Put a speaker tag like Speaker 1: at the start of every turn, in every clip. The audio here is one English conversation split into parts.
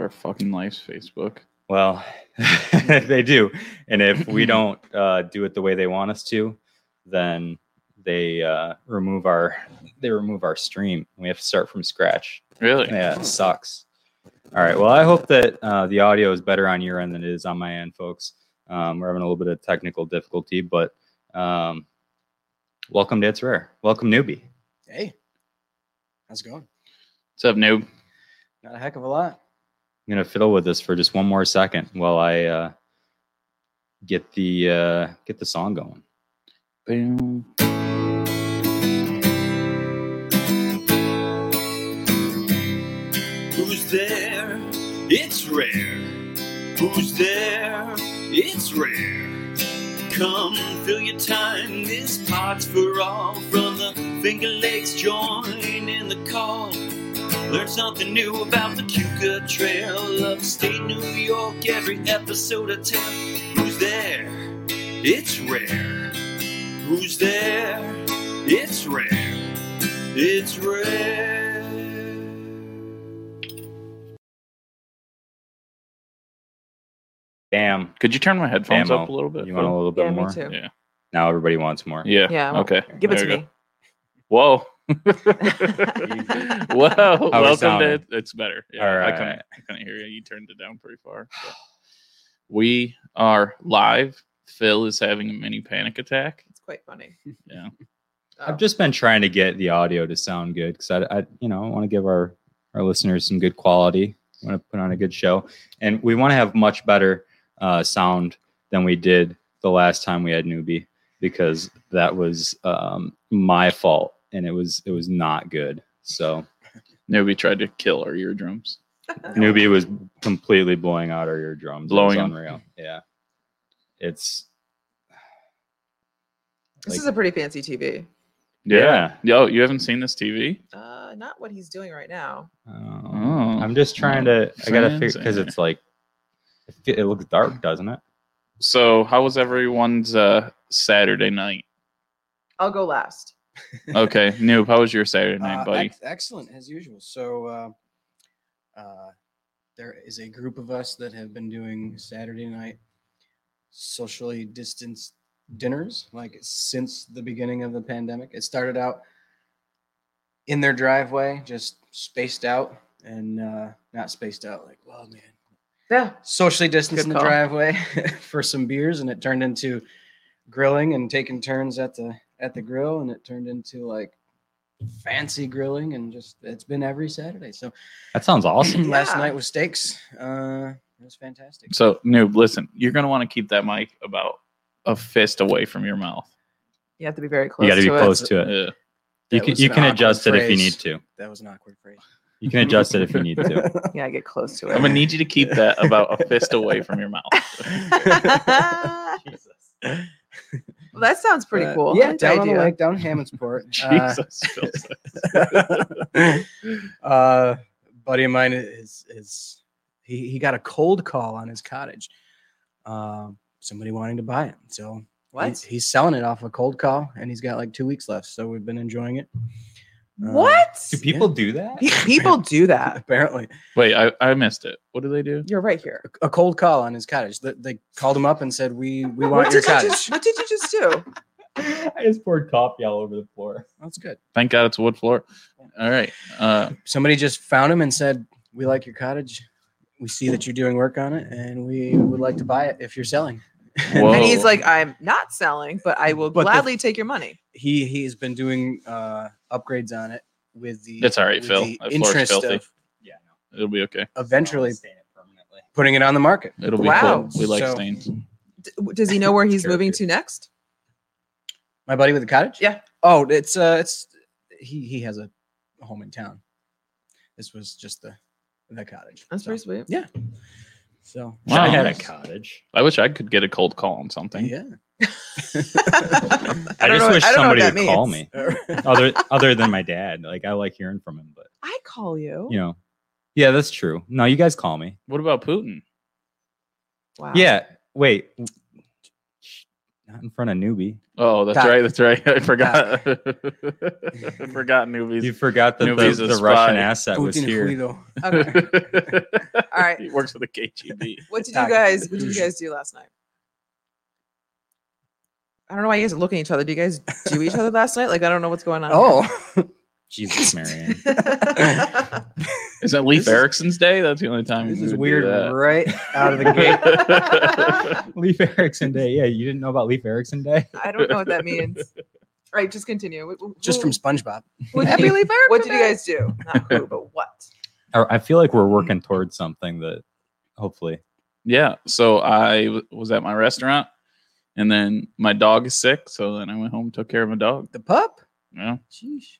Speaker 1: our fucking lives, Facebook.
Speaker 2: Well, they do. And if we don't uh, do it the way they want us to, then they uh, remove our they remove our stream. We have to start from scratch.
Speaker 1: Really?
Speaker 2: Yeah, it sucks. All right. Well, I hope that uh, the audio is better on your end than it is on my end, folks. Um, we're having a little bit of technical difficulty, but um, welcome to It's Rare. Welcome, newbie.
Speaker 3: Hey, how's it going?
Speaker 1: What's up, noob?
Speaker 3: Not a heck of a lot.
Speaker 2: I'm gonna fiddle with this for just one more second while I uh, get the uh, get the song going.
Speaker 1: Boom.
Speaker 4: Who's there? It's rare. Who's there? It's rare. Come fill your time. This pot's for all. From the Finger Lakes, join in the call. Learn something new about the Cuca Trail, upstate New York. Every episode I tell. Who's there? It's rare. Who's there? It's rare. It's rare.
Speaker 2: Damn.
Speaker 1: Could you turn my headphones
Speaker 2: Ammo.
Speaker 1: up a little bit?
Speaker 2: You want a little bit
Speaker 5: Yeah, me
Speaker 2: more?
Speaker 5: too.
Speaker 1: Yeah.
Speaker 2: Now everybody wants more.
Speaker 1: Yeah.
Speaker 5: Yeah.
Speaker 1: Okay.
Speaker 5: Give it
Speaker 1: There
Speaker 5: to
Speaker 1: you
Speaker 5: me.
Speaker 1: go. Whoa.
Speaker 5: Jesus.
Speaker 1: well,
Speaker 2: How
Speaker 1: welcome
Speaker 2: we
Speaker 1: to
Speaker 2: sounding?
Speaker 1: it- it's better. Yeah,
Speaker 2: All
Speaker 1: I
Speaker 2: right.
Speaker 1: couldn't, I couldn't hear you. You turned it down pretty far. but- We are live. Phil is having a mini panic attack.
Speaker 5: It's quite funny.
Speaker 1: Yeah.
Speaker 5: Oh.
Speaker 2: I've just been trying to get the audio to sound good because I, I, you know, want to give our our listeners some good quality. Want to put on a good show, and we want to have much better uh, sound than we did the last time we had newbie because that was um, my fault and it was it was not good. So
Speaker 1: Nobody tried to kill our eardrums.
Speaker 2: newbie was completely blowing out our eardrums. It was
Speaker 1: Blowing 'em.
Speaker 2: unreal. Yeah, it's
Speaker 5: this
Speaker 2: like-
Speaker 5: is a pretty fancy TV.
Speaker 2: yeah.
Speaker 1: Yo, you haven't seen this TV?
Speaker 5: Uh, not what he's doing right now.
Speaker 2: Um,
Speaker 1: Oh.
Speaker 2: I'm just trying to. I gotta figure because
Speaker 1: Fancy.
Speaker 2: it's like it fe- it looks dark, doesn't it?
Speaker 1: So, how was everyone's uh, Saturday night?
Speaker 5: I'll go last.
Speaker 1: Okay, Noob, how was your Saturday
Speaker 3: Uh,
Speaker 1: night, buddy?
Speaker 3: ex- excellent as usual. So, uh, uh, there is a group of us that have been doing Saturday night socially distanced dinners, like since the beginning of the pandemic. It started out in their driveway, just spaced out and uh, not spaced out. Like, well, man,
Speaker 5: Yeah.
Speaker 3: socially distanced
Speaker 5: Good
Speaker 3: in the
Speaker 5: call.
Speaker 3: driveway for some beers, and it turned into grilling and taking turns at the at the grill, and it turned into like fancy grilling, and just it's been every Saturday. So
Speaker 2: That sounds awesome.
Speaker 3: last
Speaker 5: Yeah.
Speaker 3: night was steaks. Uh, it was fantastic.
Speaker 1: So, Noob, listen, you're going to want to keep that mic about a fist away from your mouth.
Speaker 5: You have to be very close.
Speaker 2: you got to be
Speaker 5: to it.
Speaker 2: close to it.
Speaker 1: Yeah.
Speaker 3: That
Speaker 2: You can
Speaker 3: was
Speaker 2: you
Speaker 3: an
Speaker 2: can
Speaker 3: awkward
Speaker 2: adjust it if you need
Speaker 3: phrase.
Speaker 2: to.
Speaker 3: That was an awkward phrase.
Speaker 2: You can adjust it if you need to.
Speaker 5: Yeah, get close to it.
Speaker 1: I'm going to need you to keep that about a fist away from your mouth.
Speaker 5: Uh, well, that sounds pretty
Speaker 3: But,
Speaker 5: cool. I
Speaker 3: Yeah,
Speaker 5: like the
Speaker 3: down on the
Speaker 5: idea.
Speaker 3: lake, down in Hammondsport. Uh,
Speaker 1: Jesus. Phil said.
Speaker 3: uh, buddy of mine is is he, he got a cold call on his cottage. Uh, somebody wanting to buy it, so
Speaker 5: What?
Speaker 3: He's, he's selling it off a cold call, and he's got like two weeks left. So we've been enjoying it. Uh,
Speaker 5: what?
Speaker 2: Do people do that?
Speaker 5: Pe- People do that.
Speaker 3: Apparently,
Speaker 1: Wait, I, I missed it. What do they do?
Speaker 5: You're right here.
Speaker 3: a cold call on his cottage. They, they called him up and said, "We we
Speaker 5: What
Speaker 3: want your
Speaker 5: did, you
Speaker 3: cottage."
Speaker 5: just, what did you just do?
Speaker 2: I just poured coffee all over the floor.
Speaker 3: That's good.
Speaker 1: Thank God it's wood floor. All right. Uh,
Speaker 3: Somebody just found him and said, "We like your cottage. We see that you're doing work on it, and we would like to buy it if you're selling."
Speaker 1: Whoa.
Speaker 5: And he's like, I'm not selling, but I will
Speaker 3: But the-
Speaker 5: gladly take your money.
Speaker 3: he he has been doing uh upgrades on it with the
Speaker 1: It's all right,
Speaker 3: with
Speaker 1: Phil.
Speaker 3: the
Speaker 1: That floor's
Speaker 3: interest
Speaker 1: filthy.
Speaker 3: of
Speaker 2: Yeah.
Speaker 1: it'll be okay.
Speaker 3: eventually putting it on the market
Speaker 1: It'll be
Speaker 5: Wow.
Speaker 1: cool. We like
Speaker 3: So-
Speaker 1: stains.
Speaker 5: D- does he know where he's moving
Speaker 2: Character.
Speaker 5: to next?
Speaker 3: my buddy with the cottage
Speaker 5: Yeah.
Speaker 3: oh it's uh it's he he has a home in town this was just the the cottage
Speaker 5: That's
Speaker 3: so,
Speaker 5: pretty sweet.
Speaker 3: yeah so
Speaker 1: Wow.
Speaker 2: I had a cottage.
Speaker 1: I wish I could get a cold call on something.
Speaker 3: yeah
Speaker 5: I,
Speaker 2: I, just
Speaker 5: don't know-
Speaker 2: wish
Speaker 5: I don't know
Speaker 2: somebody
Speaker 5: what that
Speaker 2: would call
Speaker 5: means.
Speaker 2: me. Other other than my dad. Like I like hearing from him, but
Speaker 5: I call you.
Speaker 2: you know. Yeah, that's true. No, you guys call me.
Speaker 1: What about Putin?
Speaker 5: Wow.
Speaker 2: Yeah. Wait. Not in front of newbie.
Speaker 1: Oh, that's
Speaker 3: Cock.
Speaker 1: right. That's right. I forgot. I forgot newbies.
Speaker 2: You forgot that
Speaker 1: Newbie's
Speaker 2: the,
Speaker 1: a
Speaker 2: the
Speaker 1: spy.
Speaker 2: Russian asset was
Speaker 3: Putin
Speaker 2: here.
Speaker 3: Guido.
Speaker 5: Okay. All right.
Speaker 1: He works for the KGB.
Speaker 5: What did you
Speaker 3: Tag.
Speaker 5: guys? What did you guys do last night? I don't know why you guys are looking at each other. Do you guys do each other last night? Like I don't know what's going on.
Speaker 3: Oh,
Speaker 2: Jesus, Marianne.
Speaker 1: Is that Leif
Speaker 3: This is-
Speaker 1: Erickson's day? That's the only time.
Speaker 3: this
Speaker 1: we
Speaker 3: is
Speaker 1: would do
Speaker 3: weird
Speaker 1: that.
Speaker 3: right out of the gate.
Speaker 2: Leaf Erickson Day. Yeah, you didn't know about Leaf Erickson Day?
Speaker 5: I don't know what that means. All right, just continue. Wh- wh-
Speaker 3: Just
Speaker 5: who-
Speaker 3: from SpongeBob.
Speaker 5: who did you- what did you guys do? Not who, but what?
Speaker 2: I I feel like we're working towards something that hopefully.
Speaker 1: Yeah. So I w- was at my restaurant, and then my dog is sick. So then I went home, took care of my dog.
Speaker 3: The pup?
Speaker 1: Yeah.
Speaker 3: Sheesh.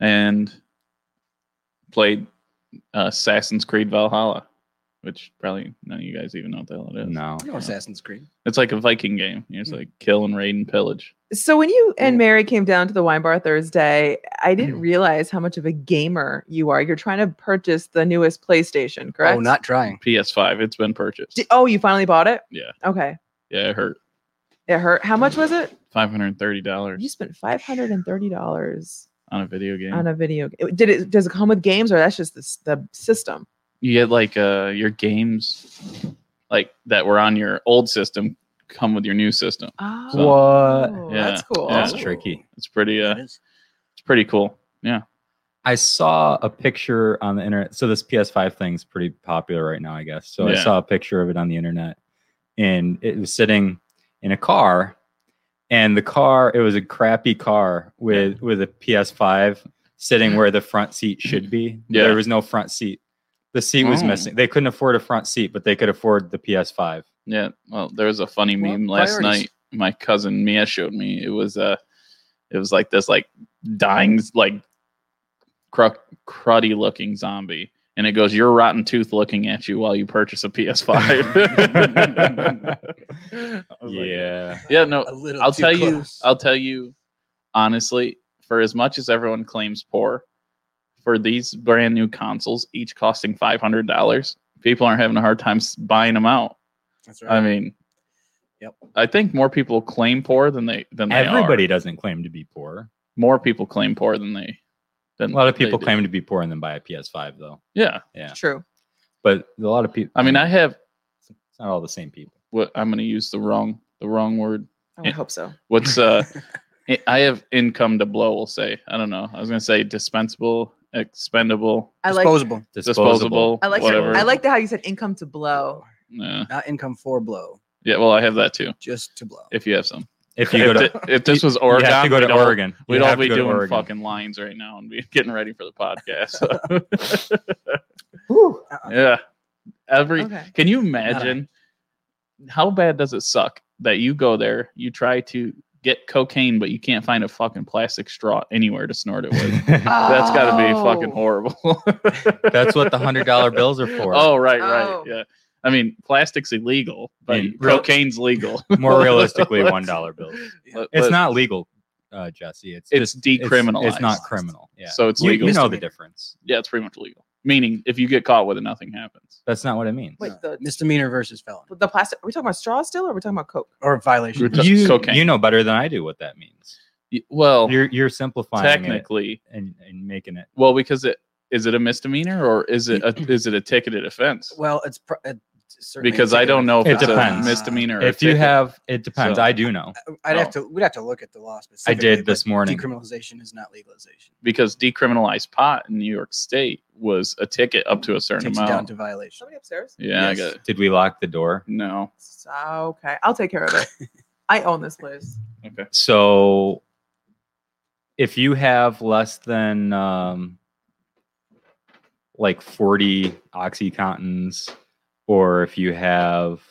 Speaker 1: and played uh, Assassin's Creed Valhalla, which probably none of you guys even know what the hell it is.
Speaker 2: No.
Speaker 3: No Assassin's Creed.
Speaker 1: It's like a Viking game. You just like kill and raid and pillage.
Speaker 5: So when you and
Speaker 3: Yeah. Mm.
Speaker 5: Mary came down to the wine bar Thursday, I didn't realize how much of a gamer you are. You're trying to purchase the newest PlayStation, correct?
Speaker 3: Oh, not trying.
Speaker 1: PS5. It's been purchased.
Speaker 5: Di- oh, you finally bought it?
Speaker 1: Yeah.
Speaker 5: Okay.
Speaker 1: Yeah, it hurt.
Speaker 5: It hurt. How much was it?
Speaker 1: Five hundred and thirty dollars
Speaker 5: You spent five hundred and thirty dollars
Speaker 1: on a video game.
Speaker 5: on a video. g- Did it? Does it come with games, or that's just the, s- the system?
Speaker 1: you get like uh, your games, like that were on your old system, come with your new system.
Speaker 5: Oh,
Speaker 2: What?
Speaker 5: that's cool.
Speaker 1: yeah.
Speaker 2: Uh, That's tricky.
Speaker 1: It's pretty. Uh,
Speaker 3: It is.
Speaker 1: it's pretty cool. Yeah.
Speaker 2: I saw a picture on the internet. So this PS5 thing's pretty popular right now, I guess. So I
Speaker 1: Yeah.
Speaker 2: saw a picture of it on the internet, and it was sitting in a car, and the car it was a crappy car with with a PS5 sitting where the front seat should be.
Speaker 1: Yeah.
Speaker 2: There was no front seat. The seat was
Speaker 1: Oh.
Speaker 2: missing. They couldn't afford a front seat, but they could afford the PS5.
Speaker 1: Yeah. Well, there was a funny
Speaker 3: Well,
Speaker 1: meme last
Speaker 3: priorities.
Speaker 1: night. My cousin Mia showed me. It was uh it was like this like dying like cru- cruddy looking zombie, and it goes, "Your rotten tooth looking at you while you purchase a PS5." I was like,
Speaker 2: yeah.
Speaker 1: yeah. No,
Speaker 3: A little
Speaker 1: I'll
Speaker 3: too
Speaker 1: tell
Speaker 3: close.
Speaker 1: you. I'll tell you honestly. For as much as everyone claims poor, for these brand new consoles, each costing five hundred dollars, people are having a hard time s- buying them out.
Speaker 3: That's
Speaker 1: I mean,
Speaker 3: Yep.
Speaker 1: I think more people claim poor than they than they
Speaker 2: Everybody
Speaker 1: Are.
Speaker 2: doesn't claim to be poor.
Speaker 1: More people claim poor than they.
Speaker 2: A
Speaker 1: Than
Speaker 2: lot of
Speaker 1: they
Speaker 2: people
Speaker 1: do.
Speaker 2: claim to be poor and then buy a PS5 though.
Speaker 1: Yeah,
Speaker 2: Yeah.
Speaker 5: True.
Speaker 2: But a lot of people
Speaker 1: I mean, I have
Speaker 2: it's not all the same people.
Speaker 1: what I'm going to use the wrong the wrong word.
Speaker 5: I
Speaker 1: Yeah.
Speaker 5: would hope so.
Speaker 1: What's uh, I- I have income to blow. We'll say I don't know. I was going to say dispensable, expendable,
Speaker 5: I like.
Speaker 3: Disposable.
Speaker 1: disposable.
Speaker 5: I like.
Speaker 1: whatever.
Speaker 5: I like the how you said income to blow.
Speaker 1: Yeah.
Speaker 3: Not income for blow,
Speaker 1: yeah. Well, I have that too.
Speaker 3: just to blow.
Speaker 1: If you have some.
Speaker 2: If you go
Speaker 1: if,
Speaker 2: to
Speaker 1: thi- if this was
Speaker 2: you
Speaker 1: Oregon,
Speaker 2: have to go
Speaker 1: we'd
Speaker 2: to
Speaker 1: all-
Speaker 2: Oregon.
Speaker 1: We'd
Speaker 2: You
Speaker 1: all
Speaker 2: have
Speaker 1: be
Speaker 2: to go to
Speaker 1: doing
Speaker 2: Oregon.
Speaker 1: fucking lines right now and be getting ready for the podcast.
Speaker 3: Uh-uh.
Speaker 1: yeah. Every
Speaker 5: Okay.
Speaker 1: Can you imagine how bad does it suck that you go there, you try to get cocaine, but you can't find a fucking plastic straw anywhere to snort it with? That's got to be fucking
Speaker 5: Oh.
Speaker 1: horrible.
Speaker 2: That's what the hundred dollar bills are for.
Speaker 1: Oh right, right,
Speaker 5: Oh.
Speaker 1: yeah. I mean, plastic's illegal, but
Speaker 2: And real-
Speaker 1: cocaine's legal.
Speaker 2: More realistically, one dollar bills.
Speaker 1: But-
Speaker 2: It's
Speaker 1: but
Speaker 2: not legal, uh, Jesse. It's
Speaker 1: It's
Speaker 2: just- it's- It's,
Speaker 1: decriminalized.
Speaker 2: not criminal. Yeah.
Speaker 1: So it's
Speaker 2: You-
Speaker 1: legal.
Speaker 2: You know the difference.
Speaker 1: Yeah, it's pretty much legal. Meaning, if you get caught with it, nothing happens.
Speaker 2: That's not what it means.
Speaker 5: Wait,
Speaker 3: No.
Speaker 5: the-
Speaker 3: Misdemeanor versus felon
Speaker 5: The plastic. Are we talking about straw still, or are we talking about Coke?
Speaker 3: or
Speaker 1: We're
Speaker 3: violation.
Speaker 1: ta-
Speaker 2: You,
Speaker 1: cocaine.
Speaker 2: you know better than I do what that means.
Speaker 1: Y- Well,
Speaker 2: You're you're simplifying it
Speaker 1: technically,
Speaker 2: and, and making it.
Speaker 1: well, because it is it a misdemeanor or is it a is it a ticketed offense?
Speaker 3: Well, it's, pr- it's certainly
Speaker 1: because I
Speaker 3: indicative.
Speaker 1: don't know if
Speaker 2: It
Speaker 1: it's
Speaker 2: depends.
Speaker 1: a misdemeanor. Or a
Speaker 2: If you
Speaker 1: ticket.
Speaker 2: have, it depends.
Speaker 1: So-
Speaker 2: I do know.
Speaker 3: I'd have
Speaker 1: No.
Speaker 3: to. We'd have to look at the law
Speaker 2: I
Speaker 3: specifically.
Speaker 2: did this
Speaker 3: but
Speaker 2: morning.
Speaker 3: Decriminalization is not legalization.
Speaker 1: because decriminalized pot in New York State was a ticket up to a certain
Speaker 3: Takes it down
Speaker 1: amount.
Speaker 3: to violation.
Speaker 5: Somebody upstairs.
Speaker 1: yeah,
Speaker 3: Yes.
Speaker 1: I got it.
Speaker 2: Did we lock the door?
Speaker 1: No,
Speaker 5: So- Okay, I'll take care of it. I own this place.
Speaker 1: okay.
Speaker 2: So, if you have less than um, like 40 Oxycontins, or if you have,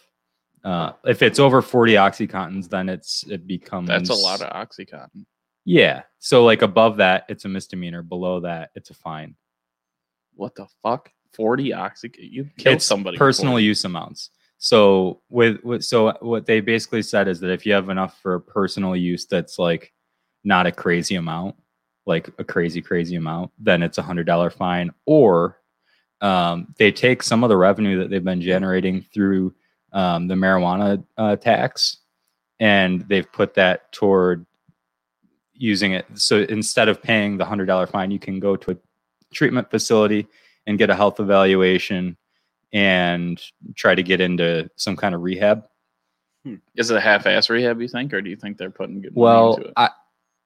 Speaker 2: uh, if it's over 40 Oxycontins, then it's it becomes
Speaker 1: That's a lot of OxyContin.
Speaker 2: yeah. So, like above that, it's a misdemeanor. Below that, it's a fine.
Speaker 1: What the fuck? Forty oxy? You killed
Speaker 2: it's
Speaker 1: somebody. with
Speaker 2: Personal
Speaker 1: 40.
Speaker 2: use amounts. So with, with so what they basically said is that if you have enough for personal use, that's like not a crazy amount, like a crazy crazy amount, then it's a hundred dollar fine. Or um, they take some of the revenue that they've been generating through um, the marijuana uh, tax and they've put that toward using it. So instead of paying the hundred dollar fine, you can go to a treatment facility and get a health evaluation and try to get into some kind of rehab.
Speaker 1: Is it a half-ass rehab? You think, or do you think they're putting good money
Speaker 2: Well,
Speaker 1: into it?
Speaker 2: I,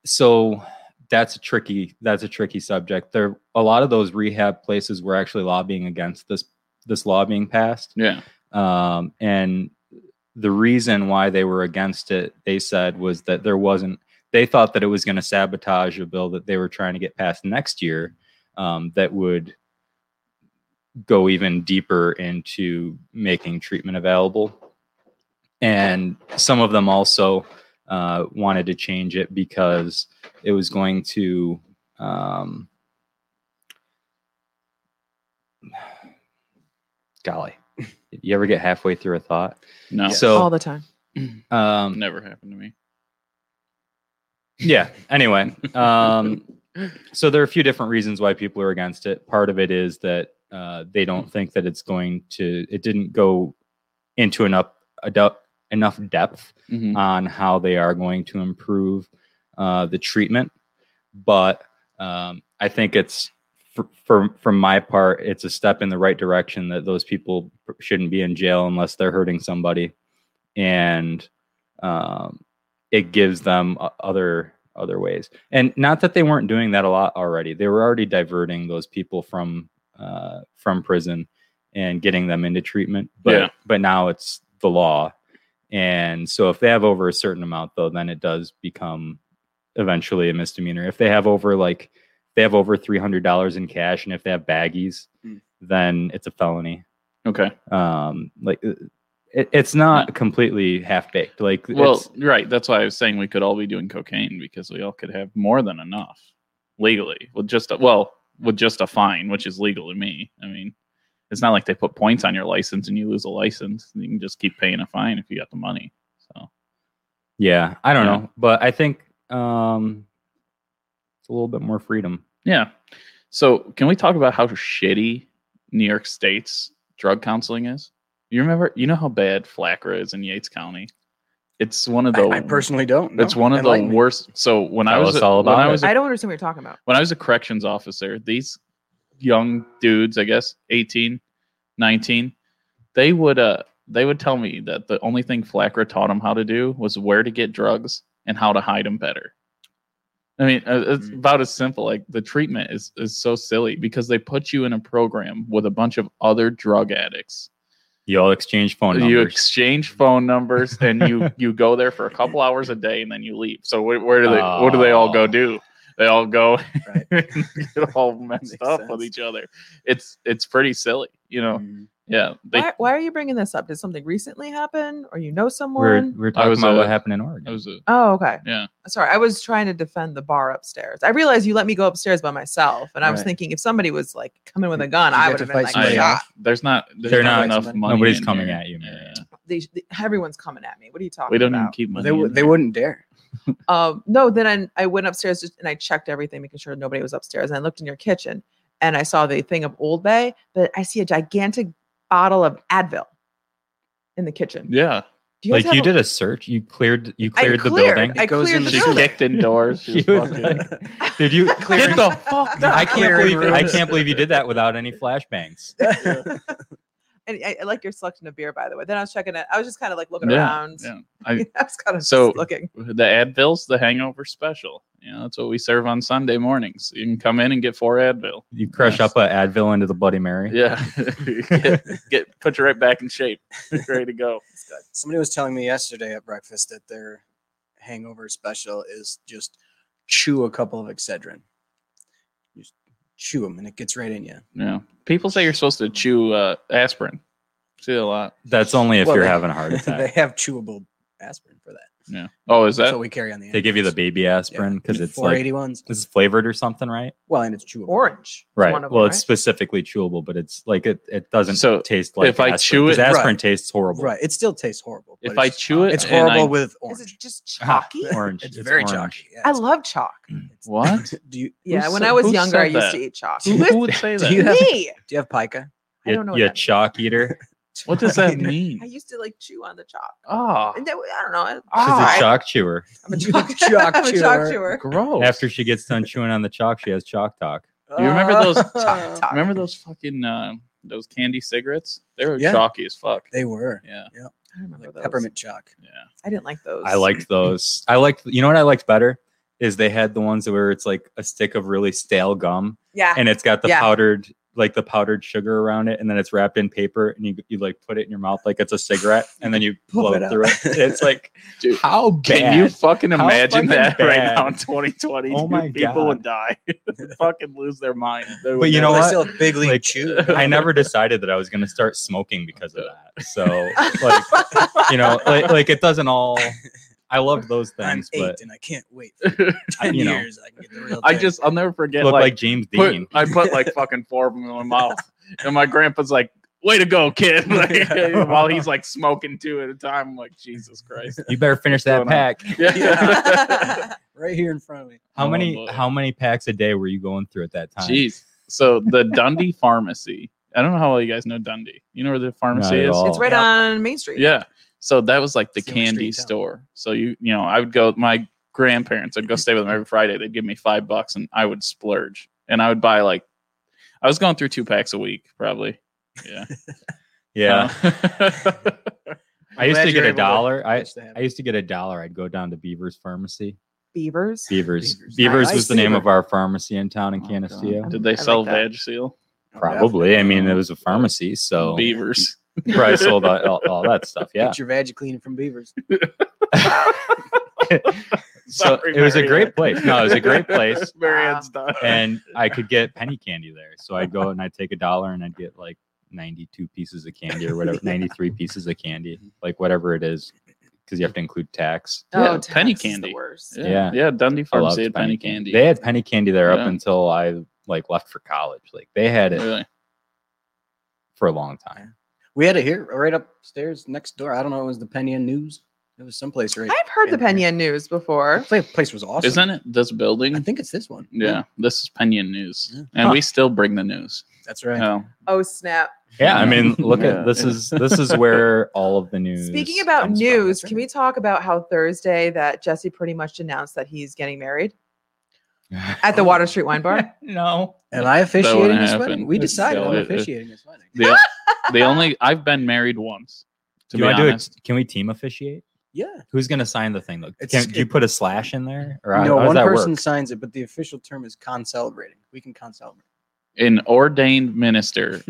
Speaker 2: so that's a tricky that's a tricky subject. There a lot of those rehab places were actually lobbying against this this law being passed.
Speaker 1: yeah,
Speaker 2: um, and the reason why they were against it they said was that there wasn't they thought that it was going to sabotage a bill that they were trying to get passed next year um, that would go even deeper into making treatment available and some of them also uh, wanted to change it because it was going to um, golly you ever get halfway through a thought
Speaker 1: no,
Speaker 2: so
Speaker 5: all the time.
Speaker 2: um,
Speaker 1: never happened to me.
Speaker 2: yeah anyway um, so there are a few different reasons why people are against it part of it is that uh, they don't think that it's going to it didn't go into enough adu- enough depth
Speaker 1: Mhm.
Speaker 2: on how they are going to improve uh, the treatment but um, i think it's for, for, from my part it's a step in the right direction that those people shouldn't be in jail unless they're hurting somebody and um, it gives them o- other other ways and not that they weren't doing that a lot already they were already diverting those people from uh, from prison and getting them into treatment but
Speaker 1: Yeah.
Speaker 2: but now it's the law and so if they have over a certain amount though then it does become eventually a misdemeanor if they have over like they have over $300 in cash and if they have baggies
Speaker 1: Hmm.
Speaker 3: Mm.
Speaker 2: then it's a felony
Speaker 1: Okay.
Speaker 2: um like uh, it, it's not completely half baked like
Speaker 1: Hmm. Well,
Speaker 2: it's,
Speaker 1: right. That's why I was saying we could all be doing cocaine because we all could have more than enough legally with just a, well with just a fine, which is legal to me. I mean, it's not like they put points on your license and you lose a license. You can just keep paying a fine if you got the money. So
Speaker 2: yeah i don't
Speaker 1: Yeah.
Speaker 2: know but i think um it's a little bit more freedom
Speaker 1: yeah. So can we talk about how shitty New York State's drug counseling is? You remember? You know how bad Flacra is in Yates County. It's one of the.
Speaker 3: I, I personally don't.
Speaker 1: It's one of the
Speaker 3: Enlighten me.
Speaker 1: worst. So when I
Speaker 2: Tell
Speaker 1: was
Speaker 2: us
Speaker 1: a-
Speaker 2: all
Speaker 1: when
Speaker 2: about
Speaker 1: I
Speaker 2: it.
Speaker 1: was a
Speaker 5: I don't understand what you're talking about.
Speaker 1: when I was a corrections officer, these young dudes, I guess 18, 19, they would uh they would tell me that the only thing Flacra taught them how to do was where to get drugs and how to hide them better. I mean, uh, it's
Speaker 3: Mm.
Speaker 1: about as simple. Like the treatment is is so silly because they put you in a program with a bunch of other drug addicts.
Speaker 2: you all exchange phone
Speaker 1: You
Speaker 2: numbers
Speaker 1: exchange phone numbers and you you go there for a couple hours a day and then you leave. So where, where do they what do they all go
Speaker 2: Oh.
Speaker 1: do? They all go
Speaker 3: Right.
Speaker 1: get all messed
Speaker 3: Makes
Speaker 1: up
Speaker 3: sense.
Speaker 1: with each other. It's it's pretty silly, you know.
Speaker 2: Mm-hmm.
Speaker 3: Mhm.
Speaker 1: Yeah, they,
Speaker 5: why, why are you bringing this up? Did something recently happen, or you know
Speaker 2: we're,
Speaker 5: someone?
Speaker 2: we're talking
Speaker 1: was
Speaker 2: about
Speaker 1: a-
Speaker 2: what happened in oregon
Speaker 1: that was a,
Speaker 5: Oh, okay.
Speaker 1: Yeah.
Speaker 5: Sorry, I was trying to defend the bar upstairs. I realized you let me go upstairs by myself, and I was
Speaker 3: Right.
Speaker 5: thinking if somebody was like coming with a
Speaker 3: You-
Speaker 5: gun,
Speaker 3: you
Speaker 5: I
Speaker 3: got
Speaker 5: would
Speaker 3: to
Speaker 5: have been
Speaker 3: fight
Speaker 5: like,
Speaker 3: somebody
Speaker 5: "God,
Speaker 3: off.
Speaker 1: there's not there's
Speaker 2: They're
Speaker 1: not,
Speaker 3: not-
Speaker 1: enough money.
Speaker 2: nobody's
Speaker 1: in
Speaker 2: coming
Speaker 1: here.
Speaker 2: at you,
Speaker 1: Yeah.
Speaker 2: Marianne.
Speaker 5: they, everyone's coming at me. What are you talking
Speaker 1: We don't even
Speaker 5: about?"
Speaker 1: keep money.
Speaker 3: They, w-
Speaker 1: in
Speaker 3: they
Speaker 1: here.
Speaker 3: wouldn't dare.
Speaker 5: um, no, then I, I went upstairs just, and I checked everything, making sure nobody was upstairs. And I looked in your kitchen and I saw the thing of Old Bay, but I see a gigantic bottle of Advil in the kitchen.
Speaker 1: Yeah,
Speaker 5: Do
Speaker 2: like you
Speaker 5: have a-
Speaker 2: did a search you cleared you
Speaker 5: I
Speaker 2: cleared the
Speaker 5: cleared.
Speaker 2: building
Speaker 5: I
Speaker 3: It goes
Speaker 5: cleared
Speaker 3: in
Speaker 5: the
Speaker 3: the
Speaker 1: she
Speaker 3: sewer.
Speaker 5: building.
Speaker 1: kicked in doors. She
Speaker 2: She
Speaker 1: was
Speaker 2: was
Speaker 1: fucking-
Speaker 2: did you
Speaker 1: Get
Speaker 2: clear
Speaker 1: the fuck
Speaker 5: No,
Speaker 1: out.
Speaker 2: I can't
Speaker 3: Clearing
Speaker 2: believe I
Speaker 3: rooms.
Speaker 2: can't believe you did that without any flashbangs.
Speaker 5: And I, I like your selection of beer, by the way. Then I was checking it. I was just kind of like looking
Speaker 1: Yeah,
Speaker 5: around.
Speaker 1: yeah. I-
Speaker 5: I was kind of
Speaker 1: So-
Speaker 5: just looking.
Speaker 1: the Advil's the hangover special. You know, that's what we serve on Sunday mornings. You can come in and get four Advil.
Speaker 2: You crush
Speaker 1: Yes.
Speaker 2: up a Advil into the Bloody Mary.
Speaker 1: Yeah, get, get put you right back in shape, ready to go.
Speaker 3: Somebody was telling me yesterday at breakfast that their hangover special is just chew a couple of Excedrin. Just chew them and it gets right in you.
Speaker 1: Yeah, people say you're supposed to chew uh, aspirin. See that a lot.
Speaker 2: That's only if
Speaker 3: Well,
Speaker 2: you're
Speaker 3: they-
Speaker 2: having a heart
Speaker 3: they
Speaker 2: attack.
Speaker 3: have chewable aspirin for that.
Speaker 1: Yeah. Oh, is
Speaker 3: That's
Speaker 1: that?
Speaker 3: what we carry on the.
Speaker 2: they give you the baby aspirin because it's
Speaker 3: four
Speaker 2: like
Speaker 3: eighty ones.
Speaker 2: this is flavored or something, right?
Speaker 3: Well, and it's chewable.
Speaker 5: Orange. is
Speaker 2: Right.
Speaker 5: one of
Speaker 2: well,
Speaker 5: them,
Speaker 2: it's
Speaker 5: right?
Speaker 2: specifically chewable, but it's like it, it doesn't
Speaker 1: So,
Speaker 2: taste like
Speaker 1: if I
Speaker 2: aspirin,
Speaker 1: chew
Speaker 2: 'cause
Speaker 1: it-
Speaker 2: aspirin
Speaker 3: Right.
Speaker 2: tastes horrible.
Speaker 3: Right. It still tastes horrible. but
Speaker 1: If I
Speaker 3: it's-
Speaker 1: chew it,
Speaker 3: it's
Speaker 1: and I-
Speaker 3: horrible with
Speaker 5: Is it
Speaker 3: orange.
Speaker 5: just
Speaker 2: Ah,
Speaker 5: chalky?
Speaker 2: Orange.
Speaker 3: It's, very
Speaker 2: orange.
Speaker 3: chalky. Yeah,
Speaker 5: I
Speaker 3: it's-
Speaker 5: love chalk.
Speaker 3: it's-
Speaker 1: What?
Speaker 3: do you
Speaker 5: Yeah,
Speaker 1: Who
Speaker 5: when
Speaker 1: said-
Speaker 5: I was
Speaker 1: who
Speaker 5: younger,
Speaker 1: said
Speaker 5: I used
Speaker 1: that?
Speaker 5: to eat chalk.
Speaker 1: Who would say
Speaker 3: Do
Speaker 1: that?
Speaker 3: you have-
Speaker 5: me.
Speaker 3: do you have pica?
Speaker 5: I
Speaker 2: You-
Speaker 5: don't know what
Speaker 2: You
Speaker 5: that
Speaker 2: chalk eater.
Speaker 1: What does that mean?
Speaker 5: I used to like chew on the chalk.
Speaker 1: Oh,
Speaker 5: And that, Ah, I don't know.
Speaker 2: She's
Speaker 1: Oh,
Speaker 2: a
Speaker 1: I-
Speaker 2: chalk chewer.
Speaker 5: I'm a
Speaker 3: You
Speaker 5: chalk,
Speaker 3: like chalk
Speaker 5: I'm a
Speaker 3: chewer.
Speaker 5: chalk chewer.
Speaker 1: gross.
Speaker 2: After she gets done chewing on the chalk, she has chalk talk.
Speaker 1: You remember those-
Speaker 3: Oh.
Speaker 5: Chalk, talk.
Speaker 1: remember those fucking uh, those candy cigarettes? They were
Speaker 3: Yeah.
Speaker 1: chalky as fuck.
Speaker 3: They were
Speaker 1: Yeah,
Speaker 5: I remember those.
Speaker 3: peppermint chalk.
Speaker 1: yeah.
Speaker 5: I didn't like those.
Speaker 2: I liked those. I liked. You know what I liked better is they had the ones where it's like a stick of really stale gum,
Speaker 5: Yeah.
Speaker 2: and it's got the
Speaker 5: Yeah.
Speaker 2: powdered like the powdered sugar around it, and then it's wrapped in paper, and you you like put it in your mouth like it's a cigarette, and then you blow
Speaker 3: it
Speaker 2: it through it.
Speaker 3: out.
Speaker 2: It's like
Speaker 1: Dude,
Speaker 2: how bad.
Speaker 1: Can you fucking
Speaker 2: How
Speaker 1: imagine
Speaker 2: fucking
Speaker 1: that right
Speaker 2: bad.
Speaker 1: now in 2020?
Speaker 2: Oh
Speaker 1: dude?
Speaker 2: my
Speaker 1: people
Speaker 2: God.
Speaker 1: would die. They'd fucking lose their mind. They would
Speaker 2: But you
Speaker 1: never-
Speaker 2: know
Speaker 3: I
Speaker 2: what?
Speaker 3: still have Big League
Speaker 2: Like, uh,
Speaker 3: Chew.
Speaker 2: I never decided that I was going to start smoking because of that. So, like, you know, like, like it doesn't all. I love those
Speaker 3: I'm
Speaker 2: things,
Speaker 3: eight
Speaker 2: but
Speaker 3: and I can't wait for ten
Speaker 2: you know.
Speaker 3: years. I can get the real.
Speaker 1: I
Speaker 3: thing.
Speaker 1: just I'll never forget
Speaker 2: look like,
Speaker 1: like,
Speaker 2: James
Speaker 1: put-
Speaker 2: Dean.
Speaker 1: I put like fucking four of them in my mouth, and my grandpa's like, "Way to go, kid!" Like, while he's like smoking two at a time. I'm like Jesus Christ.
Speaker 2: You better finish that
Speaker 1: What's going
Speaker 2: pack.
Speaker 3: Yeah. right here in front of me.
Speaker 2: How
Speaker 1: Oh,
Speaker 2: many
Speaker 1: boy.
Speaker 2: how many packs a day were you going through at that time?
Speaker 1: Jeez. So the Dundee Pharmacy. I don't know how well you guys know Dundee. You know where the pharmacy
Speaker 2: at
Speaker 1: is?
Speaker 2: all.
Speaker 5: it's right
Speaker 3: Yeah.
Speaker 5: on Main Street.
Speaker 1: Yeah. So that was like the
Speaker 3: It's the only
Speaker 1: candy
Speaker 3: street town.
Speaker 1: store. So you you know, I would go my grandparents, I'd go stay with them every Friday. They'd give me five bucks and I would splurge. And I would buy like I was going through two packs a week, probably. Yeah.
Speaker 2: Yeah.
Speaker 1: Uh,
Speaker 2: I used
Speaker 3: glad
Speaker 2: to
Speaker 3: you're
Speaker 2: get a
Speaker 3: able to
Speaker 2: dollar. I
Speaker 3: catch that.
Speaker 2: I used to get a dollar. I'd go down to Beaver's Pharmacy.
Speaker 5: Beavers.
Speaker 2: Beaver's.
Speaker 3: Beaver's.
Speaker 2: Beaver's,
Speaker 3: Nice
Speaker 2: was the name
Speaker 3: Beaver.
Speaker 2: of our pharmacy in town in
Speaker 1: Oh,
Speaker 2: Canisteo.
Speaker 1: God. Did they
Speaker 5: I
Speaker 1: sell
Speaker 5: like that.
Speaker 1: Vag Seal?
Speaker 3: Oh,
Speaker 2: Probably. I mean, it was a pharmacy, so
Speaker 1: Beavers.
Speaker 2: probably sold all, all, all that stuff. Yeah.
Speaker 3: Get your vag cleaning from Beavers.
Speaker 2: so
Speaker 1: Sorry,
Speaker 2: it was a
Speaker 1: Marianne.
Speaker 2: great place. No, it was a great place.
Speaker 3: Um,
Speaker 1: Marianne's done.
Speaker 2: and I could get penny candy there. So I'd go and I'd take a dollar and I'd get like 92 pieces of candy or whatever, 93 pieces of candy, like whatever it is, because you have to include tax.
Speaker 1: Yeah,
Speaker 5: oh,
Speaker 1: penny
Speaker 5: Texas is
Speaker 1: candy.
Speaker 5: The worst.
Speaker 1: yeah. yeah.
Speaker 2: yeah.
Speaker 1: Dundee
Speaker 2: I loved
Speaker 1: Pharmacy had penny candy.
Speaker 2: They had penny candy there
Speaker 1: Yeah.
Speaker 2: up until I like left for college. Like they had it
Speaker 1: really.
Speaker 2: for a long time.
Speaker 3: We had it here, right upstairs, next door. I don't know. It was the Pena News. It was someplace right.
Speaker 5: I've heard the
Speaker 3: in here.
Speaker 5: Pena news before.
Speaker 3: Pla- Place was awesome.
Speaker 1: Isn't it this building?
Speaker 3: I think it's this one.
Speaker 1: Yeah, this is Pinion News,
Speaker 3: Yeah.
Speaker 1: and
Speaker 2: Huh.
Speaker 1: we still bring the news.
Speaker 3: that's right.
Speaker 1: Oh,
Speaker 5: Oh snap!
Speaker 2: Yeah, I mean, look
Speaker 1: Yeah.
Speaker 2: at this is this is where all of the news.
Speaker 5: Speaking about
Speaker 2: comes from.
Speaker 5: news,
Speaker 3: that's right.
Speaker 5: can we talk about how Thursday that Jesse pretty much announced that he's getting married at the Water Street Wine Bar?
Speaker 2: no,
Speaker 3: And I officiated
Speaker 1: wouldn't
Speaker 3: his
Speaker 1: happen.
Speaker 3: wedding. We
Speaker 1: It's
Speaker 3: decided
Speaker 1: still-
Speaker 3: I'm
Speaker 1: it- it-
Speaker 3: officiating his wedding.
Speaker 1: the, the only I've been married once. To
Speaker 2: do
Speaker 1: be
Speaker 2: I do it?
Speaker 1: honest,
Speaker 2: Can we team officiate?
Speaker 3: Yeah.
Speaker 2: Who's gonna sign the thing though?
Speaker 3: It's-
Speaker 2: Can, do you
Speaker 3: it-
Speaker 2: put a slash in there? Or how-
Speaker 3: no,
Speaker 2: how does
Speaker 3: one
Speaker 2: that
Speaker 3: person
Speaker 2: work?
Speaker 3: signs it, but the official term is con-celebrating. We can con-celebrate.
Speaker 1: an ordained minister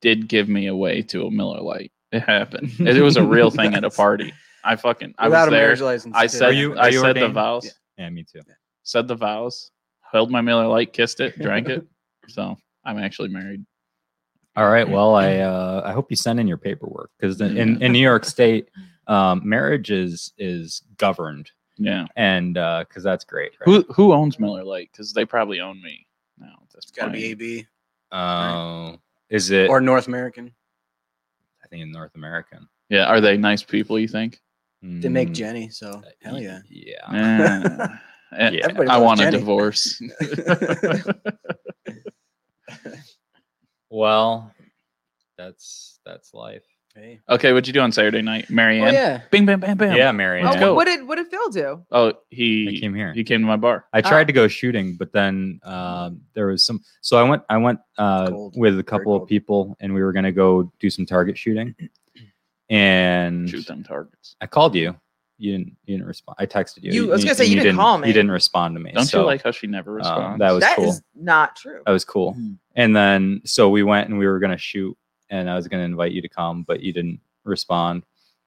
Speaker 1: did give me away to a Miller Lite. It happened. It, was a real thing at a
Speaker 3: Nice.
Speaker 1: party. I fucking I
Speaker 3: Without a
Speaker 1: was there.
Speaker 3: marriage license.
Speaker 1: I
Speaker 3: too.
Speaker 1: said
Speaker 2: Are you-
Speaker 1: I
Speaker 2: are you
Speaker 1: said the
Speaker 2: ordained?
Speaker 1: vows.
Speaker 3: Yeah.
Speaker 2: Yeah, me too.
Speaker 1: Said the vows. Held my Miller Lite. Kissed it. Drank it. So I'm actually married.
Speaker 2: All right. Well, I uh, I hope you send in your paperwork because in, in, in New York State, um, marriage is is governed,
Speaker 1: Yeah.
Speaker 2: and because that's great. Right?
Speaker 1: Who who owns Miller Lite? Because they probably own me now. That's
Speaker 3: It's got to be AB
Speaker 2: Uh, is it?
Speaker 3: or North American.
Speaker 2: I think in North American.
Speaker 1: Yeah. Are they nice people? You think?
Speaker 3: They make
Speaker 2: Mm,
Speaker 3: Jenny, so
Speaker 1: Uh,
Speaker 3: hell
Speaker 2: y-
Speaker 3: yeah.
Speaker 2: Yeah.
Speaker 1: Eh. Eh,
Speaker 2: Yeah.
Speaker 3: Uh. Everybody
Speaker 1: I
Speaker 3: loves
Speaker 1: want a
Speaker 3: Jenny.
Speaker 1: divorce.
Speaker 2: Well, that's that's life.
Speaker 3: Hey.
Speaker 1: okay, what'd you do on Saturday night,
Speaker 3: Oh,
Speaker 1: Marianne?
Speaker 3: yeah.
Speaker 1: Bing, bam, bam, bam.
Speaker 2: Yeah, Marianne.
Speaker 1: Let's
Speaker 5: oh,
Speaker 1: go.
Speaker 5: what did what did Phil do?
Speaker 1: Oh,
Speaker 2: I
Speaker 1: he
Speaker 2: came here.
Speaker 1: he came to my bar.
Speaker 2: I tried to go shooting, but then um, there was some. So I went. I went uh,
Speaker 3: Cold.
Speaker 2: with a couple
Speaker 3: cold.
Speaker 2: of people, and we were gonna go do some target shooting. And
Speaker 1: Shoot them targets.
Speaker 2: I called you. You didn't. You didn't respond. I texted you.
Speaker 5: You- I was gonna say,
Speaker 2: and
Speaker 5: you didn't call me.
Speaker 2: You didn't respond to me.
Speaker 1: Don't
Speaker 2: so,
Speaker 1: you like how she never
Speaker 2: um,
Speaker 1: responds?
Speaker 2: that was
Speaker 5: That is
Speaker 2: cool.
Speaker 5: not true.
Speaker 2: that was cool.
Speaker 1: Mm-hmm.
Speaker 3: Mhm.
Speaker 2: And then so we went and we were gonna shoot, and I was gonna invite you to come, but you didn't respond.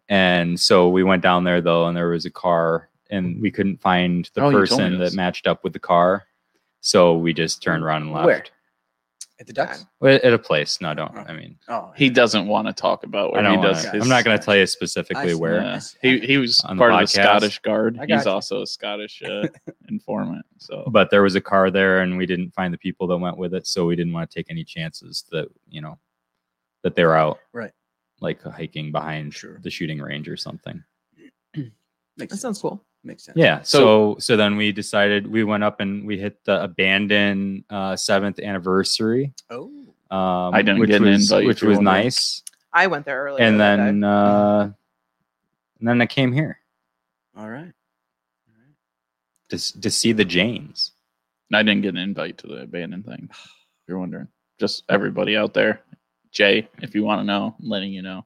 Speaker 2: And so we went down there though, and there was a car, and we couldn't find the
Speaker 1: Oh, you told me
Speaker 2: person
Speaker 1: this.
Speaker 2: that matched up with the car. So we just turned around and left.
Speaker 3: Where? At the Ducks?
Speaker 2: Well, At a place. No, don't. I mean,
Speaker 3: Oh,
Speaker 1: he doesn't want to talk about
Speaker 2: I
Speaker 1: what
Speaker 2: don't.
Speaker 1: he
Speaker 2: Wanna,
Speaker 1: does.
Speaker 2: I'm not going to tell you specifically
Speaker 3: I-
Speaker 2: where.
Speaker 1: Yeah.
Speaker 3: Yes.
Speaker 1: He he was
Speaker 2: On the
Speaker 1: part of the
Speaker 2: podcast.
Speaker 1: Scottish Guard.
Speaker 3: I
Speaker 1: He's
Speaker 3: gotcha.
Speaker 1: also a Scottish uh, informant. So
Speaker 2: But there was a car there, and we didn't find the people that went with it, so we didn't want to take any chances that you know that they were out,
Speaker 3: Right.
Speaker 2: Like hiking behind
Speaker 3: Sure.
Speaker 2: the shooting range or something.
Speaker 3: makes
Speaker 5: That
Speaker 3: sense.
Speaker 5: sounds cool.
Speaker 3: Makes sense.
Speaker 2: Yeah.
Speaker 1: So-
Speaker 2: So so then we decided we went up and we hit the abandoned uh, seventh anniversary.
Speaker 3: Oh,
Speaker 2: Um,
Speaker 1: I didn't
Speaker 2: which
Speaker 1: get an
Speaker 2: was,
Speaker 1: invite
Speaker 2: which
Speaker 1: if you
Speaker 2: was
Speaker 1: wonder.
Speaker 2: nice.
Speaker 5: I went there earlier.
Speaker 2: and
Speaker 5: that
Speaker 2: then uh, and then I came here
Speaker 3: All right.
Speaker 2: to s- to see the Janes.
Speaker 1: I didn't get an invite to the abandoned thing. If you're wondering, just everybody out there, Jay, if you want to know, I'm letting you know.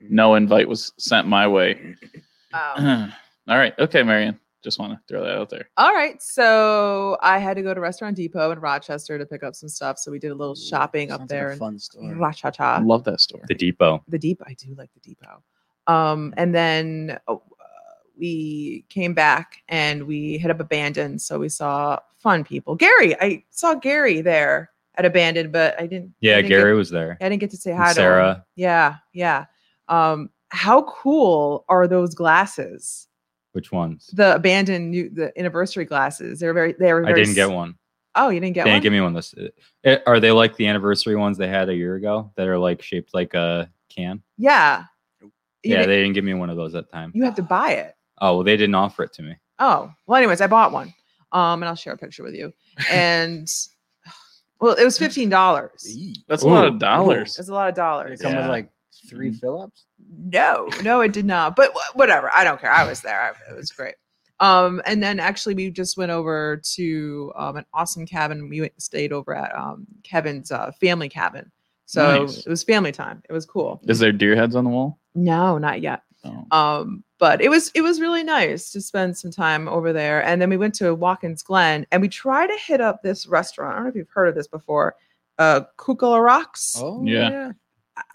Speaker 1: No invite was sent my way.
Speaker 5: day. Um,
Speaker 2: Uh-huh.
Speaker 1: All right, okay, Marion. Just want to throw that out there.
Speaker 5: all right, so I had to go to Restaurant Depot in Rochester to pick up some stuff. So we did a little shopping up
Speaker 3: Sounds like
Speaker 5: there
Speaker 3: a fun story.
Speaker 5: in Rochester.
Speaker 1: I love that store.
Speaker 2: The depot.
Speaker 5: the deep i do like the depot um
Speaker 2: Mm-hmm.
Speaker 5: and then oh, uh, we came back and we hit up abandoned so we saw fun people gary i saw gary there at abandoned but i didn't I
Speaker 2: Yeah,
Speaker 5: didn't
Speaker 2: Gary was there.
Speaker 5: get, i didn't get to say
Speaker 2: and
Speaker 5: hi to him.
Speaker 2: Sarah.
Speaker 5: yeah yeah um how cool are those glasses
Speaker 2: Which ones?
Speaker 5: the abandoned new the anniversary glasses they're very they were
Speaker 2: I
Speaker 5: very
Speaker 2: didn't get
Speaker 5: s-
Speaker 2: one.
Speaker 5: oh you didn't get
Speaker 2: they
Speaker 5: one
Speaker 2: didn't give me one. This eh, are they like the anniversary ones they had a year ago that are like shaped like a can?
Speaker 5: yeah You
Speaker 2: yeah,
Speaker 5: didn't-
Speaker 2: they didn't give me one of those at the time.
Speaker 5: you had to buy it
Speaker 2: Oh well, they didn't offer it to me.
Speaker 5: Oh, well, anyways, I bought one. Um, and I'll share a picture with you. And well, it was fifteen dollars.
Speaker 3: Eee.
Speaker 1: That's a lot
Speaker 2: Ooh.
Speaker 1: of dollars.
Speaker 5: It's a lot of
Speaker 3: Did it
Speaker 5: dollars.
Speaker 3: come
Speaker 1: Yeah. Mm-hmm.
Speaker 3: with like three fill-ups?
Speaker 5: No, no, it did not. But wh- whatever, I don't care. I was there. I, it was great. Um, and then actually, we just went over to um, an awesome cabin. We went, stayed over at um, Kevin's uh, family cabin. So
Speaker 1: Nice.
Speaker 5: it was family time. It was cool.
Speaker 1: Is there deer heads on the wall?
Speaker 5: No, not yet.
Speaker 1: Oh.
Speaker 5: um but it was it was really nice to spend some time over there and then we went to watkins glen and we tried to hit up this restaurant i don't know if you've heard of this before uh kukula rocks
Speaker 3: Oh
Speaker 1: Yeah.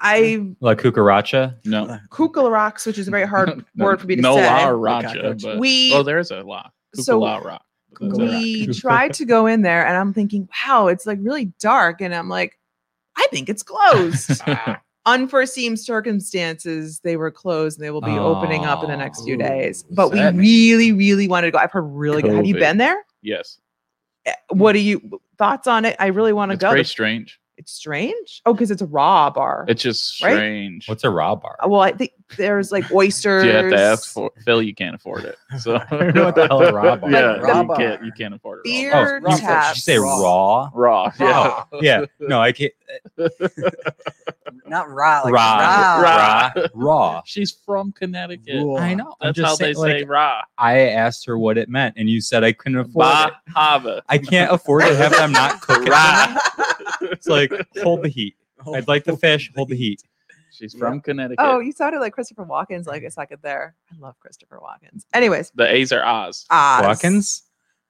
Speaker 5: i
Speaker 2: La cucaracha.
Speaker 1: No,
Speaker 5: kukula rocks which is a very hard
Speaker 1: No-
Speaker 5: word for me to
Speaker 1: no
Speaker 5: say
Speaker 1: la
Speaker 3: Cockroach.
Speaker 1: raja. But,
Speaker 5: We-
Speaker 1: oh, there's a la.
Speaker 5: So-
Speaker 1: So la rock. But that's
Speaker 3: Cuckoo
Speaker 1: all right.
Speaker 5: we
Speaker 2: rock.
Speaker 5: tried to go in there and i'm thinking wow it's like really dark and i'm like i think it's closed
Speaker 1: Ah.
Speaker 5: unforeseen circumstances they were closed and they will be opening up in the next
Speaker 1: Oh,
Speaker 5: few
Speaker 3: Ooh,
Speaker 5: days but we
Speaker 3: sad.
Speaker 5: really really wanted to go i've heard really good have you
Speaker 1: COVID.
Speaker 5: been there
Speaker 1: yes,
Speaker 5: Eh, what do you thoughts on it? I really want to
Speaker 1: it's
Speaker 5: go.
Speaker 1: very
Speaker 5: The-
Speaker 1: strange.
Speaker 5: it's strange. Oh, because it's a raw bar.
Speaker 1: It's just
Speaker 5: Right?
Speaker 1: strange.
Speaker 2: What's a raw bar?
Speaker 5: Uh, well, I think there's like oysters.
Speaker 1: Do you have to ask for Phil? You can't afford it. So
Speaker 2: don't know what the hell a raw bar
Speaker 1: yeah,
Speaker 5: is.
Speaker 1: you
Speaker 3: Raw
Speaker 1: can't.
Speaker 3: bar.
Speaker 1: You can't afford it.
Speaker 5: Beer
Speaker 2: Oh, you, said- did you say
Speaker 5: taps.
Speaker 2: raw? Oh,
Speaker 1: raw.
Speaker 5: Raw.
Speaker 2: Yeah. No, I can't.
Speaker 3: Not raw. Like
Speaker 2: raw,
Speaker 3: raw.
Speaker 2: raw,
Speaker 1: Raw.
Speaker 2: raw.
Speaker 1: She's from Connecticut.
Speaker 3: Raw.
Speaker 2: I know. I'm
Speaker 1: That's
Speaker 2: just
Speaker 1: how
Speaker 2: saying,
Speaker 1: they say
Speaker 2: like,
Speaker 1: raw.
Speaker 2: I asked her what it meant, and you said I couldn't afford it.
Speaker 1: Bah hava.
Speaker 2: I can't afford to have them not cook it. It's like hold the heat. Oh. I'd like the fish. Hold the heat.
Speaker 1: She's from Connecticut.
Speaker 5: Oh, you sounded like Christopher Walken's like a second there. I love Christopher Walken's. Anyways,
Speaker 1: the A's are Oz.
Speaker 5: Oz.
Speaker 2: Watkins.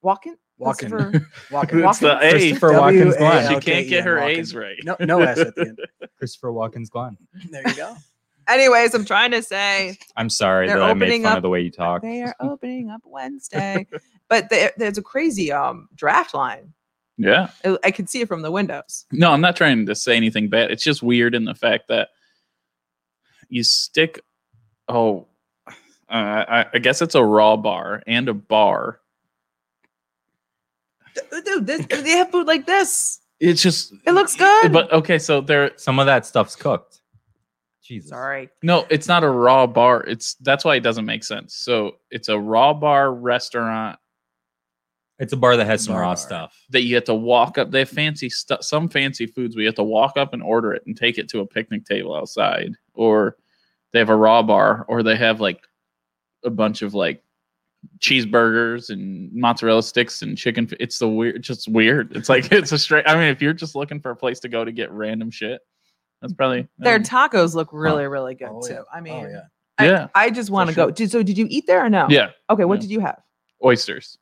Speaker 5: Walken.
Speaker 3: Walken.
Speaker 5: Christopher-
Speaker 3: Walking.
Speaker 1: It's the
Speaker 5: Walken.
Speaker 1: A.
Speaker 2: Christopher Walken's
Speaker 3: W-A-L-K-E-N,
Speaker 2: Glenn.
Speaker 1: She can't get her
Speaker 3: Walken.
Speaker 1: A's right.
Speaker 3: No, no S at the end.
Speaker 2: Christopher Walken's Glenn.
Speaker 3: There you go.
Speaker 1: Oh,
Speaker 5: Anyways, I'm trying to say
Speaker 2: I'm sorry
Speaker 5: They're
Speaker 2: that I made
Speaker 5: opening
Speaker 2: fun
Speaker 5: up-
Speaker 2: of the way you talk.
Speaker 5: they are opening up Wednesday, but there, there's a crazy um draft line.
Speaker 1: Yeah.
Speaker 5: I, I could see it from the windows.
Speaker 1: No, I'm not trying to say anything bad. It's just weird in the fact that you stick. Oh, uh, I, I guess it's a raw bar and a bar.
Speaker 5: Th- Dude, this, they have food like this.
Speaker 1: It's just.
Speaker 5: It looks good.
Speaker 1: But okay, so there.
Speaker 2: Some of that stuff's cooked. Jesus.
Speaker 5: Sorry.
Speaker 1: No, it's not a raw bar. It's that's why it doesn't make sense. So it's a raw bar restaurant
Speaker 2: It's a bar that has some
Speaker 3: Bar.
Speaker 2: raw stuff.
Speaker 1: that you have to walk up. They have fancy stuff, some fancy foods. We have to walk up and order it and take it to a picnic table outside, or they have a raw bar, or they have like a bunch of like cheeseburgers and mozzarella sticks and chicken. f- It's the weird, it's just weird. It's like it's a straight. I mean, if you're just looking for a place to go to get random shit, that's probably
Speaker 5: Their
Speaker 1: um,
Speaker 5: tacos look really, really good
Speaker 3: Oh,
Speaker 5: too.
Speaker 3: yeah.
Speaker 5: I mean,
Speaker 3: oh yeah.
Speaker 5: I,
Speaker 1: Yeah,
Speaker 5: I just want to
Speaker 1: sure.
Speaker 5: go. Did, so, did you eat there or no?
Speaker 1: yeah
Speaker 5: Okay, what
Speaker 1: Yeah.
Speaker 5: did you have?
Speaker 1: oysters.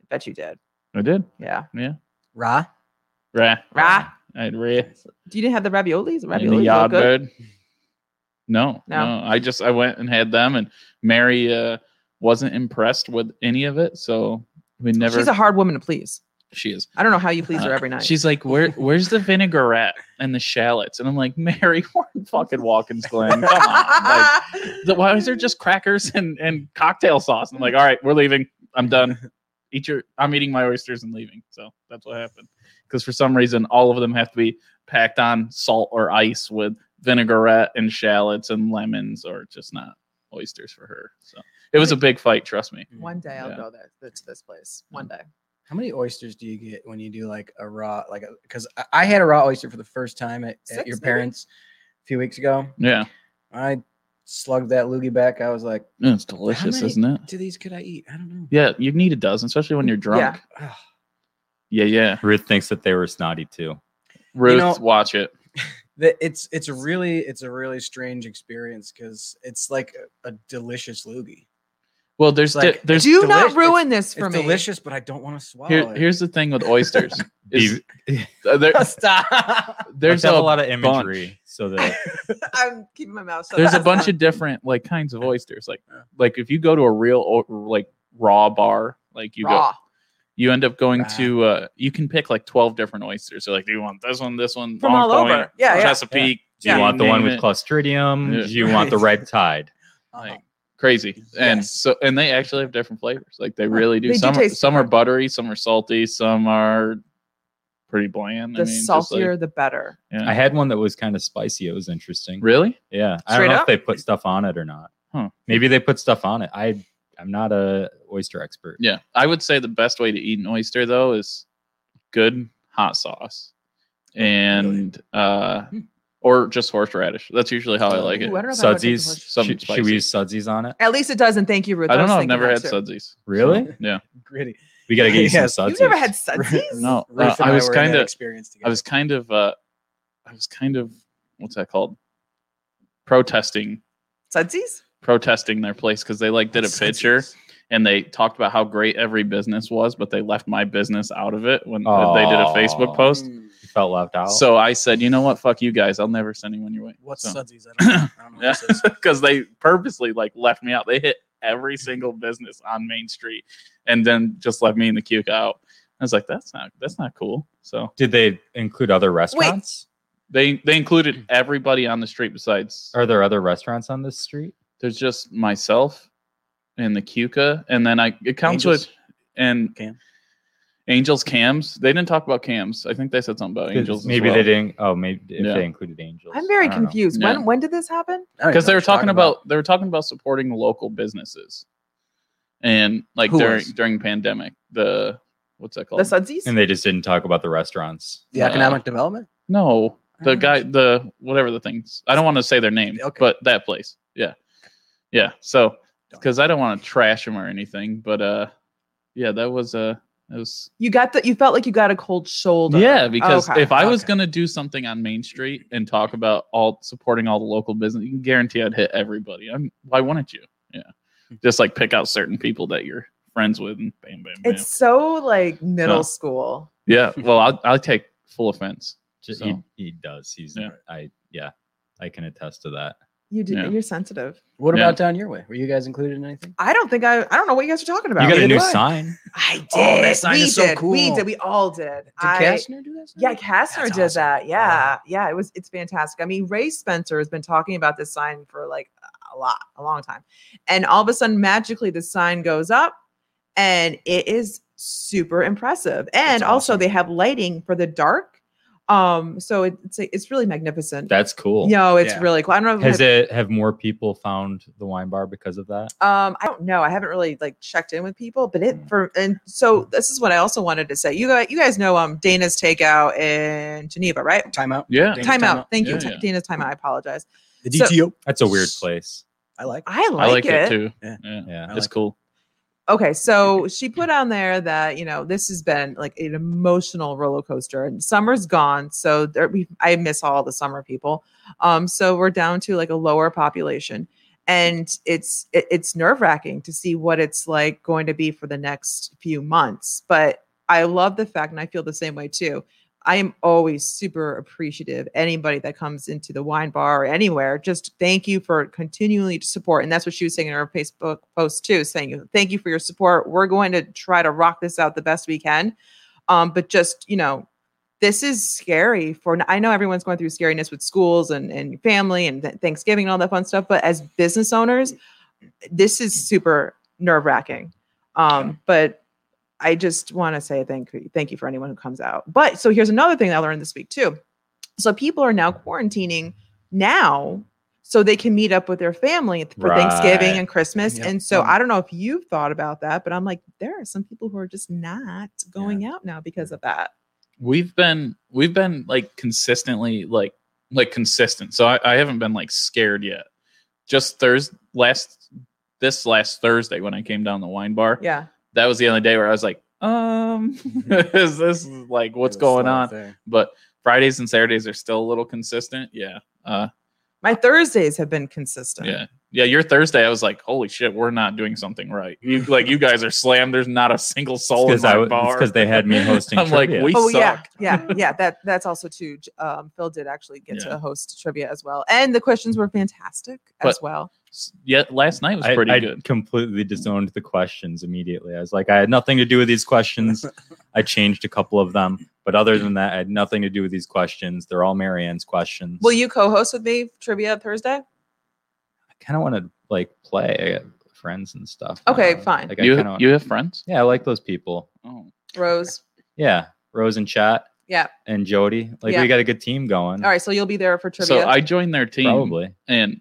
Speaker 5: I bet you did.
Speaker 1: I did.
Speaker 5: Yeah.
Speaker 3: Raw.
Speaker 1: Rah.
Speaker 5: Rah.
Speaker 1: I had rah.
Speaker 5: You didn't have the raviolis?
Speaker 1: in the
Speaker 5: The raviolis look
Speaker 1: yard
Speaker 5: good.
Speaker 1: bird. No,
Speaker 5: No.
Speaker 1: no, I just I went and had them, and Mary uh, wasn't impressed with any of it, so we never.
Speaker 5: She's a hard woman to please.
Speaker 1: she is.
Speaker 5: I don't know how you please her
Speaker 1: Uh,
Speaker 5: every night.
Speaker 1: She's like, where where's the vinaigrette and the shallots? And I'm like, Mary, we're in fucking Watkins Glen. Come on. Like, the- why is there just crackers and and cocktail sauce? And I'm like, all right, we're leaving. I'm done. Eat your. I'm eating my oysters and leaving. So that's what happened. Because for some reason, all of them have to be packed on salt or ice with vinaigrette and shallots and lemons, or just not oysters for her. So it was a big fight. Trust me.
Speaker 5: One day I'll
Speaker 1: Yeah.
Speaker 5: go there th- to this place. One day.
Speaker 3: How many oysters do you get when you do like a raw, like a, because I had a raw oyster for the first time at, at
Speaker 5: Six,
Speaker 3: your
Speaker 5: maybe?
Speaker 3: parents few weeks ago.
Speaker 1: Yeah.
Speaker 3: I slugged that loogie back. I was like,
Speaker 1: Yeah, It's delicious,
Speaker 3: many-
Speaker 1: isn't it?
Speaker 3: "To these could I eat? I don't know."
Speaker 1: Yeah, you need a dozen, especially when you're drunk.
Speaker 3: Ugh.
Speaker 1: Yeah, yeah.
Speaker 2: Ruth thinks that they were snotty too.
Speaker 1: Ruth,
Speaker 3: know-
Speaker 1: watch it.
Speaker 3: That it's it's a really it's a really strange experience because it's like a, a delicious loogie.
Speaker 1: Well, there's
Speaker 3: It's like,
Speaker 1: di- there's
Speaker 5: Do not
Speaker 3: deli-
Speaker 5: ruin this for
Speaker 3: it's
Speaker 5: me.
Speaker 3: delicious, but I don't want to swallow
Speaker 1: here,
Speaker 3: it.
Speaker 1: here's the thing with oysters. is,
Speaker 2: Be-
Speaker 1: uh, there-
Speaker 5: Stop.
Speaker 1: there's
Speaker 2: Let's
Speaker 1: a,
Speaker 2: have a lot of imagery
Speaker 1: bunch.
Speaker 2: so that
Speaker 5: I'm keeping my mouth shut.
Speaker 1: there's a bunch of different like kinds of oysters. Like like if you go to a real o- like raw bar, like you go
Speaker 5: raw.
Speaker 1: you end up going
Speaker 3: Raw.
Speaker 1: to uh you can pick like 12 different oysters. So like do you want this one, this one,
Speaker 5: From
Speaker 1: Long
Speaker 5: all over.
Speaker 1: Point,
Speaker 5: Yeah, yeah.
Speaker 1: Chesapeake.
Speaker 2: do you
Speaker 1: yeah,
Speaker 2: want the
Speaker 1: name
Speaker 2: one with
Speaker 1: it.
Speaker 2: clostridium?
Speaker 1: Yeah.
Speaker 2: Do you want the red tide?
Speaker 3: Uh-huh.
Speaker 1: like crazy and
Speaker 3: Yes.
Speaker 1: so and they actually have different flavors like they really do
Speaker 5: They do
Speaker 1: some are,
Speaker 5: taste
Speaker 1: some are
Speaker 5: different.
Speaker 1: buttery some are salty some are pretty bland
Speaker 5: The
Speaker 1: I mean, just like-
Speaker 5: saltier, the better.
Speaker 1: yeah.
Speaker 2: I had one that was kind of spicy. It was interesting.
Speaker 1: really
Speaker 2: Yeah, I
Speaker 5: Straight
Speaker 2: don't know
Speaker 5: up?
Speaker 2: if they put stuff on it or not.
Speaker 1: Huh.
Speaker 2: Maybe they put stuff on it. I I'm not a oyster expert.
Speaker 1: yeah i would say the best way to eat an oyster though is good hot sauce and uh or just horseradish that's usually how Oh, i like it
Speaker 5: Ooh, I don't know if I would take the
Speaker 2: Sudsies.
Speaker 5: horse-
Speaker 1: Some
Speaker 2: Should, should
Speaker 1: spicy.
Speaker 2: we use sudsies on it?
Speaker 5: At least it doesn't. Thank you, Ruth.
Speaker 1: i
Speaker 5: was
Speaker 1: don't know i've
Speaker 5: thinking
Speaker 1: never
Speaker 5: that
Speaker 1: had
Speaker 5: too.
Speaker 1: sudsies
Speaker 2: Really?
Speaker 3: gritty.
Speaker 2: We gotta get you
Speaker 3: Yes.
Speaker 2: some
Speaker 5: You've
Speaker 2: sudsies.
Speaker 5: never had sudsies?
Speaker 1: no uh,
Speaker 3: Ruth and
Speaker 1: i was
Speaker 3: were in that
Speaker 1: kind of
Speaker 3: experience together.
Speaker 1: I was kind of uh I was kind of what's that called? Protesting
Speaker 5: Sudsies?
Speaker 1: protesting their place because they like did a
Speaker 3: Senses.
Speaker 1: picture and they talked about how great every business was, but they left my business out of it when they did a
Speaker 2: Aw.
Speaker 1: Facebook post.
Speaker 3: Mm,
Speaker 2: You felt left out.
Speaker 1: So I said, you know what, fuck you guys, I'll never send anyone your way.
Speaker 3: What's
Speaker 1: so,
Speaker 3: Sudsies? I don't know. I don't know what this is.
Speaker 1: because they purposely like left me out. They hit every single business on Main Street and then just left me and the cuke out. I was like, that's not that's not cool. So
Speaker 2: did they include other restaurants?
Speaker 1: they they
Speaker 3: Hmm.
Speaker 1: included everybody on the street besides
Speaker 2: Are there other restaurants on this street?
Speaker 1: there's just myself and the Cuca, and then I it counts
Speaker 3: Angels?
Speaker 1: with and
Speaker 3: Cam.
Speaker 1: Angels cams. They didn't talk about cams. I think they said something
Speaker 2: Uh,
Speaker 1: about angels. as
Speaker 2: Maybe
Speaker 1: well.
Speaker 2: they didn't. Oh, maybe if
Speaker 1: Yeah.
Speaker 2: they included angels.
Speaker 5: I'm very
Speaker 2: I don't know.
Speaker 5: confused.
Speaker 1: Yeah.
Speaker 5: When when did this happen?
Speaker 3: I don't even
Speaker 1: because
Speaker 3: know
Speaker 1: they were
Speaker 3: what you're
Speaker 1: talking about, they were talking about supporting local businesses, and like
Speaker 3: Who
Speaker 1: during
Speaker 3: was?
Speaker 1: during pandemic the what's that
Speaker 5: The
Speaker 1: called?
Speaker 5: Sudsies?
Speaker 2: And they just didn't talk about the restaurants.
Speaker 3: the economic development.
Speaker 1: no, the
Speaker 3: Oh.
Speaker 1: guy the whatever the things. I don't want to say their name,
Speaker 3: Okay.
Speaker 1: but that place. Yeah, yeah. So
Speaker 3: Darn.
Speaker 1: because I don't want to trash them or anything, but uh, yeah, that was uh, that was
Speaker 5: You got the you felt like you got a cold shoulder.
Speaker 1: Yeah, because
Speaker 5: Okay,
Speaker 1: if I was
Speaker 5: okay.
Speaker 1: gonna do something on Main Street and talk about all supporting all the local business, you can guarantee I'd hit everybody. I'm why wouldn't you? Yeah. Just like pick out certain people that you're friends with and bam bam bam.
Speaker 5: It's so like middle
Speaker 1: No.
Speaker 5: school.
Speaker 1: yeah. Well I'll I'll take full offense.
Speaker 2: Just,
Speaker 1: So-
Speaker 2: he, he does. He's
Speaker 1: Yeah.
Speaker 2: I yeah. I can attest to that.
Speaker 5: You do,
Speaker 1: Yeah.
Speaker 5: you're sensitive.
Speaker 3: What
Speaker 1: Yeah.
Speaker 3: about down your way? Were you guys included in anything?
Speaker 5: I don't think I I don't know what you guys are talking about.
Speaker 2: You got a
Speaker 3: Neither
Speaker 2: new
Speaker 3: do I.
Speaker 2: sign.
Speaker 5: I did.
Speaker 3: Oh, that sign
Speaker 5: we
Speaker 3: is so
Speaker 5: did. We
Speaker 3: cool.
Speaker 5: did. We all did.
Speaker 3: Did
Speaker 5: I,
Speaker 3: Kastner do that?
Speaker 5: Yeah, Kastner
Speaker 3: That's
Speaker 5: did
Speaker 3: awesome.
Speaker 5: that.
Speaker 3: Wow.
Speaker 5: Yeah, yeah, it was it's fantastic. I mean, Ray Spencer has been talking about this sign for like a lot, a long time, and all of a sudden, magically, the sign goes up, and it is super impressive. And
Speaker 3: That's
Speaker 5: also,
Speaker 3: awesome.
Speaker 5: they have lighting for the dark, um, so it, it's it's really magnificent.
Speaker 2: That's cool.
Speaker 5: No, it's
Speaker 3: Yeah.
Speaker 5: really cool. I don't know. if
Speaker 2: Has
Speaker 5: it-
Speaker 2: it have more people found the wine bar because of that?
Speaker 5: um, I don't know. I haven't really like checked in with people, but it for and so this is what I also wanted to say. You guys, you guys know um Dana's Takeout in Geneva, right?
Speaker 3: Timeout.
Speaker 1: Yeah.
Speaker 3: Dana's
Speaker 5: Time out. Thank you.
Speaker 1: Yeah,
Speaker 5: Ti-
Speaker 1: yeah.
Speaker 5: Dana's time out. I apologize.
Speaker 3: The
Speaker 5: So-
Speaker 3: DTO.
Speaker 2: That's a weird place.
Speaker 3: I like. it.
Speaker 5: I
Speaker 1: I
Speaker 5: like,
Speaker 1: like it,
Speaker 5: it.
Speaker 1: too.
Speaker 3: Yeah.
Speaker 1: Yeah.
Speaker 2: Yeah.
Speaker 1: It's
Speaker 3: like it.
Speaker 1: cool.
Speaker 5: Okay, so she put on there that you know this has been like an emotional roller coaster, and summer's gone, so there, we I miss all the summer people. Um, so we're down to like a lower population, and it's it, it's nerve wracking to see what it's like going to be for the next few months. But I love the fact, and I feel the same way too. I am always super appreciative. Anybody that comes into the wine bar or anywhere, just thank you for continually to support. And that's what she was saying in her Facebook post too, saying thank you for your support. We're going to try to rock this out the best we can. Um, but just you know, this is scary for. I know everyone's going through scariness with schools and and family and th- Thanksgiving and all that fun stuff. But as business owners, this is super nerve wracking. Um, but I just want to say thank you, thank you for anyone who comes out. But so here's another thing that I learned this week too. So people are now quarantining now so they can meet up with their family for
Speaker 2: Right.
Speaker 5: Thanksgiving and Christmas.
Speaker 3: Yep.
Speaker 5: And so
Speaker 3: Mhm.
Speaker 5: I don't know if you've thought about that, but I'm like, there are some people who are just not going out now because of that.
Speaker 1: We've been we've been like consistently like like consistent. So I, I haven't been like scared yet. Just Thursday last this last Thursday when I came down the wine bar,
Speaker 5: Yeah.
Speaker 1: that was the only day where I was like, um, is this like what's
Speaker 3: It was
Speaker 1: going
Speaker 3: slow
Speaker 1: on?
Speaker 3: there.
Speaker 1: But Fridays and Saturdays are still a little consistent. Yeah. Uh,
Speaker 5: My Thursdays have been consistent.
Speaker 1: yeah. Yeah, your Thursday, I was like, "Holy shit, we're not doing something right." You like, you guys are slammed. There's not a single soul in
Speaker 2: because
Speaker 1: my
Speaker 2: I was
Speaker 1: bar.
Speaker 2: because they had me hosting.
Speaker 1: I'm like,
Speaker 2: trivia.
Speaker 1: we
Speaker 5: oh
Speaker 1: suck.
Speaker 5: yeah, yeah, yeah. That that's also too. Um, Phil did actually get
Speaker 1: Yeah.
Speaker 5: to host trivia as well, and the questions were fantastic as
Speaker 1: But-
Speaker 5: well.
Speaker 1: S- Yeah, last night was
Speaker 2: I-
Speaker 1: pretty
Speaker 2: I,
Speaker 1: good.
Speaker 2: completely disowned the questions immediately. I was like, I had nothing to do with these questions. I changed a couple of them, but other than that, I had nothing to do with these questions. They're all Marianne's questions.
Speaker 5: Will you co-host with me trivia Thursday?
Speaker 2: I kind of want to like play. I got friends and stuff.
Speaker 5: Okay,
Speaker 2: Uh,
Speaker 5: fine.
Speaker 2: Like, I
Speaker 1: You
Speaker 2: kinda wanna-
Speaker 1: you have friends?
Speaker 2: yeah, I like those people.
Speaker 1: Oh,
Speaker 5: Rose.
Speaker 2: Yeah, Rose and Chat.
Speaker 5: Yeah.
Speaker 2: and Jody. Like
Speaker 5: Yeah.
Speaker 2: we got a good team going.
Speaker 5: All right, so you'll be there for trivia.
Speaker 1: so I joined their team,
Speaker 2: probably.
Speaker 1: and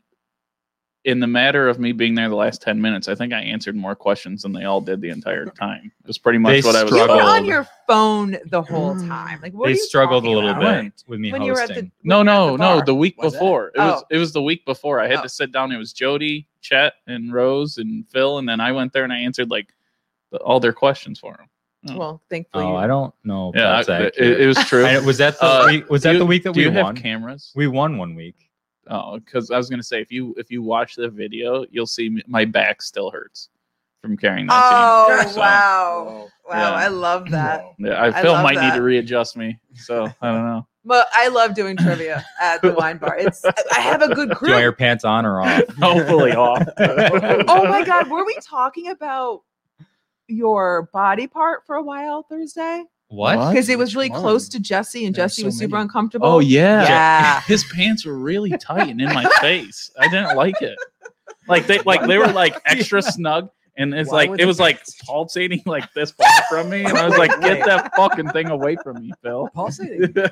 Speaker 1: in the matter of me being there the last ten minutes, I think I answered more questions than they all did the entire time. It was pretty much
Speaker 2: They
Speaker 1: what I was.
Speaker 5: you were
Speaker 2: struggled.
Speaker 5: on your phone the whole time. Like what are
Speaker 2: They
Speaker 5: you
Speaker 2: struggled a
Speaker 5: talking
Speaker 2: little
Speaker 5: about?
Speaker 2: bit with me
Speaker 5: When you were at the
Speaker 2: hosting.
Speaker 1: No,
Speaker 5: when you were at
Speaker 1: no, no.
Speaker 5: bar.
Speaker 1: The week
Speaker 3: Was it?
Speaker 1: before, it? was
Speaker 5: Oh.
Speaker 1: it was the week before. I had
Speaker 5: Oh.
Speaker 1: to sit down. It was Jody, Chet, and Rose and Phil, and then I went there and I answered like the, all their questions for them. No.
Speaker 5: well, thankfully.
Speaker 2: Oh,
Speaker 5: you-
Speaker 2: I don't know. if
Speaker 1: Yeah, I-
Speaker 2: that's
Speaker 1: it,
Speaker 2: accurate.
Speaker 1: it was true.
Speaker 2: I- was that the
Speaker 1: Uh,
Speaker 2: week, was
Speaker 1: Do
Speaker 2: that
Speaker 1: you-
Speaker 2: the week that
Speaker 1: do
Speaker 2: we
Speaker 1: you have
Speaker 2: won?
Speaker 1: cameras?
Speaker 2: we won one week.
Speaker 1: Oh, because I was gonna say if you if you watch the video, you'll see m- my back still hurts from carrying that
Speaker 5: Oh
Speaker 1: So-
Speaker 5: wow.
Speaker 3: Whoa.
Speaker 5: Wow,
Speaker 1: Yeah.
Speaker 5: I love that.
Speaker 3: Whoa.
Speaker 1: team. Yeah, I,
Speaker 5: I
Speaker 1: Phil
Speaker 5: love
Speaker 1: might need
Speaker 5: that.
Speaker 1: to readjust me. So I don't know.
Speaker 5: But I love doing trivia at the wine bar. It's I have a good
Speaker 2: Do you
Speaker 5: crew.
Speaker 2: want your pants on or off?
Speaker 1: Hopefully off.
Speaker 5: oh my god, were we talking about your body part for a while Thursday?
Speaker 2: What?
Speaker 1: What?
Speaker 5: Because it was
Speaker 3: Which
Speaker 5: really
Speaker 3: one?
Speaker 5: close to Jesse, and
Speaker 3: There are
Speaker 5: Jesse
Speaker 3: so
Speaker 5: was super
Speaker 3: many.
Speaker 5: uncomfortable.
Speaker 1: Oh yeah.
Speaker 5: yeah.
Speaker 1: His pants were really tight and in my face. I didn't like it. Like they like they were like extra snug. And it's
Speaker 3: Why
Speaker 1: like
Speaker 3: would
Speaker 1: it
Speaker 3: they-
Speaker 1: was like pulsating like this far from me, and I was like, "Get that fucking thing away from me, Phil."
Speaker 3: Pulsating.
Speaker 1: Look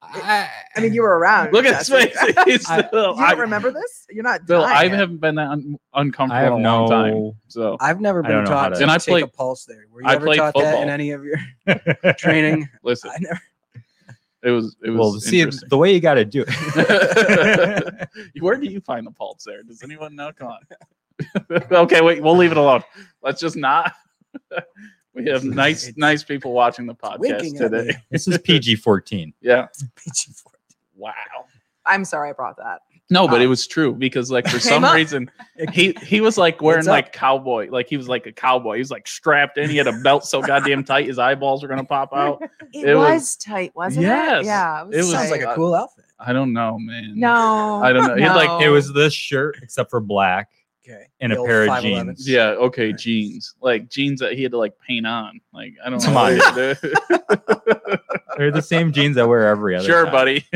Speaker 3: I,
Speaker 5: I mean, you were around.
Speaker 1: at his
Speaker 5: Jesse.
Speaker 1: face. He's
Speaker 2: I-
Speaker 1: still-
Speaker 5: you
Speaker 1: I-
Speaker 5: don't remember this? You're not.
Speaker 1: Bill, I
Speaker 5: dying.
Speaker 1: haven't been that un-
Speaker 2: I
Speaker 1: uncomfortable
Speaker 2: have
Speaker 1: in a long time.
Speaker 2: no.
Speaker 1: So
Speaker 3: I've never
Speaker 2: I don't
Speaker 3: been
Speaker 2: know how
Speaker 3: taught
Speaker 2: to-
Speaker 3: to
Speaker 1: And I
Speaker 3: take
Speaker 1: played-
Speaker 3: a pulse there. Were you
Speaker 1: I
Speaker 3: ever
Speaker 1: played
Speaker 3: taught that
Speaker 1: football.
Speaker 3: in any of your training?
Speaker 1: listen,
Speaker 3: I never.
Speaker 1: it was it was
Speaker 2: well, see
Speaker 1: interesting.
Speaker 2: the way you got to do it.
Speaker 1: Where do you find the pulse there? Does anyone know? Come on. okay, wait, we'll leave it alone. Let's just not. we have nice
Speaker 3: It's-
Speaker 1: nice people watching the
Speaker 3: winking
Speaker 1: podcast
Speaker 3: at me.
Speaker 1: today.
Speaker 2: this is PG fourteen.
Speaker 1: Yeah.
Speaker 3: Peachy for
Speaker 1: Wow.
Speaker 5: I'm sorry I brought that.
Speaker 1: No, but
Speaker 5: Oh.
Speaker 1: it was true because like for
Speaker 5: Came
Speaker 1: some
Speaker 5: up.
Speaker 1: reason he he was like wearing
Speaker 3: up.
Speaker 1: like cowboy, like he was like a cowboy. He was like strapped in. He had a belt so goddamn tight his eyeballs were gonna pop out.
Speaker 5: It,
Speaker 1: It
Speaker 5: was,
Speaker 1: was-
Speaker 5: tight, wasn't
Speaker 1: Yes.
Speaker 5: it? Yeah, it was.
Speaker 1: It was-
Speaker 3: Sounds
Speaker 5: tight.
Speaker 3: like a cool outfit.
Speaker 1: I don't know, man.
Speaker 5: no.
Speaker 1: I don't know. He had, like,
Speaker 2: It was this shirt except for black.
Speaker 3: Okay.
Speaker 2: And a
Speaker 3: The old
Speaker 2: pair of
Speaker 3: 511.
Speaker 2: jeans.
Speaker 1: Yeah, okay,
Speaker 3: Nice.
Speaker 1: jeans. Like jeans that he had to like paint on. Like I don't
Speaker 2: Come
Speaker 1: know.
Speaker 2: on.
Speaker 1: Dude.
Speaker 2: They're the same jeans I wear every other.
Speaker 1: sure,
Speaker 2: time.
Speaker 1: buddy.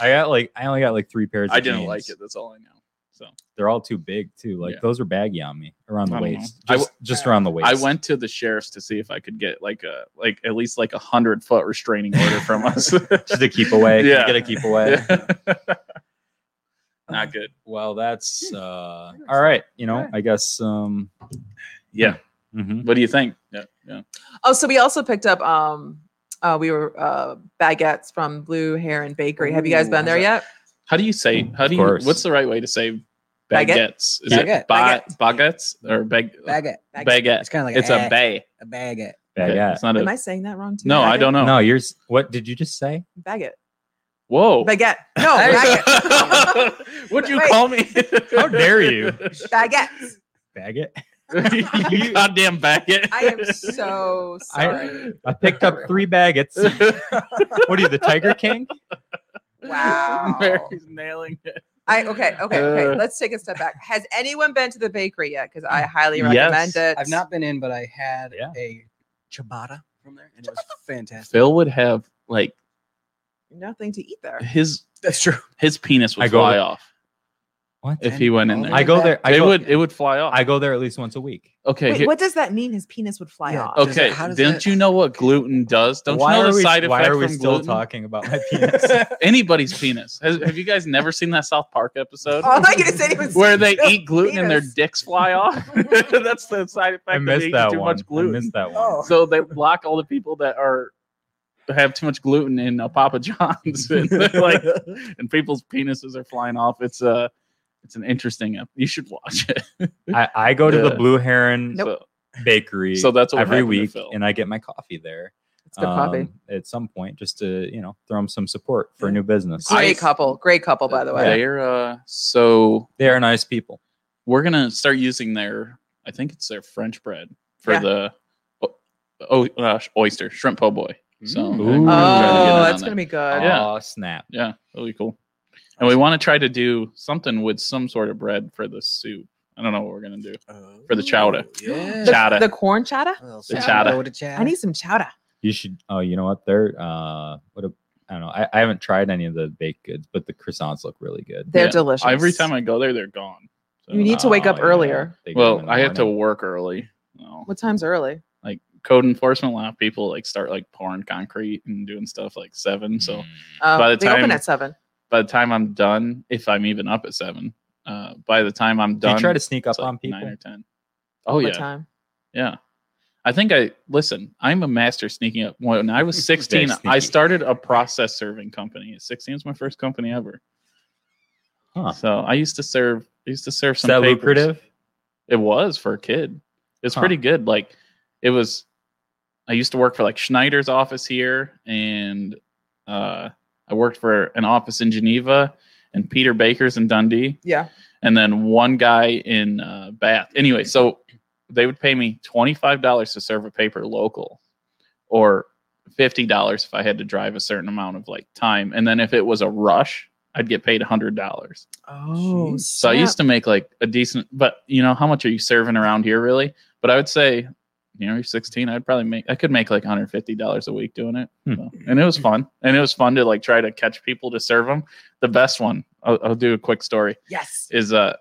Speaker 2: I got like I only got like three pairs. Of
Speaker 1: I didn't
Speaker 2: jeans.
Speaker 1: like it. That's all I know. So
Speaker 2: They're all too big too. Like
Speaker 1: Yeah.
Speaker 2: those are baggy on me around the
Speaker 1: I don't know.
Speaker 2: waist.
Speaker 1: I
Speaker 2: Just, just around the waist.
Speaker 1: I went to the sheriff's to see if I could get like a like at least like a hundred foot restraining order from us.
Speaker 2: Just a keep away. Can you
Speaker 1: Yeah.
Speaker 2: Get a keep away.
Speaker 1: Not good.
Speaker 2: Well, that's uh,
Speaker 3: Interesting.
Speaker 2: all right. You know,
Speaker 3: Okay.
Speaker 2: I guess. Um,
Speaker 1: Yeah.
Speaker 2: mhm.
Speaker 1: What do you think? Yeah. Yeah.
Speaker 5: oh, so we also picked up. Um, uh, we were uh, baguettes from Blue Heron Bakery. Have you guys
Speaker 3: Ooh,
Speaker 5: been there
Speaker 3: how's
Speaker 5: yet?
Speaker 1: How do you say? How do you?
Speaker 2: course.
Speaker 1: What's the right way to say
Speaker 5: Baguette?
Speaker 1: baguettes? Is
Speaker 3: Baguette.
Speaker 1: it ba- baguettes or bag?
Speaker 3: Baguette.
Speaker 1: Baguette.
Speaker 3: It's kind of like eh,
Speaker 1: It's a bay.
Speaker 3: a baguette.
Speaker 2: Baguette.
Speaker 1: It's not
Speaker 5: Am
Speaker 1: a.
Speaker 5: I saying that wrong too?
Speaker 1: No, I
Speaker 5: Baguette?
Speaker 1: don't know.
Speaker 2: No, yours. What did you just say?
Speaker 5: Baguette.
Speaker 1: Whoa.
Speaker 5: Baguette. No, baguette.
Speaker 1: What'd you
Speaker 5: Wait.
Speaker 1: call me?
Speaker 2: How dare you.
Speaker 5: baguettes.
Speaker 2: Baguette.
Speaker 1: you goddamn baguette.
Speaker 5: I am so sorry.
Speaker 2: I picked up three baguettes. what are you, the Tiger King?
Speaker 5: wow.
Speaker 1: Mary's nailing it.
Speaker 5: I okay, okay, okay.
Speaker 1: Uh.
Speaker 5: Let's take a step back. Has anyone been to the bakery yet? Because I highly
Speaker 1: Yes.
Speaker 5: recommend it.
Speaker 3: I've not been in, but I had
Speaker 2: Yeah.
Speaker 3: a ciabatta from there, and it was fantastic.
Speaker 1: Phil would have like
Speaker 5: nothing to eat there.
Speaker 1: his
Speaker 3: That's true.
Speaker 1: his penis would
Speaker 2: I go
Speaker 1: fly
Speaker 2: with-
Speaker 1: off
Speaker 2: What?
Speaker 1: if he went in there.
Speaker 2: I go there. I
Speaker 1: it
Speaker 2: go,
Speaker 1: would it would fly off.
Speaker 2: I go there at least once a week.
Speaker 1: okay.
Speaker 5: Wait,
Speaker 1: here-
Speaker 5: what does that mean? His penis would fly
Speaker 3: Yeah.
Speaker 5: off.
Speaker 3: does
Speaker 1: okay.
Speaker 3: that- how does
Speaker 1: Don't
Speaker 3: that-
Speaker 1: you know what gluten does? Don't you know the
Speaker 2: are we,
Speaker 1: side
Speaker 2: why
Speaker 1: effect
Speaker 2: are we
Speaker 1: from
Speaker 2: still
Speaker 1: gluten?
Speaker 2: talking about my penis?
Speaker 1: Anybody's penis. Has, have you guys never seen that South Park episode?
Speaker 5: Oh, I thought you just said he was
Speaker 1: Where they
Speaker 5: Phil-
Speaker 1: eat gluten and their
Speaker 5: penis.
Speaker 1: dicks fly off. That's the side effect
Speaker 2: I
Speaker 1: of
Speaker 2: missed
Speaker 1: eating
Speaker 2: that
Speaker 1: too
Speaker 2: one.
Speaker 1: much
Speaker 2: I
Speaker 1: gluten.
Speaker 2: missed that one.
Speaker 3: Oh.
Speaker 1: So they block all the people that are have too much gluten in a Papa John's, and they're like, and people's penises are flying off. It's uh it's an interesting. ep- You should watch it.
Speaker 2: I, I go to the
Speaker 1: Yeah.
Speaker 2: Blue Heron
Speaker 5: Nope.
Speaker 2: Bakery
Speaker 1: So, so that's what
Speaker 2: every
Speaker 1: happened to
Speaker 2: week,
Speaker 1: Phil.
Speaker 2: and I get my coffee there.
Speaker 5: It's good coffee.
Speaker 2: um, at some point just to you know throw them some support for a new business.
Speaker 1: I-
Speaker 5: Great couple. Great couple, by the way.
Speaker 1: They're uh, so
Speaker 2: They are nice people.
Speaker 1: we're gonna start using their. I think it's their French bread for
Speaker 5: Yeah.
Speaker 1: the o- oh, uh, oyster shrimp po' boy. So
Speaker 2: Mm.
Speaker 1: I think we're trying to get in
Speaker 5: Oh,
Speaker 1: on
Speaker 5: that's
Speaker 1: that.
Speaker 5: gonna be good.
Speaker 1: Yeah.
Speaker 2: Aw, snap.
Speaker 1: Yeah, that'll be cool. And we want to try to do something with some sort of bread for the soup. I don't know what we're gonna do. For the chowder.
Speaker 3: Oh, Yeah.
Speaker 5: The,
Speaker 1: Chowder.
Speaker 5: the corn chowder.
Speaker 3: Well,
Speaker 1: The
Speaker 3: so
Speaker 1: chowder.
Speaker 3: go to chowder.
Speaker 5: I need some chowder.
Speaker 2: You should. Oh, you know what? They're uh, what a. I don't know. I, I haven't tried any of the baked goods, but the croissants look really good.
Speaker 5: They're
Speaker 1: Yeah.
Speaker 5: delicious.
Speaker 1: Every time I go there, they're gone. So,
Speaker 5: You need to wake up
Speaker 2: Oh,
Speaker 5: earlier.
Speaker 2: They go in
Speaker 1: well,
Speaker 2: the
Speaker 1: I have to
Speaker 2: morning.
Speaker 1: work early. No.
Speaker 5: What time's early?
Speaker 1: Like code enforcement, a lot of people like start like pouring concrete and doing stuff like seven. So
Speaker 2: Mm-hmm.
Speaker 5: Oh,
Speaker 1: By the
Speaker 5: they open
Speaker 1: time-
Speaker 5: at seven.
Speaker 1: by the time I'm done, if I'm even up at seven, uh, by the time I'm
Speaker 2: Do
Speaker 1: done,
Speaker 2: you try to sneak up
Speaker 1: it's, like,
Speaker 2: on people?
Speaker 1: Nine or ten. Oh
Speaker 5: what
Speaker 1: yeah,
Speaker 5: time?
Speaker 1: yeah. I think I listen. I'm a master sneaking up. When I was 16,
Speaker 2: Very
Speaker 1: I
Speaker 2: sneaky.
Speaker 1: started a process serving company. At 16 was my first company ever.
Speaker 2: Huh.
Speaker 1: So I used to serve. I used to serve
Speaker 2: Is
Speaker 1: some
Speaker 2: that
Speaker 1: papers.
Speaker 2: lucrative?
Speaker 1: It was for a kid. It's
Speaker 2: Huh.
Speaker 1: pretty good. Like it was I used to work for like Schneider's office here and uh I worked for an office in Geneva and Peter Baker's in Dundee
Speaker 5: Yeah.
Speaker 1: and then one guy in uh, Bath. Anyway, so they would pay me $25 to serve a paper local or $50 if I had to drive a certain amount of like time and then if it was a rush, I'd get paid $100.
Speaker 5: Oh,
Speaker 3: Jeez.
Speaker 1: So I used to make like a decent, but you know, how much are you serving around here really? But I would say, you know, you're 16. I'd probably make, I could make like $150 a week doing it.
Speaker 2: Hmm.
Speaker 1: So- and it was fun. And it was fun to like try to catch people to serve them. The best one, I'll, I'll do a quick story
Speaker 5: yes.
Speaker 1: is, uh,